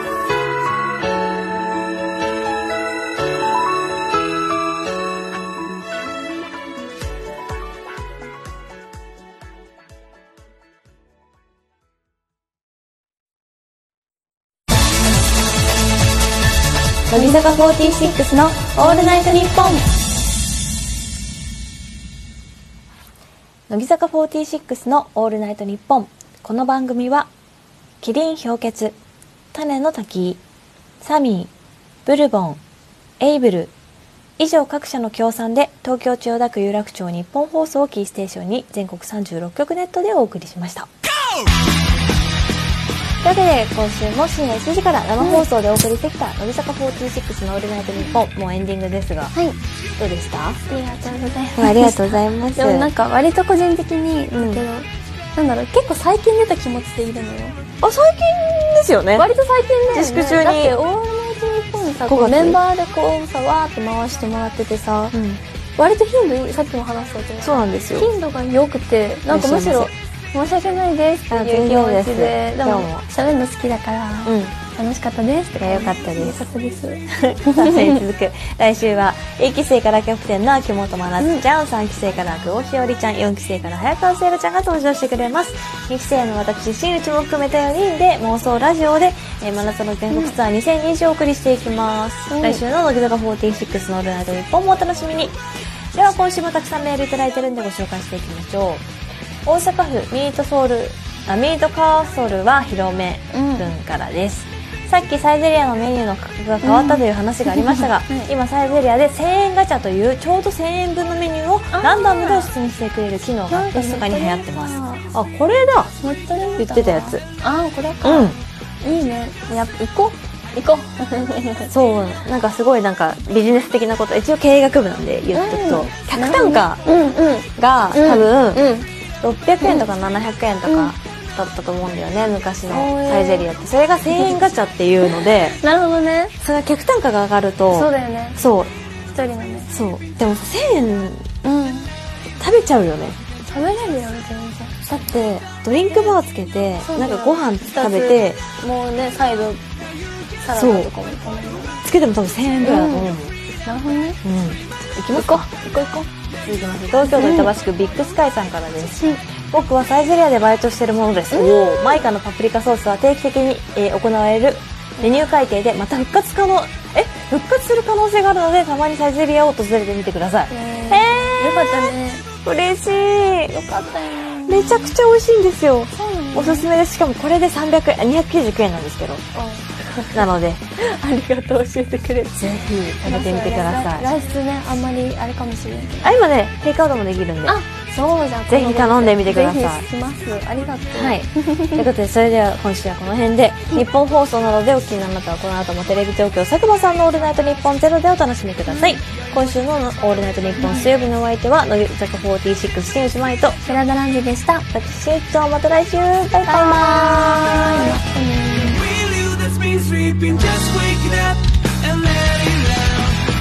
A: 乃木坂46の「オールナイトニッポン」乃木坂46の「オールナイトニッポン」この番組はキリン氷結種の滝サミーブルボンエイブル以上各社の協賛で東京千代田区有楽町日本放送をキーステーションに全国36局ネットでお送りしましたというわけで今週も深夜1時から生放送でお送りしてきた乃木坂46の「オールナイトニッポン」もうエンディングですが、
B: はい
A: どうでした
B: ありがとうございます
A: ありがとうございます
B: でもなんか割と個人的にだけど、
A: うん
B: なんだろう結構最近出た気持ちでいるのよ
A: あ最近ですよね
B: 割と最近だよね
A: 自粛中に
B: だって「オールナイトニッポン」にさこ
A: 5
B: う
A: 月
B: メンバーでこうさわーって回してもらっててさ、
A: うん、
B: 割と頻度いいさっきも話したけど
A: そうなんですよ
B: 頻度が良くてなんかむしろ申し訳ないですっていう気
A: あ全然
B: 持
A: です
B: ちでで
A: どう
B: も
A: も
B: 喋るの好きだから、
A: うん
B: 楽しかったですって
A: いや良かったです
B: 良かったです
A: さあそれに続く来週は1期生からキャプテンの秋元真夏ちゃん、3期生から久保ひよりちゃん4期生から早川せいらちゃんが登場してくれます2期生の私新内も含めた4人で妄想ラジオで、えー、真夏の全国ツアー2020をお送りしていきます、来週の乃木坂46の「オールナイトニッポン」もお楽しみにでは今週もたくさんメールいただいてるんでご紹介していきましょう大阪府ミートソウルあミートカーソルは広めくんからです、さっきサイゼリアのメニューの価格が変わったという話がありました が、今サイゼリアで1000円ガチャというちょうど1000円分のメニューをランダムでおすすめしてくれる機能が密かに流行ってますあこれだ
B: 乗っ取れ
A: 言ってたやつ
B: ああこれか、
A: う
B: いいねやっぱ行こう行こ
A: んそうなんかすごいなんかビジネス的なこと一応経営学部なんで言っとくと、
B: うん
A: 客単価
B: ううんうん
A: が多分、
B: うん
A: 600円とか700円と
B: うん
A: かだったと思うんだよね、昔の
B: へー
A: サイゼリアってそれが1000円ガチャっていうので
B: なるほどね
A: それが客単価が上がると
B: そうだよね
A: そう
B: 一人のね
A: そうでも1000円
B: うん
A: 食べちゃうよね
B: 食べれるよね全然
A: だってドリンクバーつけて
B: そうだ
A: なんか
B: よ
A: ご飯食べて
B: もうねサイドサラダとかも頼む
A: つけても多分1000円ぐらいだと思うもん、うん
B: なるほどね
A: 行きますか行こう行こう続きまして東京都板橋区ビッグスカイさんからです、僕はサイゼリアでバイトしてるものです、マイカのパプリカソースは定期的に、えー行われるメニュー改定でまた復活可能え復活する可能性があるのでたまにサイゼリアを訪れてみてください
B: え
A: え
B: ー、よかったね
A: ー、嬉しい
B: よかったよ
A: めちゃくちゃ美味しいんですよ
B: そうなの
A: おすすめですしかもこれで300円あ299円なんですけどなので
B: ありがとう教えてくれて
A: ぜひ食べてみてください
B: 来週ねあんまりあれかもしれないけど
A: あ今ねテイクアウトもできるんで
B: あそうじゃん
A: ぜひ頼んでみてください
B: ぜひしますありがとう
A: はい、 ということでそれでは今週はこの辺で日本放送などでお聞きになる方はこの後もテレビ東京佐久間さんの「オールナイトニッポンゼロでお楽しみください今週の「オールナイトニッポン」水曜日のお相手は乃木坂46新内舞と
B: 寺田ランジでした
A: 私新内とまた来週バイバイ
B: バイバイ
F: Will you that's been sleeping just waking up and let it out?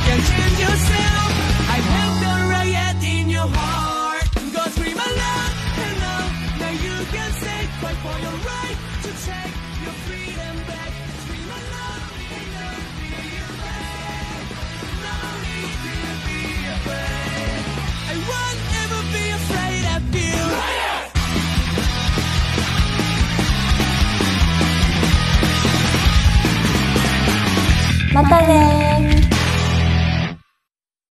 F: Can't change yourself. I have the riot in your heart. Go scream aloud and now that you can say fight for your right to take your freedom back. Scream aloud and now that
A: またねー